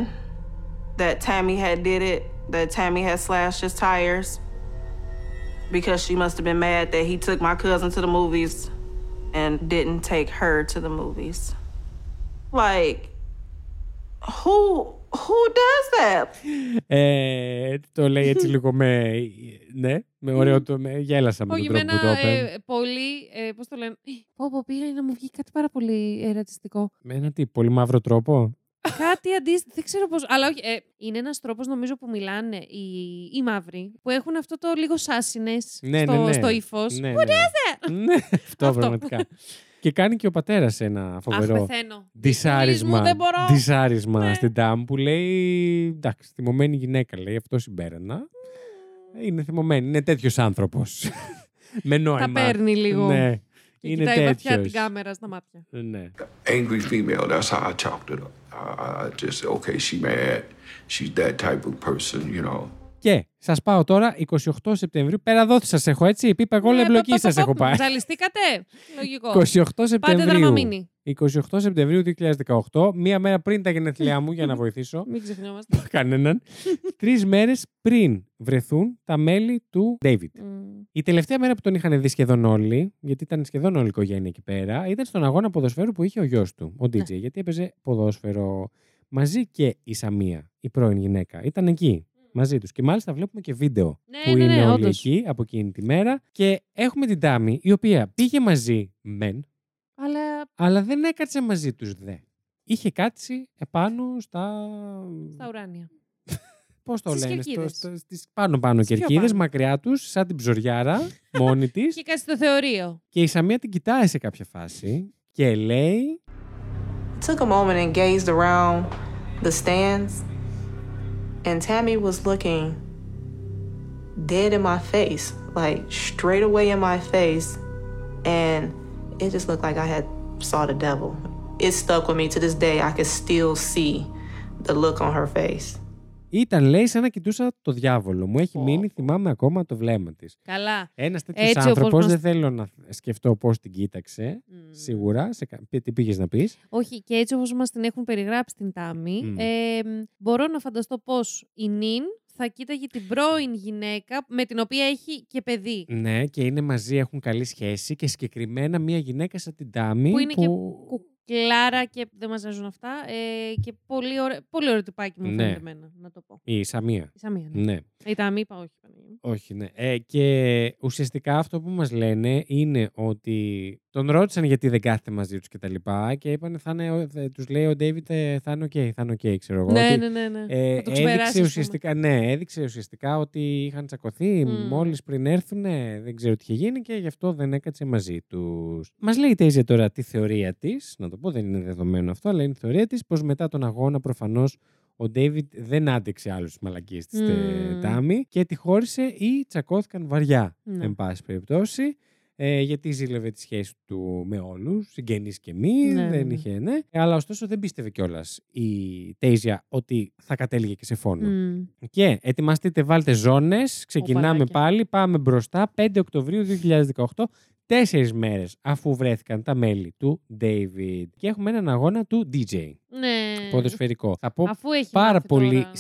[SPEAKER 6] that Tammy had did it, that Tammy had slashed his tires. Because she must have been mad that he took my cousin to the movies and didn't take her to the movies. Like, who who does that?
[SPEAKER 1] Ε, το λέει έτσι λίγο με. Ναι, με ωραίο το. με- Γέλασα με τον
[SPEAKER 2] Όχι,
[SPEAKER 1] τρόπο που το
[SPEAKER 2] εμένα
[SPEAKER 1] είπε.
[SPEAKER 2] ε, πολύ. Ε, Πώς το λένε. Πω, πω, πήγα να μου βγει κάτι πάρα πολύ ε, ρατσιστικό.
[SPEAKER 1] Με ένα τι, πολύ μαύρο τρόπο.
[SPEAKER 2] κάτι αντίστοιχο. Δεν ξέρω πώς. Αλλά όχι. ε, είναι ένας τρόπος, νομίζω, που μιλάνε οι, οι μαύροι, που έχουν αυτό το λίγο σάσινες
[SPEAKER 1] Ναι,
[SPEAKER 2] στο,
[SPEAKER 1] ναι, ναι.
[SPEAKER 2] στο ύφος.
[SPEAKER 1] Ναι, ναι. ναι, αυτό
[SPEAKER 2] Αυτό.
[SPEAKER 1] πραγματικά. και κάνει και ο πατέρας ένα
[SPEAKER 2] Αχ,
[SPEAKER 1] ναι, φοβερό
[SPEAKER 2] πεθαίνω.
[SPEAKER 1] δυσάρισμα,
[SPEAKER 2] Μου δεν μπορώ.
[SPEAKER 1] δυσάρισμα
[SPEAKER 2] Ναι.
[SPEAKER 1] στην Τάμ που λέει. Εντάξει, θυμωμένη γυναίκα λέει, αυτό συμπέρανα. Είναι θυμωμένη, είναι τέτοιος άνθρωπος. Με νόημα.
[SPEAKER 2] Τα παίρνει λίγο.
[SPEAKER 1] Ναι,
[SPEAKER 2] Και
[SPEAKER 1] είναι
[SPEAKER 2] κοιτάει βαθιά την
[SPEAKER 1] τέτοιος.
[SPEAKER 2] κάμερα στα μάτια.
[SPEAKER 1] Ναι.
[SPEAKER 10] angry female. That's how I chalked it up. I, I just okay, she mad. She's that type of person, you know.
[SPEAKER 1] Και σας πάω τώρα 28 Σεπτεμβρίου. Πέρα δόθη σας έχω έτσι. Πίπα εγώ
[SPEAKER 2] Ναι,
[SPEAKER 1] εμπλοκή
[SPEAKER 2] πα,
[SPEAKER 1] σα
[SPEAKER 2] πα, πα,
[SPEAKER 1] έχω
[SPEAKER 2] πα.
[SPEAKER 1] πάει.
[SPEAKER 2] Ζαλιστήκατε. Λογικό.
[SPEAKER 1] 28
[SPEAKER 2] Πάτε
[SPEAKER 1] Σεπτεμβρίου.
[SPEAKER 2] δραμαμίνη.
[SPEAKER 1] 28 Σεπτεμβρίου 2018, μία μέρα πριν τα γενέθλιά μου για να βοηθήσω
[SPEAKER 2] Μην ξεχνιόμαστε.
[SPEAKER 1] κανέναν, τρεις μέρες πριν βρεθούν τα μέλη του David.
[SPEAKER 2] Μμ.
[SPEAKER 1] Η τελευταία μέρα που τον είχαν δει σχεδόν όλοι, γιατί ήταν σχεδόν όλη η οικογένεια εκεί πέρα, ήταν στον αγώνα ποδοσφαίρου που είχε ο γιος του, ο DJ,
[SPEAKER 2] Ναι.
[SPEAKER 1] γιατί έπαιζε ποδόσφαιρο μαζί και η Σαμία, η πρώην γυναίκα. Ήταν εκεί μαζί τους. Και μάλιστα βλέπουμε και βίντεο
[SPEAKER 2] Ναι,
[SPEAKER 1] που
[SPEAKER 2] ναι,
[SPEAKER 1] είναι
[SPEAKER 2] ναι,
[SPEAKER 1] όλοι
[SPEAKER 2] όντως.
[SPEAKER 1] εκεί από εκείνη τη μέρα. Και έχουμε την Τάμι, η οποία πήγε μαζί μεν,
[SPEAKER 2] Αλλά
[SPEAKER 1] αλλά δεν έκατσε μαζί τους δε. Είχε κάτσει επάνω στα.
[SPEAKER 2] στα ουράνια.
[SPEAKER 1] Πώς το
[SPEAKER 2] στις
[SPEAKER 1] λένε,
[SPEAKER 2] κερκίδες.
[SPEAKER 1] στι πάνω-πάνω
[SPEAKER 2] Στις πιο
[SPEAKER 1] κερκίδες,
[SPEAKER 2] πάνω.
[SPEAKER 1] μακριά τους, σαν την ψωριάρα, μόνη της.
[SPEAKER 2] Και κάτι στο θεωρείο.
[SPEAKER 1] Και η Σαμία την κοιτάει σε κάποια φάση και λέει.
[SPEAKER 6] took a moment and gazed around the stands, and Tammy was looking dead in my face, like straight away in my face, and it just looked like I had saw the devil. It stuck with me to this day. I could still see the look on her face.
[SPEAKER 1] Ήταν, λέει, σαν να κοιτούσα το διάβολο. Μου έχει μείνει, θυμάμαι ακόμα το βλέμμα της.
[SPEAKER 2] Καλά.
[SPEAKER 1] Ένας τέτοιος
[SPEAKER 2] Έτσι όπως
[SPEAKER 1] άνθρωπος,
[SPEAKER 2] μας-
[SPEAKER 1] δεν θέλω να σκεφτώ πώς την κοίταξε. Σίγουρα. Σε... κα- Τι πήγες να πεις.
[SPEAKER 2] Όχι, και έτσι όπως μας την έχουν περιγράψει την Τάμι,
[SPEAKER 1] Μμ.
[SPEAKER 2] ε, μ, μπορώ να φανταστώ πώς η Νιν θα κοίταγε την πρώην γυναίκα με την οποία έχει και παιδί.
[SPEAKER 1] Ναι, και είναι μαζί, έχουν καλή σχέση και συγκεκριμένα μία γυναίκα σαν την Τάμι.
[SPEAKER 2] Που είναι και Κλάρα και δεν μας νοιάζουν αυτά. Ε, και πολύ ωραίο, πολύ ωραίο τυπάκι μου
[SPEAKER 1] Ναι.
[SPEAKER 2] φαίνεται εμένα, να το πω.
[SPEAKER 1] Η Σαμία.
[SPEAKER 2] Η Σαμία, ναι.
[SPEAKER 1] Ναι.
[SPEAKER 2] Η Τάμι είπα όχι. Παναγία μου.
[SPEAKER 1] Όχι, ναι. Ε, και ουσιαστικά αυτό που μας λένε είναι ότι τον ρώτησαν γιατί δεν κάθεται μαζί τους και τα λοιπά και είπαν θα είναι, ο- θα- τους λέει ο Ντέιβιτ ε, θα είναι οκ, θα είναι οκ, ξέρω εγώ.
[SPEAKER 2] Ναι,
[SPEAKER 1] ότι,
[SPEAKER 2] ναι, ναι. ναι.
[SPEAKER 1] ε,
[SPEAKER 2] θα το ξεπεράσει, ας
[SPEAKER 1] έδειξε
[SPEAKER 2] πούμε.
[SPEAKER 1] ουσιαστικά, ναι, έδειξε ουσιαστικά ότι είχαν τσακωθεί
[SPEAKER 2] Μμμ.
[SPEAKER 1] μόλις πριν έρθουν, δεν ξέρω τι είχε γίνει και γι' αυτό δεν έκατσε μαζί τους. Μας λέει η Τέιζε τώρα τη θεωρία της, να το πω δεν είναι δεδομένο αυτό, αλλά είναι η θεωρία της πως μετά τον αγώνα προφανώς ο Ντέιβιτ δεν άντεξε άλλους τις μαλακίες της
[SPEAKER 2] Μμμ.
[SPEAKER 1] Τάμι και τη χώρισε ή τσακώθηκαν βαριά,
[SPEAKER 2] Ναι.
[SPEAKER 1] εν πάση περιπτώσει. Ε, γιατί ζήλευε τη σχέση του με όλους, συγγενείς και μη,
[SPEAKER 2] Ναι,
[SPEAKER 1] δεν
[SPEAKER 2] ναι.
[SPEAKER 1] είχε, ναι. Αλλά ωστόσο δεν πίστευε κιόλας η Τέιζια ότι θα κατέληγε και σε φόνο.
[SPEAKER 2] Μμ.
[SPEAKER 1] Και ετοιμαστείτε, βάλτε ζώνες, ξεκινάμε
[SPEAKER 2] Οπαλάκια.
[SPEAKER 1] πάλι, πάμε μπροστά. 5 Οκτωβρίου 2018, τέσσερις μέρες αφού βρέθηκαν τα μέλη του David. Και έχουμε έναν αγώνα του DJ,
[SPEAKER 2] Ναι.
[SPEAKER 1] ποδοσφαιρικό. Θα πω
[SPEAKER 2] Αφού έχει
[SPEAKER 1] πάρα
[SPEAKER 2] μάθει
[SPEAKER 1] πολύ
[SPEAKER 2] τώρα.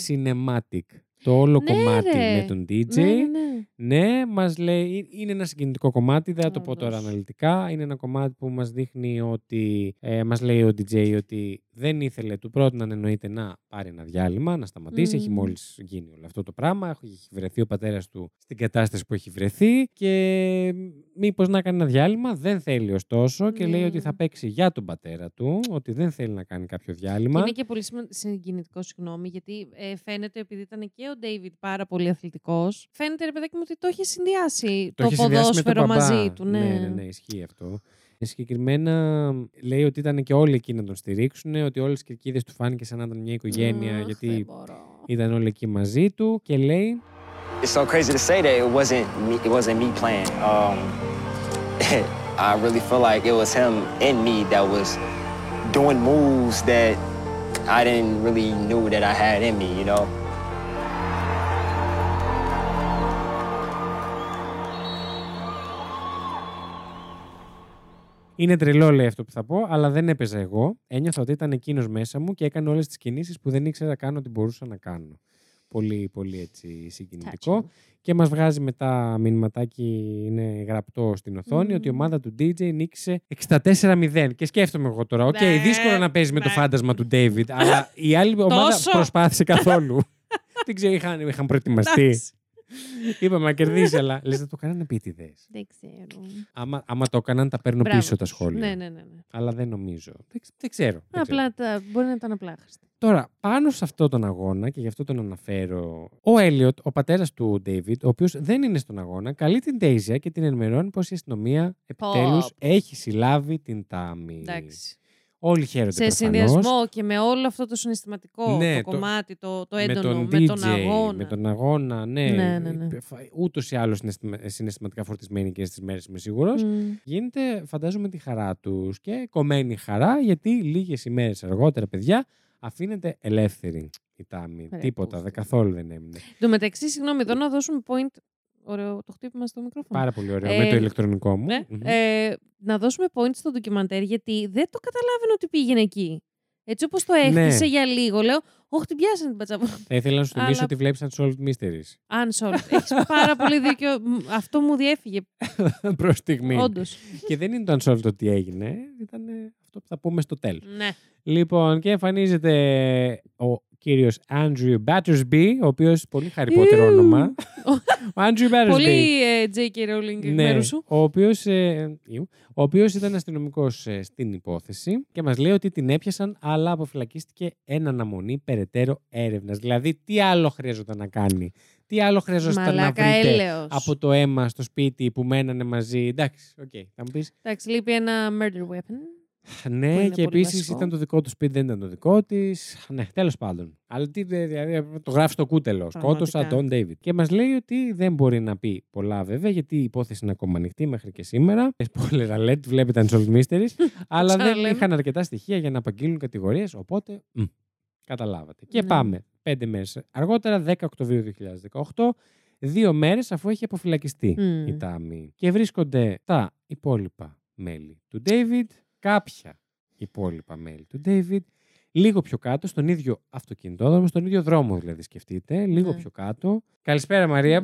[SPEAKER 1] cinematic το όλο
[SPEAKER 2] Ναι,
[SPEAKER 1] κομμάτι
[SPEAKER 2] ρε.
[SPEAKER 1] με τον DJ.
[SPEAKER 2] Ναι, ναι, ναι.
[SPEAKER 1] Ναι, μας λέει. Είναι ένα συγκινητικό κομμάτι, δεν θα το πω
[SPEAKER 2] Όντως.
[SPEAKER 1] τώρα αναλυτικά. Είναι ένα κομμάτι που μας δείχνει ότι. Ε, μας λέει ο DJ ότι δεν ήθελε του πρότειναν εννοείται να πάρει ένα διάλειμμα, να σταματήσει.
[SPEAKER 2] Μμμ.
[SPEAKER 1] Έχει μόλις γίνει όλο αυτό το πράγμα. Έχει βρεθεί ο πατέρας του στην κατάσταση που έχει βρεθεί. Και μήπως να κάνει ένα διάλειμμα, δεν θέλει ωστόσο. Και λέει
[SPEAKER 2] Ναι.
[SPEAKER 1] ότι θα παίξει για τον πατέρα του, ότι δεν θέλει να κάνει κάποιο
[SPEAKER 2] Και
[SPEAKER 1] διάλειμμα.
[SPEAKER 2] είναι και πολύ σημα- συγκινητικό, συγγνώμη, γιατί ε, φαίνεται επειδή ήταν και ο Ντέιβιτ πάρα πολύ αθλητικός. Φαίνεται, ρε παιδάκι μου, ότι το είχε συνδυάσει το,
[SPEAKER 1] έχει συνδυάσει με τον
[SPEAKER 2] ποδόσφαιρο
[SPEAKER 1] μπαμπά.
[SPEAKER 2] μαζί του. Ναι,
[SPEAKER 1] ναι, ναι, ναι, ισχύει αυτό. Ε, Συγκεκριμένα λέει ότι ήταν και όλοι εκεί να τον στηρίξουν, ότι όλες οι κερκίδες του φάνηκε σαν να ήταν μια οικογένεια,
[SPEAKER 2] Αχ, δεν
[SPEAKER 1] γιατί
[SPEAKER 2] μπορώ.
[SPEAKER 1] ήταν όλοι εκεί μαζί του. Και λέει,
[SPEAKER 9] It's so crazy to say that it wasn't me. It wasn't me playing. Um, I really feel like it was him in me that was doing moves that I didn't really knew that I had in me. You know.
[SPEAKER 1] Είναι τρελό, λέει αυτό που θα πω, αλλά δεν έπαιζα εγώ. Ένιωθα ότι ήταν εκείνος μέσα μου και έκανε όλες τις κινήσεις που δεν ήξερα καν ότι μπορούσα να κάνω. Πολύ, πολύ έτσι συγκινητικό.
[SPEAKER 2] Touching.
[SPEAKER 1] Και μας βγάζει μετά μηνυματάκι, είναι γραπτό στην οθόνη,
[SPEAKER 2] Mm.
[SPEAKER 1] ότι η ομάδα του DJ νίκησε 64-0. Και σκέφτομαι εγώ τώρα, οκ,
[SPEAKER 2] Ναι,
[SPEAKER 1] δύσκολο να παίζει με το
[SPEAKER 2] ναι.
[SPEAKER 1] φάντασμα του David, αλλά η άλλη ομάδα
[SPEAKER 2] Τόσο.
[SPEAKER 1] προσπάθησε καθόλου. Δεν ξέρω, είχαν, είχαν προετοιμαστεί.
[SPEAKER 2] Εντάξει,
[SPEAKER 1] Είπαμε να κερδίσει, αλλά λες, δεν το κάνανε επίτηδες.
[SPEAKER 2] Δεν ξέρω.
[SPEAKER 1] Άμα, άμα το έκαναν, τα παίρνω
[SPEAKER 2] Μπράβο
[SPEAKER 1] πίσω τα
[SPEAKER 2] τους.
[SPEAKER 1] σχόλια.
[SPEAKER 2] Ναι, ναι, ναι. ναι.
[SPEAKER 1] Αλλά δεν νομίζω. Δεν, ξε- δεν ξέρω. δεν ξέρω.
[SPEAKER 2] Απλά τα, μπορεί να ήταν απλά χρήστη.
[SPEAKER 1] Τώρα, πάνω σε αυτόν τον αγώνα, και γι' αυτό τον αναφέρω, ο Έλιοτ, ο πατέρας του Ντέιβιτ, ο οποίος δεν είναι στον αγώνα, καλεί την Τέιζια και την ενημερώνει πως η αστυνομία επιτέλους
[SPEAKER 2] Πω.
[SPEAKER 1] έχει συλλάβει την Τάμι.
[SPEAKER 2] Εντάξει.
[SPEAKER 1] Όλοι χαίρονται
[SPEAKER 2] Σε
[SPEAKER 1] Ε, προφανώς.
[SPEAKER 2] συνδυασμό και με όλο αυτό το συναισθηματικό
[SPEAKER 1] Ναι,
[SPEAKER 2] το
[SPEAKER 1] το-
[SPEAKER 2] κομμάτι, το, το
[SPEAKER 1] με
[SPEAKER 2] έντονο,
[SPEAKER 1] τον
[SPEAKER 2] με
[SPEAKER 1] DJ,
[SPEAKER 2] τον αγώνα.
[SPEAKER 1] Με τον αγώνα, ναι.
[SPEAKER 2] Ναι, ναι, ναι.
[SPEAKER 1] Ούτως ή άλλως συναισθηματικά φορτισμένοι και στι μέρε, είμαι σίγουρος.
[SPEAKER 2] Μμ.
[SPEAKER 1] Γίνεται, φαντάζομαι, τη χαρά τους και κομμένη χαρά, γιατί λίγες ημέρες αργότερα, παιδιά, αφήνεται ελεύθερη η Τάμι.
[SPEAKER 2] Ρε,
[SPEAKER 1] Τίποτα,
[SPEAKER 2] πούστη.
[SPEAKER 1] δε καθόλου δεν έμεινε.
[SPEAKER 2] Εν τω μεταξύ, συγγνώμη, εδώ να δώσουμε point ωραίο το χτύπημα στο μικρόφωνο.
[SPEAKER 1] Πάρα πολύ ωραίο.
[SPEAKER 2] Ε,
[SPEAKER 1] με το ηλεκτρονικό μου.
[SPEAKER 2] Ναι.
[SPEAKER 1] Μμμ.
[SPEAKER 2] Ε, να δώσουμε point στο ντοκιμαντέρ, γιατί δεν το καταλάβαινε ότι πήγαινε εκεί. Έτσι όπως
[SPEAKER 1] Ναι.
[SPEAKER 2] το έχτισε για λίγο, λέω, Όχι, την πιάσανε την πατσαβούρα.
[SPEAKER 1] Θα ήθελα να σου θυμίσω
[SPEAKER 2] Αλλά-
[SPEAKER 1] ότι βλέπεις Unsolved Mysteries.
[SPEAKER 2] Unsolved. Έχεις πάρα πολύ δίκιο. Μ, Αυτό μου διέφυγε.
[SPEAKER 1] Προς στιγμή.
[SPEAKER 2] Όντως.
[SPEAKER 1] Και δεν είναι το Unsolved το τι έγινε. Ήταν ε, αυτό που θα πούμε στο τέλος.
[SPEAKER 2] Ναι.
[SPEAKER 1] Λοιπόν, και εμφανίζεται ο κύριος Andrew Battersby, ο οποίος πολύ χαριπότερο
[SPEAKER 2] Ιου.
[SPEAKER 1] όνομα. ο Andrew Battersby.
[SPEAKER 2] Πολύ ε, J.K. Rowling εκ
[SPEAKER 1] Ναι,
[SPEAKER 2] μέρους σου.
[SPEAKER 1] ο οποίος, ε, ιου, ο οποίος ήταν αστυνομικός ε, στην υπόθεση και μας λέει ότι την έπιασαν αλλά αποφυλακίστηκε εν αναμονή περαιτέρω έρευνας. Δηλαδή τι άλλο χρειάζονταν να κάνει, τι άλλο χρειάζονταν να
[SPEAKER 2] Μαλάκα
[SPEAKER 1] βρείτε
[SPEAKER 2] έλεος.
[SPEAKER 1] από το αίμα στο σπίτι που μένανε μαζί. Εντάξει, οκ, θα μου πεις
[SPEAKER 2] Εντάξει, λείπει ένα murder weapon. που
[SPEAKER 1] Ναι,
[SPEAKER 2] είναι
[SPEAKER 1] και
[SPEAKER 2] πολύ
[SPEAKER 1] επίσης
[SPEAKER 2] βασικό.
[SPEAKER 1] ήταν το δικό τους σπίτι, δεν ήταν το δικό της. Ναι, τέλος πάντων. Αλλά τι, δε- δηλαδή, το γράφει στο κούτελο.
[SPEAKER 2] Πραγματικά.
[SPEAKER 1] Σκότωσα τον Ντέιβιτ. Και μας λέει ότι δεν μπορεί να πει πολλά, βέβαια, γιατί η υπόθεση είναι ακόμα ανοιχτή μέχρι και σήμερα. Spoiler alert, βλέπετε Unsolved Mysteries. αλλά δεν
[SPEAKER 2] Ξαναλέμε.
[SPEAKER 1] είχαν αρκετά στοιχεία για να απαγγείλουν κατηγορίες, οπότε. μ, καταλάβατε. Και
[SPEAKER 2] Ναι.
[SPEAKER 1] πάμε πέντε μέρες αργότερα, 10 Οκτωβρίου 2018, δύο μέρες αφού έχει αποφυλακιστεί
[SPEAKER 2] Μμ.
[SPEAKER 1] η Τάμι. Και βρίσκονται τα υπόλοιπα μέλη του David, κάποια υπόλοιπα μέλη του David, λίγο πιο κάτω, στον ίδιο αυτοκινητόδρομο, στον ίδιο δρόμο δηλαδή σκεφτείτε, λίγο
[SPEAKER 2] Ναι.
[SPEAKER 1] πιο κάτω. Καλησπέρα Μαρία,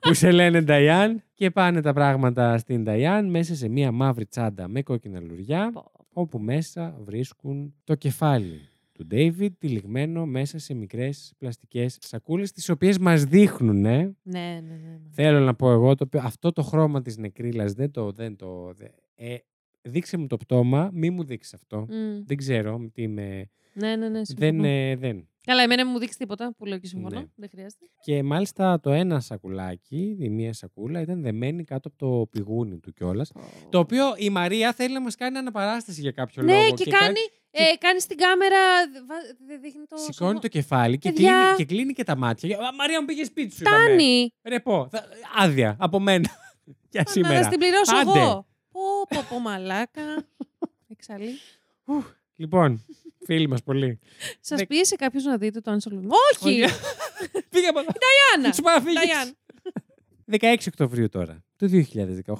[SPEAKER 1] που σε λένε Νταϊάν και πάνε τα πράγματα στην Νταϊάν μέσα σε μία μαύρη τσάντα με κόκκινα λουριά όπου μέσα βρίσκουν το κεφάλι του Ντέιβιντ τυλιγμένο μέσα σε μικρές πλαστικές σακούλες τις οποίες μας δείχνουν
[SPEAKER 2] ναι, ναι, ναι. ναι.
[SPEAKER 1] Θέλω να πω εγώ το, οποίο- αυτό το χρώμα της νεκρίλας δεν το... Δεν το δε- ε, δείξε μου το πτώμα, μη μου δείξεις αυτό.
[SPEAKER 2] Μμ.
[SPEAKER 1] Δεν ξέρω με τι είμαι.
[SPEAKER 2] Ναι, ναι, ναι. συμφωνώ.
[SPEAKER 1] Δεν, ε, δεν.
[SPEAKER 2] Καλά, εμένα μου δείξεις τίποτα που λέω και συμφωνώ.
[SPEAKER 1] Ναι.
[SPEAKER 2] Δεν χρειάζεται.
[SPEAKER 1] Και μάλιστα το ένα σακουλάκι, η μία σακούλα, ήταν δεμένη κάτω από το πηγούνι του κιόλας. Το οποίο η Μαρία θέλει να μας κάνει αναπαράσταση για κάποιο
[SPEAKER 2] Ναι,
[SPEAKER 1] λόγο.
[SPEAKER 2] και,
[SPEAKER 1] κα-
[SPEAKER 2] κάνει, ε, κάνει στην κάμερα. δε- βα- Δεν δείχνει το.
[SPEAKER 1] Σηκώνει το κεφάλι και,
[SPEAKER 2] Παιδιά.
[SPEAKER 1] κλείνει, και κλείνει και τα μάτια. Α, Μαρία μου πήγε σπίτι σου. είπαμε.
[SPEAKER 2] Φτάνει.
[SPEAKER 1] Ρε πω, θα- άδεια από μένα. για Ε, σήμερα.
[SPEAKER 2] Να την πληρώσω
[SPEAKER 1] Άντε.
[SPEAKER 2] εγώ. Πω, πω, πω, μαλάκα. Εξαλεί.
[SPEAKER 1] Λοιπόν, φίλοι μας πολύ.
[SPEAKER 2] Σας
[SPEAKER 1] Ναι.
[SPEAKER 2] πίεσε κάποιος να δείτε το Unsolved.
[SPEAKER 1] Όχι.
[SPEAKER 2] Όχι!
[SPEAKER 1] Πήγα από εδώ.
[SPEAKER 2] Άννα!
[SPEAKER 1] Σου πάω να φύγεις.
[SPEAKER 2] Νταϊάν.
[SPEAKER 1] 16 Οκτωβρίου τώρα του 2018,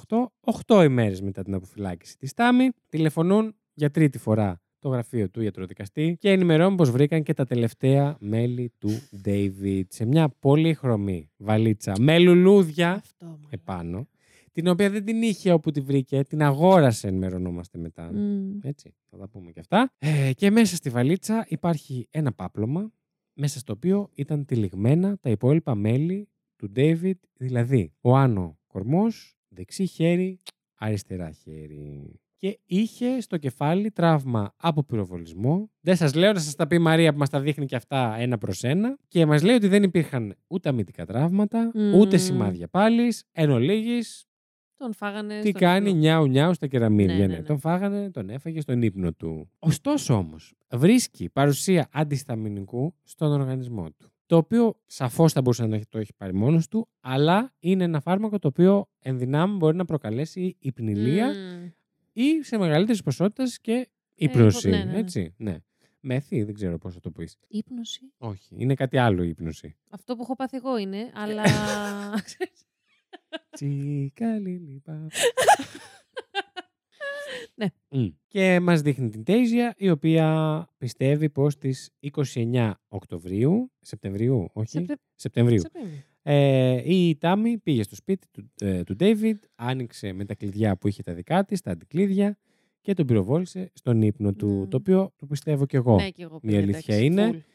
[SPEAKER 1] 8 ημέρες μετά την αποφυλάκηση της Τάμι, τηλεφωνούν για τρίτη φορά το γραφείο του ιατροδικαστή και ενημερώνουν πως βρήκαν και τα τελευταία μέλη του David σε μια πολύχρωμη βαλίτσα με λουλούδια
[SPEAKER 2] Αυτό. μάλλον.
[SPEAKER 1] επάνω, την οποία δεν την είχε όπου τη βρήκε, την αγόρασε ενημερωνόμαστε μετά.
[SPEAKER 2] Μμμ.
[SPEAKER 1] Έτσι, θα τα πούμε και αυτά. Ε, και μέσα στη βαλίτσα υπάρχει ένα πάπλωμα, μέσα στο οποίο ήταν τυλιγμένα τα υπόλοιπα μέλη του David, δηλαδή ο Άνω Κορμός, δεξί χέρι, αριστερά χέρι. Και είχε στο κεφάλι τραύμα από πυροβολισμό. Δεν σας λέω να σας τα πει η Μαρία που μας τα δείχνει και αυτά ένα προς ένα. Και μας λέει ότι δεν υπήρχαν ούτε αμυντικά τραύματα,
[SPEAKER 2] Μμμ.
[SPEAKER 1] ούτε σημάδια πάλι. Εν ολίγης,
[SPEAKER 2] Τον φάγανε.
[SPEAKER 1] τι
[SPEAKER 2] Ε, στον
[SPEAKER 1] κάνει
[SPEAKER 2] ύπνο.
[SPEAKER 1] νιάου νιάου στα κεραμίδια.
[SPEAKER 2] Ναι,
[SPEAKER 1] Ναι,
[SPEAKER 2] ναι, ναι.
[SPEAKER 1] Τον φάγανε, τον έφαγε στον ύπνο του. Ωστόσο όμως, βρίσκει παρουσία αντισταμινικού στον οργανισμό του. Το οποίο σαφώς θα μπορούσε να το έχει, το έχει πάρει μόνος του, αλλά είναι ένα φάρμακο το οποίο ενδυνάμει μπορεί να προκαλέσει υπνηλία
[SPEAKER 2] Μμμ. Ε,
[SPEAKER 1] ή σε μεγαλύτερες ποσότητες και ύπνωση.
[SPEAKER 2] ναι, ναι, ναι.
[SPEAKER 1] Έτσι, ναι. Μέθη, δεν ξέρω πώς θα το πεις.
[SPEAKER 2] Ύπνοση.
[SPEAKER 1] Όχι, είναι κάτι άλλο η ύπνωση.
[SPEAKER 2] Αυτό που έχω πάθει εγώ
[SPEAKER 1] Ε.
[SPEAKER 2] είναι, αλλά.
[SPEAKER 1] Τσικαλίλι, πα,
[SPEAKER 2] Ναι.
[SPEAKER 1] Μμ. Και μας δείχνει την Τέιζια, η οποία πιστεύει πως στις 29 Οκτωβρίου, Σεπτεμβρίου, όχι,
[SPEAKER 2] Σεπτε-
[SPEAKER 1] Σεπτεμβρίου,
[SPEAKER 2] Σεπτέμβρη.
[SPEAKER 1] ε, η Τάμι πήγε στο σπίτι του, ε, του David, άνοιξε με τα κλειδιά που είχε τα δικά της, τα αντικλείδια και τον πυροβόλησε στον ύπνο του,
[SPEAKER 2] Μμ.
[SPEAKER 1] το οποίο το πιστεύω κι εγώ.
[SPEAKER 2] Ναι, και εγώ. παιδιά,
[SPEAKER 1] αλήθεια
[SPEAKER 2] εντάξει,
[SPEAKER 1] είναι.
[SPEAKER 2] full.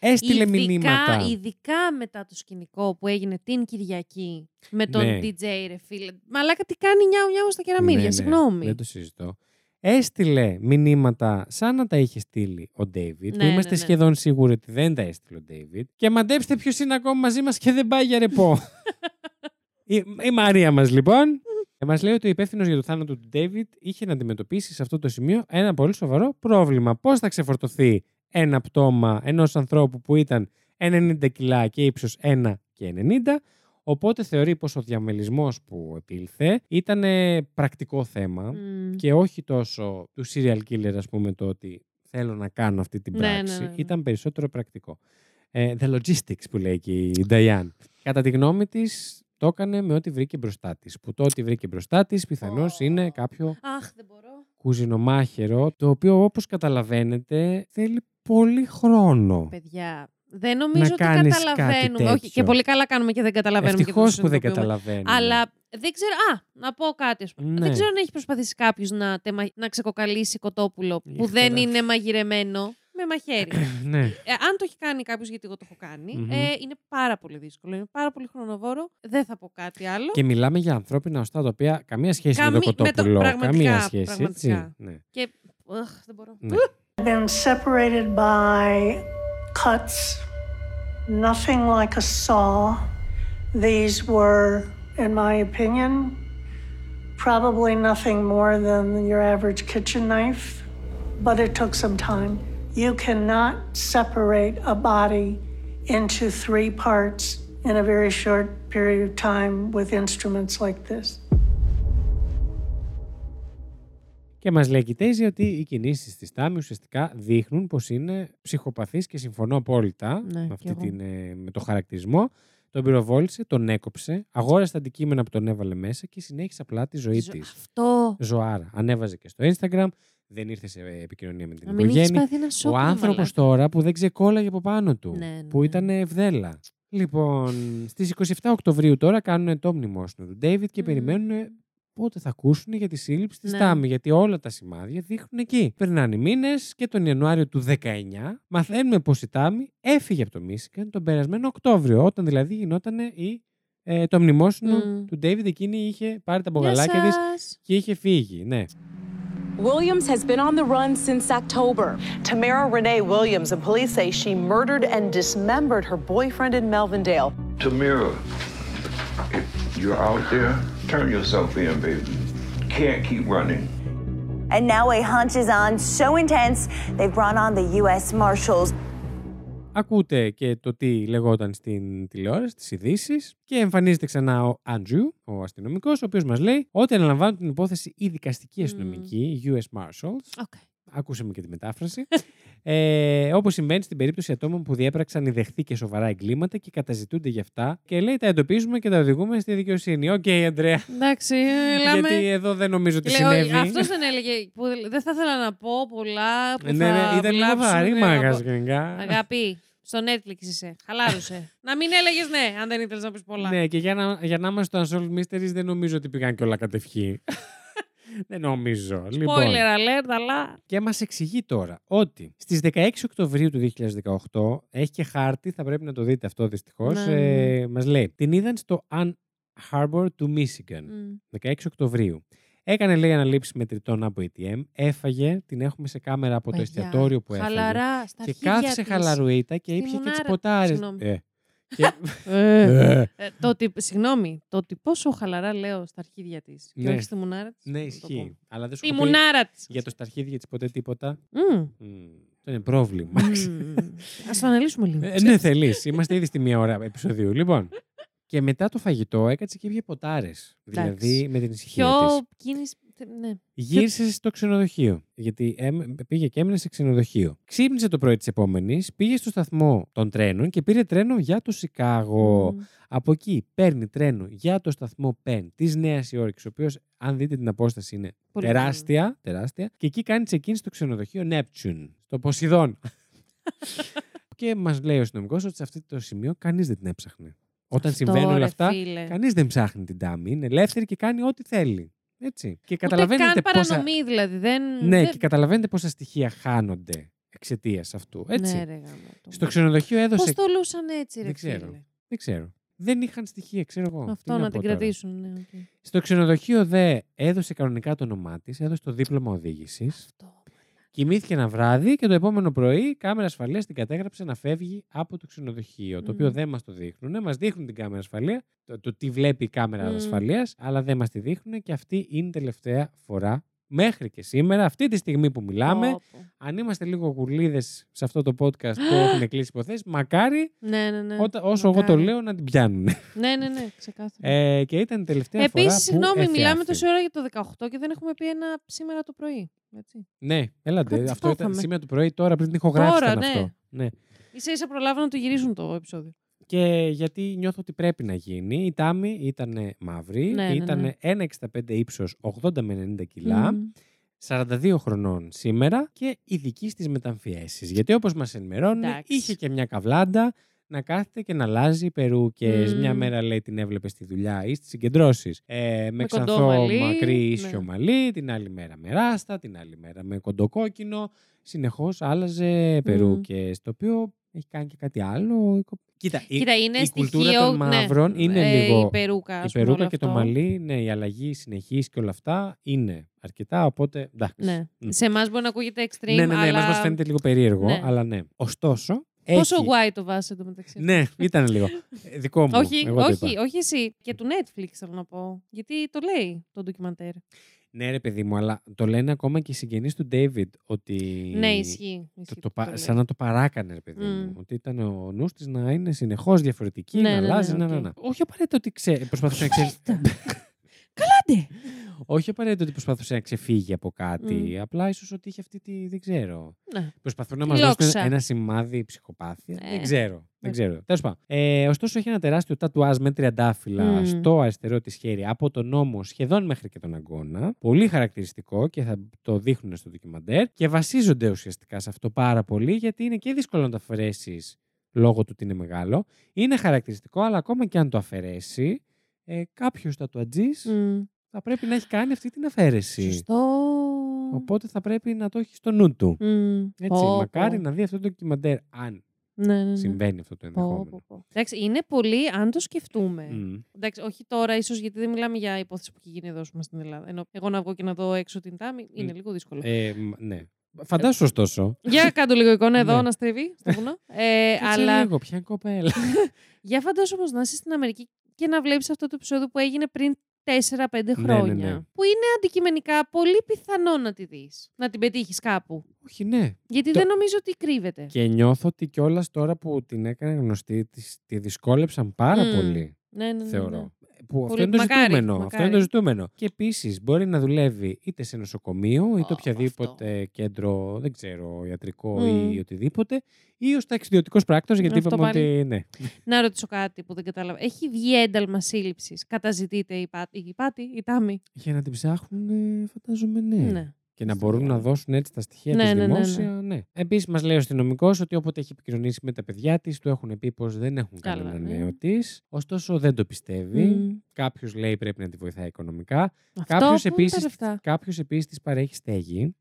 [SPEAKER 1] Έστειλε
[SPEAKER 2] ειδικά,
[SPEAKER 1] μηνύματα.
[SPEAKER 2] Ειδικά μετά το σκηνικό που έγινε την Κυριακή με τον
[SPEAKER 1] Ναι.
[SPEAKER 2] DJ, ρε φίλε. Μαλάκα, τι κάνει νιάου νιάου στα κεραμίδια,
[SPEAKER 1] Ναι, ναι,
[SPEAKER 2] συγγνώμη.
[SPEAKER 1] Δεν το συζητώ. Έστειλε μηνύματα σαν να τα είχε στείλει ο Ντέιβιτ,
[SPEAKER 2] Ναι,
[SPEAKER 1] που
[SPEAKER 2] ναι,
[SPEAKER 1] είμαστε
[SPEAKER 2] ναι.
[SPEAKER 1] σχεδόν σίγουροι ότι δεν τα έστειλε ο Ντέιβιτ. Και μαντέψτε ποιος είναι ακόμα μαζί μας και δεν πάει για ρεπό. η, η Μαρία μας λοιπόν. Μας λέει ότι ο υπεύθυνος για το θάνατο του Ντέιβιτ είχε να αντιμετωπίσει σε αυτό το σημείο ένα πολύ σοβαρό πρόβλημα. Πώς θα ξεφορτωθεί ένα πτώμα ενός ανθρώπου που ήταν 90 κιλά και ύψος 1 και 90, Οπότε θεωρεί πως ο διαμελισμός που επήλθε ήταν ε, πρακτικό θέμα
[SPEAKER 2] Μμ.
[SPEAKER 1] και όχι τόσο του serial killer ας πούμε το ότι θέλω να κάνω αυτή την
[SPEAKER 2] Ναι,
[SPEAKER 1] πράξη.
[SPEAKER 2] ναι, ναι, ναι.
[SPEAKER 1] Ήταν περισσότερο πρακτικό. Ε, the logistics που λέει και η Diane. Κατά τη γνώμη της Το έκανε με ό,τι βρήκε μπροστά της. Που το ό,τι βρήκε μπροστά της πιθανώς είναι κάποιο
[SPEAKER 2] Αχ, δεν μπορώ.
[SPEAKER 1] κουζινομάχαιρο, το οποίο όπως καταλαβαίνετε θέλει πολύ χρόνο.
[SPEAKER 2] Παιδιά, δεν νομίζω ότι
[SPEAKER 1] κάνεις κάτι
[SPEAKER 2] καταλαβαίνουμε. Όχι, και
[SPEAKER 1] τέτοιο.
[SPEAKER 2] πολύ καλά κάνουμε και δεν καταλαβαίνουμε. και
[SPEAKER 1] Ευτυχώς
[SPEAKER 2] το
[SPEAKER 1] που δεν
[SPEAKER 2] συνειδητοποιούμε.
[SPEAKER 1] καταλαβαίνουμε.
[SPEAKER 2] Αλλά δεν ξέρω. Α, να πω κάτι. ας πούμε.
[SPEAKER 1] Ναι.
[SPEAKER 2] Δεν ξέρω αν έχει προσπαθήσει κάποιος να, τεμα- να ξεκοκαλίσει κοτόπουλο που
[SPEAKER 1] Νύχτα,
[SPEAKER 2] δεν
[SPEAKER 1] ρε.
[SPEAKER 2] είναι μαγειρεμένο με μαχαίρι.
[SPEAKER 1] Ναι.
[SPEAKER 2] Ε, αν το έχει κάνει κάποιος, γιατί εγώ το έχω κάνει,
[SPEAKER 1] Μμμ.
[SPEAKER 2] ε, είναι πάρα πολύ δύσκολο. Είναι πάρα πολύ χρονοβόρο. Δεν θα πω κάτι άλλο.
[SPEAKER 1] Και μιλάμε για ανθρώπινα οστά τα οποία καμία σχέση με
[SPEAKER 2] Καμί- με
[SPEAKER 1] το
[SPEAKER 2] το-
[SPEAKER 1] κοτόπουλο.
[SPEAKER 2] πραγματικά,
[SPEAKER 1] καμία σχέση.
[SPEAKER 2] πραγματικά.
[SPEAKER 1] Έτσι. Ναι.
[SPEAKER 2] Και. Αχ, δεν μπορώ.
[SPEAKER 1] Ναι.
[SPEAKER 11] been separated by cuts, nothing like a saw. These were, in my opinion, probably nothing more than your average kitchen knife, but it took some time. You cannot separate a body into three parts in a very short period of time with instruments like this.
[SPEAKER 1] Και μας λέει και η Τέιζη ότι οι κινήσεις της Τάμι ουσιαστικά δείχνουν πως είναι ψυχοπαθής και συμφωνώ απόλυτα
[SPEAKER 2] Ναι,
[SPEAKER 1] με,
[SPEAKER 2] κι
[SPEAKER 1] αυτή
[SPEAKER 2] εγώ.
[SPEAKER 1] την, ε, με το χαρακτηρισμό. Τον πυροβόλησε, τον έκοψε, αγόρασε αντικείμενα που τον έβαλε μέσα και συνέχισε απλά τη ζωή
[SPEAKER 2] Ζω-
[SPEAKER 1] της.
[SPEAKER 2] Αυτό.
[SPEAKER 1] Ζωάρα. Ανέβαζε και στο Instagram, δεν ήρθε σε ε, επικοινωνία με την
[SPEAKER 2] Να μην έχεις
[SPEAKER 1] οικογένεια.
[SPEAKER 2] πάθει ένα σοκ.
[SPEAKER 1] Ο
[SPEAKER 2] ρε
[SPEAKER 1] άνθρωπος
[SPEAKER 2] μαλάκα.
[SPEAKER 1] τώρα που δεν ξεκόλλαγε από πάνω του,
[SPEAKER 2] Ναι, ναι,
[SPEAKER 1] που
[SPEAKER 2] ναι.
[SPEAKER 1] ήταν ευδέλα. Λοιπόν, στις 27 Οκτωβρίου τώρα κάνουν το μνημόσυνο του David και
[SPEAKER 2] Μμμ.
[SPEAKER 1] περιμένουν πότε θα ακούσουν για τη σύλληψη της
[SPEAKER 2] Ναι.
[SPEAKER 1] Τάμι. Γιατί όλα τα σημάδια δείχνουν εκεί. Περνάνε μήνες και τον Ιανουάριο του 19 μαθαίνουμε πως η Τάμι έφυγε από το Μίσικαν τον περασμένο Οκτώβριο, όταν δηλαδή γινόταν η, ε, το μνημόσυνο
[SPEAKER 2] Μμ.
[SPEAKER 1] του David. Εκείνη είχε πάρει τα
[SPEAKER 2] Γεια
[SPEAKER 1] μπογαλάκια της
[SPEAKER 2] σας.
[SPEAKER 1] και είχε φύγει. Ναι.
[SPEAKER 12] Williams has been on the run since October.
[SPEAKER 13] Tamara Renee Williams and police say she murdered and dismembered her boyfriend in Melvindale.
[SPEAKER 10] Tamira, if you're out there, turn yourself in, baby. Can't keep running.
[SPEAKER 14] And now a hunch is on so intense, they've brought on the U.S. Marshals.
[SPEAKER 1] Ακούτε και το τι λεγόταν στην τηλεόραση, τις ειδήσεις. Και εμφανίζεται ξανά ο Άντζου, ο αστυνομικός, ο οποίος μας λέει ότι αναλαμβάνουν την υπόθεση οι δικαστικοί αστυνομικοί, οι US Marshals.
[SPEAKER 2] Οκ.
[SPEAKER 1] Ακούσαμε και τη μετάφραση. ε, Όπως συμβαίνει στην περίπτωση ατόμων που διέπραξαν ιδεχθεί και σοβαρά εγκλήματα και καταζητούνται γι' αυτά. Και λέει τα εντοπίζουμε και τα οδηγούμε στη δικαιοσύνη. Οκ, Αντρέα.
[SPEAKER 2] Εντάξει, μιλάμε.
[SPEAKER 1] Γιατί εδώ δεν νομίζω ότι συνέβη.
[SPEAKER 2] Αυτός δεν έλεγε. Που, δεν θα ήθελα να πω πολλά. Που
[SPEAKER 1] ναι,
[SPEAKER 2] θα
[SPEAKER 1] ναι, ήταν λίγο
[SPEAKER 2] βλάψουν,
[SPEAKER 1] βαρύ
[SPEAKER 2] ναι,
[SPEAKER 1] μάγας
[SPEAKER 2] από-
[SPEAKER 1] γενικά. Ναι,
[SPEAKER 2] Αγάπη, στο Netflix είσαι. Χαλάρωσε. να μην έλεγες ναι, αν δεν ήθελες να πεις πολλά.
[SPEAKER 1] Ναι, και για να, για να είμαστε στο Unsolved Mysteries δεν νομίζω ότι πήγαν και όλα κατευχή. δεν νομίζω. λοιπόν,
[SPEAKER 2] Spoiler alert, αλλά.
[SPEAKER 1] και μας εξηγεί τώρα ότι στις 16 Οκτωβρίου του 2018, έχει και χάρτη, θα πρέπει να το δείτε αυτό δυστυχώς,
[SPEAKER 2] Ναι, ναι.
[SPEAKER 1] ε, μας λέει, την είδαν στο Ann Harbor του Michigan, 16 Οκτωβρίου. Έκανε λέει αναλήψεις μετρητών από ATM, έφαγε, την έχουμε σε κάμερα από το
[SPEAKER 2] Παιδιά,
[SPEAKER 1] εστιατόριο που έφαγε.
[SPEAKER 2] Χαλαρά, στα
[SPEAKER 1] και
[SPEAKER 2] αρχίδια
[SPEAKER 1] κάθισε
[SPEAKER 2] της.
[SPEAKER 1] χαλαρουίτα και
[SPEAKER 2] Στη
[SPEAKER 1] ήπια και τις
[SPEAKER 2] μουνάρα-
[SPEAKER 1] ποτάρες.
[SPEAKER 2] Συγγνώμη.
[SPEAKER 1] Ε, και-
[SPEAKER 2] Ε,
[SPEAKER 1] Ε.
[SPEAKER 2] ε, το ότι, συγγνώμη, το ότι πόσο χαλαρά λέω στα αρχίδια της. Και
[SPEAKER 1] Ναι.
[SPEAKER 2] όχι στη μουνάρα της.
[SPEAKER 1] Ναι, ισχύει. Αλλά δεν σου
[SPEAKER 2] Τη
[SPEAKER 1] έχω πει
[SPEAKER 2] μουνάρα της.
[SPEAKER 1] Για το σταρχίδι της ποτέ τίποτα.
[SPEAKER 2] Μμμ.
[SPEAKER 1] Μμμ. Αυτό είναι πρόβλημα.
[SPEAKER 2] Ας το αναλύσουμε λίγο.
[SPEAKER 1] Ε, ναι, θέλεις. Είμαστε ήδη στη μία ώρα επεισοδίου. Λοιπόν. Και μετά το φαγητό έκατσε και βγήκε ποτάρες. Δηλαδή με την ησυχία
[SPEAKER 2] Ποιο
[SPEAKER 1] της.
[SPEAKER 2] κίνηση. Ναι.
[SPEAKER 1] Γύρισες στο ξενοδοχείο. Γιατί έμ- πήγε και έμεινε σε ξενοδοχείο. Ξύπνησε το πρωί της επόμενης, πήγε στο σταθμό των τρένων και πήρε τρένο για το Σικάγο. Από εκεί παίρνει τρένο για το σταθμό Penn της Νέας Υόρκης, ο οποίος, αν δείτε την απόσταση, είναι
[SPEAKER 2] Πολύ
[SPEAKER 1] τεράστια, τεράστια. Και εκεί κάνει check-in στο ξενοδοχείο Neptune, στο Ποσειδόν. και μας λέει ο αστυνομικός ότι σε αυτό το σημείο κανείς δεν την έψαχνε. Όταν
[SPEAKER 2] Αυτό,
[SPEAKER 1] συμβαίνουν όλα
[SPEAKER 2] ρε,
[SPEAKER 1] αυτά,
[SPEAKER 2] φίλε.
[SPEAKER 1] κανείς δεν ψάχνει την τάμη. Είναι ελεύθερη και κάνει ό,τι θέλει. Έτσι. Και
[SPEAKER 2] Ούτε
[SPEAKER 1] καταλαβαίνετε
[SPEAKER 2] καν
[SPEAKER 1] πόσα.
[SPEAKER 2] παρανομή, δηλαδή. Δεν,
[SPEAKER 1] Ναι,
[SPEAKER 2] δεν...
[SPEAKER 1] και καταλαβαίνετε πόσα στοιχεία χάνονται εξαιτίας αυτού. Έτσι.
[SPEAKER 2] Ναι, ρε, γάμο το.
[SPEAKER 1] στο ξενοδοχείο έδωσε.
[SPEAKER 2] Πώς το λούσαν έτσι, ρε
[SPEAKER 1] Δεν ξέρω.
[SPEAKER 2] φίλε.
[SPEAKER 1] Δεν ξέρω. Δεν είχαν στοιχεία, ξέρω εγώ. Τι
[SPEAKER 2] Αυτό να,
[SPEAKER 1] πω
[SPEAKER 2] την
[SPEAKER 1] τώρα.
[SPEAKER 2] κρατήσουν. Ναι, οκ.
[SPEAKER 1] Στο ξενοδοχείο δε έδωσε κανονικά το όνομά της, έδωσε το δίπλωμα οδήγησης. Κοιμήθηκε ένα βράδυ και το επόμενο πρωί η κάμερα ασφαλείας την κατέγραψε να φεύγει από το ξενοδοχείο. Το οποίο
[SPEAKER 2] Μμμ.
[SPEAKER 1] δεν μας το δείχνουν. Μας δείχνουν την κάμερα ασφαλείας, το, το τι βλέπει η κάμερα
[SPEAKER 2] Μμμ.
[SPEAKER 1] ασφαλείας, αλλά δεν μας τη δείχνουν και αυτή είναι η τελευταία φορά. Μέχρι και σήμερα, αυτή τη στιγμή που μιλάμε,
[SPEAKER 2] Πω, πω.
[SPEAKER 1] αν είμαστε λίγο γουρλίδες σε αυτό το podcast που έχουν κλείσει υποθέσεις, μακάρι
[SPEAKER 2] Ναι, ναι, ναι.
[SPEAKER 1] όταν- όσο εγώ το
[SPEAKER 2] Μακάρι.
[SPEAKER 1] λέω να την πιάνουν.
[SPEAKER 2] Ναι, ναι, ναι, ξεκάθαρα.
[SPEAKER 1] Ε, και ήταν η τελευταία φορά.
[SPEAKER 2] Επίση,
[SPEAKER 1] που
[SPEAKER 2] συγγνώμη, μιλάμε
[SPEAKER 1] εφιάφη.
[SPEAKER 2] τόση ώρα για το 18 και δεν έχουμε πει ένα σήμερα το πρωί. Έτσι.
[SPEAKER 1] Ναι, έλατε.
[SPEAKER 2] Κάτι
[SPEAKER 1] αυτό ήταν
[SPEAKER 2] σπάθαμε.
[SPEAKER 1] σήμερα το πρωί, τώρα πριν την ηχογράφηση
[SPEAKER 2] Τώρα,
[SPEAKER 1] ήταν
[SPEAKER 2] ναι.
[SPEAKER 1] αυτό. Ναι.
[SPEAKER 2] σα ίσα προλάβω να το γυρίσουν το επεισόδιο.
[SPEAKER 1] Και γιατί νιώθω ότι πρέπει να γίνει. Η Τάμι ήταν μαύρη,
[SPEAKER 2] Ναι, ναι, ναι.
[SPEAKER 1] ήταν 1,65 ύψος, 80 με 90 κιλά.
[SPEAKER 2] Μμμ.
[SPEAKER 1] 42 χρονών σήμερα και ειδική στις μεταμφιέσεις. Γιατί όπως μας ενημερώνουν,
[SPEAKER 2] Εντάξει.
[SPEAKER 1] είχε και μια καβλάντα να κάθεται και να αλλάζει περούκες.
[SPEAKER 2] Μμμ.
[SPEAKER 1] Μια μέρα λέει την έβλεπε στη δουλειά ή στις συγκεντρώσεις. Ε, με,
[SPEAKER 2] Με κοντό
[SPEAKER 1] ξανθό
[SPEAKER 2] μαλλί,
[SPEAKER 1] μακρύ
[SPEAKER 2] ναι.
[SPEAKER 1] ίσιο μαλλί, την άλλη μέρα με ράστα, την άλλη μέρα με κοντοκόκκινο. Συνεχώς άλλαζε περούκες, το οποίο έχει κάνει και κάτι άλλο. Κοίτα, η-
[SPEAKER 2] Κοίτα, είναι
[SPEAKER 1] η, κουλτούρα
[SPEAKER 2] στοιχείο,
[SPEAKER 1] των
[SPEAKER 2] ναι,
[SPEAKER 1] μαύρων είναι
[SPEAKER 2] ε, η
[SPEAKER 1] λίγο...
[SPEAKER 2] περούκα,
[SPEAKER 1] Η
[SPEAKER 2] ας πούμε,
[SPEAKER 1] περούκα
[SPEAKER 2] όλο
[SPEAKER 1] και το
[SPEAKER 2] αυτό.
[SPEAKER 1] μαλλί, ναι, η αλλαγή συνεχής και όλα αυτά είναι αρκετά, οπότε εντάξει.
[SPEAKER 2] Ναι.
[SPEAKER 1] Μμ.
[SPEAKER 2] Σε εμάς μπορεί να ακούγεται extreme,
[SPEAKER 1] ναι, ναι, ναι,
[SPEAKER 2] αλλά...
[SPEAKER 1] μας, μας φαίνεται λίγο περίεργο,
[SPEAKER 2] Ναι.
[SPEAKER 1] αλλά ναι. Ωστόσο,
[SPEAKER 2] Πόσο
[SPEAKER 1] έχει...
[SPEAKER 2] guay το βάζει το μεταξύ.
[SPEAKER 1] Ναι, ήταν λίγο. Ε, Δικό μου.
[SPEAKER 2] όχι,
[SPEAKER 1] εγώ το είπα.
[SPEAKER 2] όχι, όχι εσύ. Και του Netflix θέλω να πω. Γιατί το λέει το ντοκιμαντέρ.
[SPEAKER 1] Ναι, ρε παιδί μου, αλλά το λένε ακόμα και οι συγγενείς του David ότι.
[SPEAKER 2] Ναι, ισχύει.
[SPEAKER 1] Το,
[SPEAKER 2] ισχύει
[SPEAKER 1] το,
[SPEAKER 2] που
[SPEAKER 1] πα-
[SPEAKER 2] το λέει.
[SPEAKER 1] σαν να το παράκανε, ρε παιδί μου.
[SPEAKER 2] Μμ.
[SPEAKER 1] Ότι ήταν ο νους της να είναι συνεχώς διαφορετική,
[SPEAKER 2] Ναι,
[SPEAKER 1] να
[SPEAKER 2] ναι, ναι,
[SPEAKER 1] αλλάζει, να, να,
[SPEAKER 2] οκ.
[SPEAKER 1] να. Όχι απαραίτητο ότι ξέρει. Προσπαθούσε να ξέρει.
[SPEAKER 2] Καλάτε!
[SPEAKER 1] Όχι απαραίτητο ότι προσπαθούσε να ξεφύγει από κάτι.
[SPEAKER 2] Mm.
[SPEAKER 1] Απλά ίσως ότι είχε αυτή τη. Δεν ξέρω.
[SPEAKER 2] Ναι.
[SPEAKER 1] Προσπαθούν να
[SPEAKER 2] Τη
[SPEAKER 1] μας δώσουν
[SPEAKER 2] λόξα.
[SPEAKER 1] ένα σημάδι ψυχοπάθεια.
[SPEAKER 2] Ε.
[SPEAKER 1] Δεν ξέρω.
[SPEAKER 2] Ναι.
[SPEAKER 1] Δεν ξέρω. Τέλος πάντων. Ε, ωστόσο, έχει ένα τεράστιο τατουάζ με τριαντάφυλλα
[SPEAKER 2] Μμμ.
[SPEAKER 1] στο αριστερό της χέρι από τον ώμο σχεδόν μέχρι και τον αγκώνα. Πολύ χαρακτηριστικό και θα το δείχνουν στο ντοκιμαντέρ. Και βασίζονται ουσιαστικά σε αυτό πάρα πολύ γιατί είναι και δύσκολο να το αφαιρέσεις λόγω του ότι είναι μεγάλο. Είναι χαρακτηριστικό, αλλά ακόμα και αν το αφαιρέσει, ε, κάποιος τατουατζή
[SPEAKER 2] Μμ.
[SPEAKER 1] θα πρέπει να έχει κάνει αυτή την αφαίρεση.
[SPEAKER 2] Σωστό.
[SPEAKER 1] Οπότε θα πρέπει να το έχει στο νου του.
[SPEAKER 2] Μμ.
[SPEAKER 1] Έτσι,
[SPEAKER 2] Πω,
[SPEAKER 1] μακάρι
[SPEAKER 2] πω.
[SPEAKER 1] να δει αυτό το ντοκιμαντέρ, αν
[SPEAKER 2] Ναι, ναι, ναι.
[SPEAKER 1] συμβαίνει αυτό το
[SPEAKER 2] Πω, πω, Ναι.
[SPEAKER 1] ενδεχόμενο.
[SPEAKER 2] πω. Εντάξει, είναι πολύ, αν το σκεφτούμε.
[SPEAKER 1] Μμ.
[SPEAKER 2] Εντάξει, όχι τώρα, ίσως γιατί δεν μιλάμε για υπόθεση που έχει γίνει εδώ ας πούμε, στην Ελλάδα. Ενώ εγώ να βγω και να δω έξω την τάμη είναι
[SPEAKER 1] Μ.
[SPEAKER 2] λίγο δύσκολο.
[SPEAKER 1] Ε, μ, ναι. Φαντάσου ωστόσο.
[SPEAKER 2] Για κάτω λίγο εικόνα εδώ
[SPEAKER 1] Ναι.
[SPEAKER 2] να στρεβεί στο βουνό. Ε,
[SPEAKER 1] Κάτσε
[SPEAKER 2] αλλά
[SPEAKER 1] λίγο, ποια κοπέλα.
[SPEAKER 2] για φαντάσου όμως να είσαι στην Αμερική και να βλέπεις αυτό το επεισόδιο που έγινε πριν 4-5 χρόνια.
[SPEAKER 1] ναι.
[SPEAKER 2] Που είναι αντικειμενικά πολύ πιθανό να τη δεις. Να την πετύχεις κάπου.
[SPEAKER 1] Όχι, ναι.
[SPEAKER 2] Γιατί
[SPEAKER 1] Το-
[SPEAKER 2] δεν νομίζω ότι κρύβεται.
[SPEAKER 1] Και νιώθω ότι κιόλας τώρα που την έκανε γνωστή, της- τη δυσκόλεψαν πάρα
[SPEAKER 2] Μμ.
[SPEAKER 1] πολύ.
[SPEAKER 2] Ναι, ναι, ναι, ναι.
[SPEAKER 1] Θεωρώ. Που αυτό
[SPEAKER 2] Πολύ-
[SPEAKER 1] είναι το
[SPEAKER 2] μακάρι,
[SPEAKER 1] ζητούμενο. Αυτό είναι το
[SPEAKER 2] μακάρι.
[SPEAKER 1] ζητούμενο. Και επίσης μπορεί να δουλεύει είτε σε νοσοκομείο, είτε
[SPEAKER 2] Ω,
[SPEAKER 1] οποιαδήποτε κέντρο, δεν ξέρω, ιατρικό
[SPEAKER 2] Μμ.
[SPEAKER 1] ή οτιδήποτε, ή ως ταξιδιωτικός πράκτορας, γιατί
[SPEAKER 2] Αυτό
[SPEAKER 1] είπαμε
[SPEAKER 2] πάλι.
[SPEAKER 1] ότι. Ναι.
[SPEAKER 2] Να ρωτήσω κάτι που δεν κατάλαβα. Έχει βγει ένταλμα σύλληψης. Καταζητείται η πάτη, η, πάτη, η τάμη.
[SPEAKER 1] Για να την ψάχνουν, ε, φαντάζομαι, ναι.
[SPEAKER 2] Ναι.
[SPEAKER 1] Και να μπορούν να δώσουν έτσι τα στοιχεία
[SPEAKER 2] Ναι,
[SPEAKER 1] της
[SPEAKER 2] ναι, ναι, ναι.
[SPEAKER 1] δημόσια. Ναι, Επίσης, μας λέει ο αστυνομικός ότι όποτε έχει επικοινωνήσει με τα παιδιά της, του έχουν πει πως δεν έχουν
[SPEAKER 2] Καλά,
[SPEAKER 1] κανένα
[SPEAKER 2] ναι.
[SPEAKER 1] νέο της. Ωστόσο, δεν το πιστεύει.
[SPEAKER 2] Μμμ.
[SPEAKER 1] Κάποιος λέει πρέπει να τη βοηθάει οικονομικά.
[SPEAKER 2] Αυτό
[SPEAKER 1] Κάποιος
[SPEAKER 2] που είναι τα
[SPEAKER 1] επίσης
[SPEAKER 2] λεφτά.
[SPEAKER 1] κάποιος επίσης της παρέχει στέγη.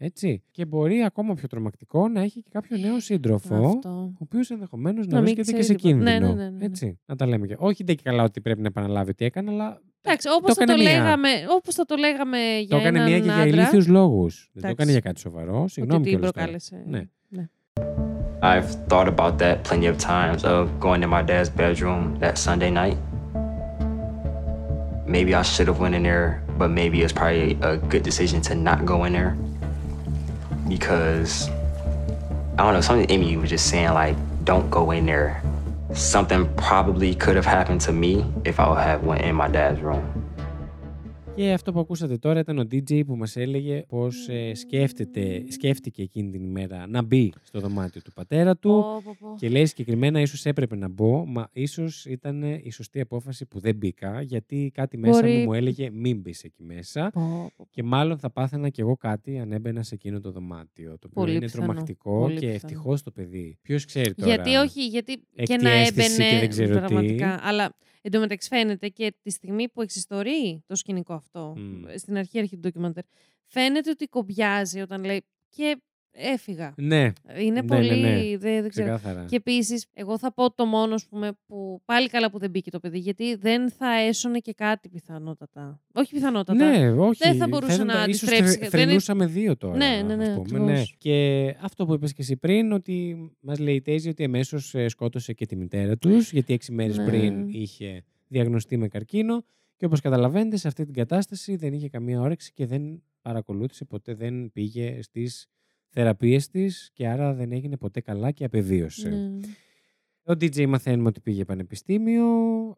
[SPEAKER 1] Έτσι. Και μπορεί ακόμα πιο τρομακτικό να έχει και κάποιο νέο σύντροφο,
[SPEAKER 2] Αυτό.
[SPEAKER 1] ο οποίος ενδεχομένως να,
[SPEAKER 2] Να μην
[SPEAKER 1] βρίσκεται και
[SPEAKER 2] ξέρει
[SPEAKER 1] σε
[SPEAKER 2] τίποτα. Ναι,
[SPEAKER 1] κίνδυνο.
[SPEAKER 2] ναι, ναι, ναι, ναι.
[SPEAKER 1] Έτσι. Να τα λέμε και. Όχι δεν και καλά ότι πρέπει να επαναλάβει τι έκανε, αλλά
[SPEAKER 2] Εντάξει, όπως θα,
[SPEAKER 1] έκανε
[SPEAKER 2] το
[SPEAKER 1] μία.
[SPEAKER 2] λέγαμε- όπως θα το λέγαμε για
[SPEAKER 1] το έκανε μία
[SPEAKER 2] έναν
[SPEAKER 1] και για
[SPEAKER 2] άντρα,
[SPEAKER 1] ηλίθιους λόγους. Δεν το
[SPEAKER 2] Εντάξει.
[SPEAKER 1] έκανε για κάτι σοβαρό. Συγγνώμη
[SPEAKER 2] ότι την
[SPEAKER 1] κιόλας τώρα.
[SPEAKER 2] προκάλεσε.
[SPEAKER 1] Ναι.
[SPEAKER 9] I've thought about that plenty of times of going to my dad's bedroom that Sunday night. Maybe I should have went in there, but maybe it's probably a good decision to not go in there because I don't know. Something in me was just saying like, "Don't go in there." Something probably could have happened to me if I would have went in my dad's room.
[SPEAKER 1] Και αυτό που ακούσατε τώρα ήταν ο DJ που μας έλεγε πως ε, σκέφτεται, σκέφτηκε εκείνη την ημέρα να μπει στο δωμάτιο του πατέρα του
[SPEAKER 2] Πω, πω, πω.
[SPEAKER 1] και λέει συγκεκριμένα ίσως έπρεπε να μπω, μα ίσως ήταν ε, η σωστή απόφαση που δεν μπήκα γιατί κάτι μέσα
[SPEAKER 2] Μπορεί-
[SPEAKER 1] μου μου έλεγε μην μπεις εκεί μέσα
[SPEAKER 2] Πω, πω.
[SPEAKER 1] και μάλλον θα πάθαινα κι εγώ κάτι αν έμπαινα σε εκείνο το δωμάτιο. Το οποίο
[SPEAKER 2] Πολύ
[SPEAKER 1] είναι
[SPEAKER 2] πιθανό.
[SPEAKER 1] τρομακτικό
[SPEAKER 2] Πολύ
[SPEAKER 1] και
[SPEAKER 2] πιθανό.
[SPEAKER 1] ευτυχώς το παιδί. Ποιος ξέρει τώρα.
[SPEAKER 2] Γιατί όχι, γιατί και
[SPEAKER 1] Έκτη
[SPEAKER 2] να
[SPEAKER 1] αίσθηση
[SPEAKER 2] έμπαινε.
[SPEAKER 1] και δεν ξέρω τι.
[SPEAKER 2] πραγματικά. Αλλά εντωμεταξύ φαίνεται και τη στιγμή που εξιστορεί το σκηνικό αυτό,
[SPEAKER 1] Μμ.
[SPEAKER 2] στην αρχή αρχή του ντοκιμαντέρ, φαίνεται ότι κοπιάζει όταν λέει και έφυγα.
[SPEAKER 1] Ναι.
[SPEAKER 2] Είναι
[SPEAKER 1] Ναι, ναι,
[SPEAKER 2] πολύ.
[SPEAKER 1] ναι.
[SPEAKER 2] Δεν, δεν ξέρω.
[SPEAKER 1] Ξεκάθαρα.
[SPEAKER 2] Και επίσης, εγώ θα πω το μόνο ας πούμε, που πάλι καλά που δεν μπήκε το παιδί, γιατί δεν θα έσωνε και κάτι πιθανότατα. Όχι πιθανότατα.
[SPEAKER 1] Ναι, όχι.
[SPEAKER 2] Δεν θα μπορούσε
[SPEAKER 1] ήταν-
[SPEAKER 2] να
[SPEAKER 1] ίσως
[SPEAKER 2] αντιστρέψει.
[SPEAKER 1] θρε-
[SPEAKER 2] Δεν είναι-
[SPEAKER 1] θρυνούσαμε δύο τώρα.
[SPEAKER 2] Ναι, ναι, ναι,
[SPEAKER 1] ας πούμε,
[SPEAKER 2] ακριβώς.
[SPEAKER 1] ναι. Και αυτό που είπες και εσύ πριν, ότι μας λέει η Τέζη ότι εμέσω σκότωσε και τη μητέρα τους, γιατί έξι μέρες
[SPEAKER 2] Ναι.
[SPEAKER 1] πριν είχε διαγνωστεί με καρκίνο. Και όπως καταλαβαίνετε, σε αυτή την κατάσταση δεν είχε καμία όρεξη και δεν παρακολούθησε ποτέ, δεν πήγε στις θεραπείες της και άρα δεν έγινε ποτέ καλά και απεβίωσε.
[SPEAKER 2] Ναι.
[SPEAKER 1] Ο DJ μαθαίνουμε ότι πήγε πανεπιστήμιο,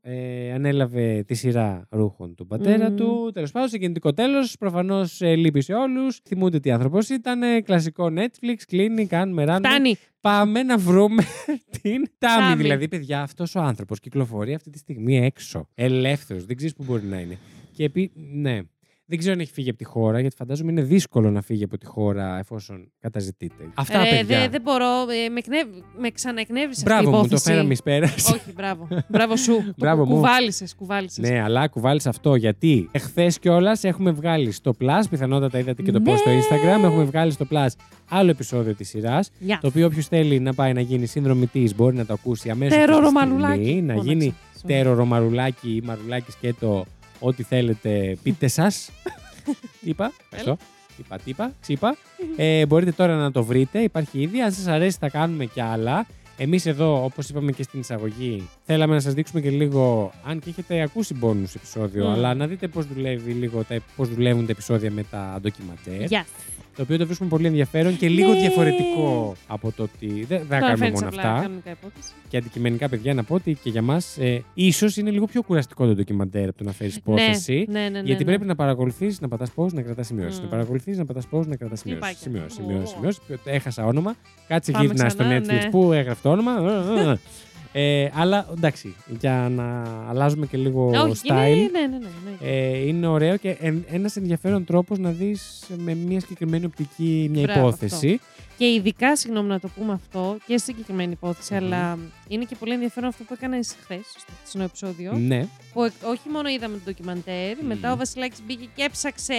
[SPEAKER 1] ε, ανέλαβε τη σειρά ρούχων του πατέρα
[SPEAKER 2] Μμμ.
[SPEAKER 1] του. Τέλος πάντων, σε κινητικό τέλος, προφανώς ε, λείπει σε όλους. Θυμούνται τι άνθρωπος ήταν. ε, Κλασικό Netflix, κλείνει, κάνουμε ράνο.
[SPEAKER 2] Φτάνει.
[SPEAKER 1] Πάμε να βρούμε την Τάμι.
[SPEAKER 2] Τάμι.
[SPEAKER 1] Δηλαδή, παιδιά, αυτός ο άνθρωπος κυκλοφορεί αυτή τη στιγμή έξω. Ελεύθερος, δεν ξέρεις που μπορεί να είναι. Και επί... ναι. Δεν ξέρω αν έχει φύγει από τη χώρα, γιατί φαντάζομαι είναι δύσκολο να φύγει από τη χώρα εφόσον καταζητείται. Αυτά,
[SPEAKER 2] Ρε,
[SPEAKER 1] παιδιά.
[SPEAKER 2] δε- δεν μπορώ. ε, με, εκνευ- με ξαναεκνεύρισες αυτή η
[SPEAKER 1] Μπράβο μου, το
[SPEAKER 2] υπόθεση.
[SPEAKER 1] φέραμε εις πέρας.
[SPEAKER 2] Όχι, μπράβο. Μπράβο σου.
[SPEAKER 1] Μπράβο
[SPEAKER 2] το
[SPEAKER 1] μου.
[SPEAKER 2] κουβάλισες, κουβάλισες.
[SPEAKER 1] Ναι, αλλά κουβάλει αυτό γιατί εχθές κιόλας έχουμε βγάλει στο Plus, πιθανότατα είδατε και το post στο Instagram, έχουμε βγάλει στο Plus άλλο επεισόδιο της σειράς.
[SPEAKER 2] Γεια.
[SPEAKER 1] Το οποίο όποιος θέλει να πάει να γίνει συνδρομητής μπορεί να το ακούσει αμέσως.
[SPEAKER 2] Τερορομαρουλάκι,
[SPEAKER 1] Να
[SPEAKER 2] φώναξα.
[SPEAKER 1] γίνει τερορομαρουλάκι ή μαρουλάκι και το ό,τι θέλετε πείτε σας. Είπα. Ευχαριστώ. Είπα, τύπα, ξύπα. Ε, μπορείτε τώρα να το βρείτε. Υπάρχει ήδη. Αν σας αρέσει, θα κάνουμε κι άλλα. Εμείς εδώ, όπως είπαμε και στην εισαγωγή, θέλαμε να σας δείξουμε και λίγο, αν και έχετε ακούσει bonus επεισόδιο,
[SPEAKER 2] Μμμ.
[SPEAKER 1] αλλά να δείτε πώς δουλεύει λίγο, τα- πώς δουλεύουν τα επεισόδια με τα ντοκιματέρ.
[SPEAKER 2] Yes.
[SPEAKER 1] Το οποίο το βρίσκουμε πολύ ενδιαφέρον και λίγο
[SPEAKER 2] Ναι.
[SPEAKER 1] διαφορετικό από το ότι. Δεν δεν θα
[SPEAKER 2] Τώρα
[SPEAKER 1] κάνουμε
[SPEAKER 2] φέρνεις
[SPEAKER 1] μόνο
[SPEAKER 2] απλά
[SPEAKER 1] αυτά.
[SPEAKER 2] κανονικά υπόθεση.
[SPEAKER 1] Και αντικειμενικά, παιδιά, να πω ότι και για μας ε, ίσως είναι λίγο πιο κουραστικό το ντοκιμαντέρ από το να φέρεις υπόθεση.
[SPEAKER 2] ναι, ναι, ναι,
[SPEAKER 1] γιατί
[SPEAKER 2] ναι.
[SPEAKER 1] πρέπει να παρακολουθείς, να πατάς πώ, να κρατάς σημειώσεις.
[SPEAKER 2] Μμμ.
[SPEAKER 1] Να παρακολουθείς, να πατάς πώ, να κρατάς σημειώσει.
[SPEAKER 2] Κλιπάκια.
[SPEAKER 1] Σημειώσεις,
[SPEAKER 2] Ω.
[SPEAKER 1] σημειώσεις, σημειώσεις. Έχασα όνομα. Κάτσε
[SPEAKER 2] Πάμε
[SPEAKER 1] γύρνα στο
[SPEAKER 2] ξανά,
[SPEAKER 1] Netflix
[SPEAKER 2] ναι.
[SPEAKER 1] που έγραφε το όνομα. ε, αλλά εντάξει, για να αλλάζουμε και λίγο
[SPEAKER 2] Όχι,
[SPEAKER 1] style.
[SPEAKER 2] είναι- ναι, ναι, ναι, ναι.
[SPEAKER 1] Ε, είναι ωραίο και εν, ένας ενδιαφέρον τρόπος να δεις με μια συγκεκριμένη οπτική μια
[SPEAKER 2] Μπράβο,
[SPEAKER 1] υπόθεση.
[SPEAKER 2] αυτό. Και ειδικά, συγγνώμη να το πούμε αυτό, και στη συγκεκριμένη υπόθεση,
[SPEAKER 1] Μμμ.
[SPEAKER 2] αλλά είναι και πολύ ενδιαφέρον αυτό που έκανες χθες στο χθεσινό επεισόδιο.
[SPEAKER 1] Ναι.
[SPEAKER 2] Που εκ- όχι μόνο είδαμε το ντοκιμαντέρ, μετά ο Βασιλάκης μπήκε και έψαξε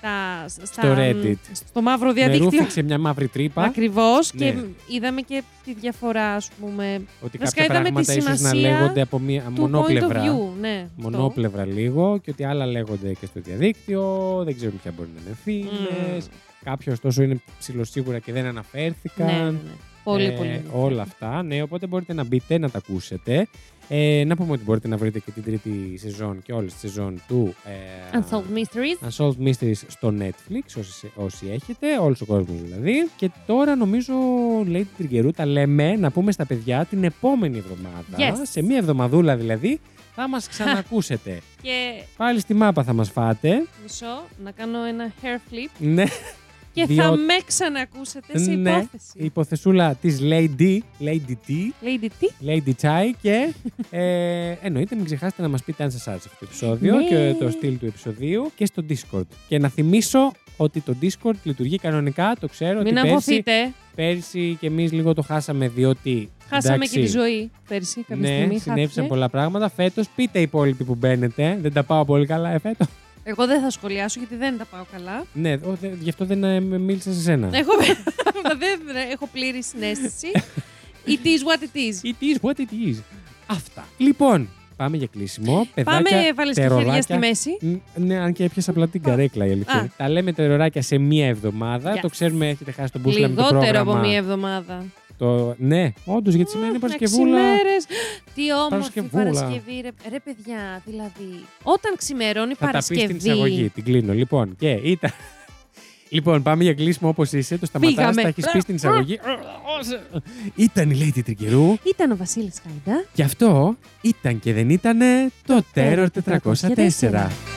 [SPEAKER 2] τα, στα,
[SPEAKER 1] Στο Reddit.
[SPEAKER 2] στο μαύρο
[SPEAKER 1] Με
[SPEAKER 2] διαδίκτυο.
[SPEAKER 1] ρούφηξε μια μαύρη τρύπα.
[SPEAKER 2] Ακριβώς
[SPEAKER 1] Ναι.
[SPEAKER 2] και είδαμε και τη διαφορά, ας πούμε.
[SPEAKER 1] Ότι
[SPEAKER 2] Βασικά,
[SPEAKER 1] κάποια
[SPEAKER 2] είδαμε τη
[SPEAKER 1] πράγματα ίσως να
[SPEAKER 2] σημασία
[SPEAKER 1] λέγονται από μια
[SPEAKER 2] του
[SPEAKER 1] μονόπλευρα.
[SPEAKER 2] point of view, ναι, αυτό.
[SPEAKER 1] μονόπλευρα λίγο και ότι άλλα λέγονται και στο διαδίκτυο. Δεν ξέρουμε ποια μπορεί να είναι ευθύνες.
[SPEAKER 2] Mm.
[SPEAKER 1] Κάποια ωστόσο είναι ψηλοσίγουρα και δεν αναφέρθηκαν. Ε,
[SPEAKER 2] Ναι, ναι, ναι. Πολύ, πολύ ενδιαφέρον.
[SPEAKER 1] Όλα αυτά. Ναι, οπότε μπορείτε να μπείτε να τα ακούσετε. Ε, να πούμε ότι μπορείτε να βρείτε και την τρίτη σεζόν και όλες τις σεζόν του ε,
[SPEAKER 2] Unsolved Mysteries.
[SPEAKER 1] Unsolved Mysteries στο Netflix, όσοι, όσοι έχετε, όλος ο κόσμος δηλαδή. Και τώρα νομίζω, λέει την καιρού, τα λέμε να πούμε στα παιδιά την επόμενη εβδομάδα.
[SPEAKER 2] Yes.
[SPEAKER 1] Σε μία εβδομαδούλα δηλαδή θα μας ξανακούσετε.
[SPEAKER 2] Και
[SPEAKER 1] Πάλι στη μάπα θα μας φάτε.
[SPEAKER 2] μισό να κάνω ένα hair flip
[SPEAKER 1] Ναι.
[SPEAKER 2] και θα
[SPEAKER 1] Διότι-
[SPEAKER 2] με ξανακούσετε σε
[SPEAKER 1] ναι,
[SPEAKER 2] υπόθεση.
[SPEAKER 1] η υποθεσούλα της Lady, Lady T,
[SPEAKER 2] Lady T.
[SPEAKER 1] Lady Chai και ε, εννοείται μην ξεχάσετε να μας πείτε αν σας άρεσε αυτό το επεισόδιο
[SPEAKER 2] Ναι.
[SPEAKER 1] και το στυλ του επεισοδίου και στο Discord. Και να θυμίσω ότι το Discord λειτουργεί κανονικά, το ξέρω
[SPEAKER 2] Μην
[SPEAKER 1] ότι πέρσι,
[SPEAKER 2] αγχωθείτε.
[SPEAKER 1] πέρσι και εμείς λίγο το χάσαμε διότι...
[SPEAKER 2] Χάσαμε
[SPEAKER 1] εντάξει,
[SPEAKER 2] και τη ζωή πέρσι. Κάποια
[SPEAKER 1] Ναι,
[SPEAKER 2] στιγμή
[SPEAKER 1] συνέβησαν
[SPEAKER 2] χάθηκε.
[SPEAKER 1] πολλά πράγματα. Φέτος πείτε οι υπόλοιποι που μπαίνετε. Δεν τα πάω πολύ καλά, ε, φέτος.
[SPEAKER 2] Εγώ δεν θα σχολιάσω γιατί δεν τα πάω καλά.
[SPEAKER 1] Ναι, ο, δε- γι' αυτό δεν ε, με μίλησα σε σένα.
[SPEAKER 2] Έχω, δεν έχω πλήρη συνέστηση. It is what it is.
[SPEAKER 1] It is what it is. Αυτά. Λοιπόν, πάμε για κλείσιμο. Παιδάκια,
[SPEAKER 2] Πάμε, βάλες και
[SPEAKER 1] τεροράκια.
[SPEAKER 2] χέρια στη μέση.
[SPEAKER 1] Ν- Ναι, αν και έπιασα απλά την καρέκλα η αλήθεια.
[SPEAKER 2] Α.
[SPEAKER 1] Τα λέμε τεροράκια σε μία εβδομάδα.
[SPEAKER 2] Yes.
[SPEAKER 1] Το ξέρουμε, έχετε χάσει τον μπούσλα με το
[SPEAKER 2] Λιγότερο
[SPEAKER 1] πρόγραμμα.
[SPEAKER 2] από μία εβδομάδα.
[SPEAKER 1] Το... Ναι, όντως, γιατί σήμερα είναι Παρασκευούλα.
[SPEAKER 2] μέρε. Τι όμορφη
[SPEAKER 1] Παρασκευούλα.
[SPEAKER 2] Παρασκευή. Ρε, ρε, παιδιά, δηλαδή. Όταν ξημερώνει
[SPEAKER 1] Θα τα πεις
[SPEAKER 2] Παρασκευή.
[SPEAKER 1] στην εισαγωγή. Την κλείνω. Λοιπόν, και ήταν. Λοιπόν, πάμε για κλείσιμο όπως είσαι. Το σταματάς,
[SPEAKER 2] Φύγαμε.
[SPEAKER 1] τα έχεις πεις στην εισαγωγή. Ήταν η Lady Τρικερού.
[SPEAKER 2] Ήταν ο Βασίλης Χαϊντά.
[SPEAKER 1] Και αυτό ήταν και δεν ήταν το Terror 404.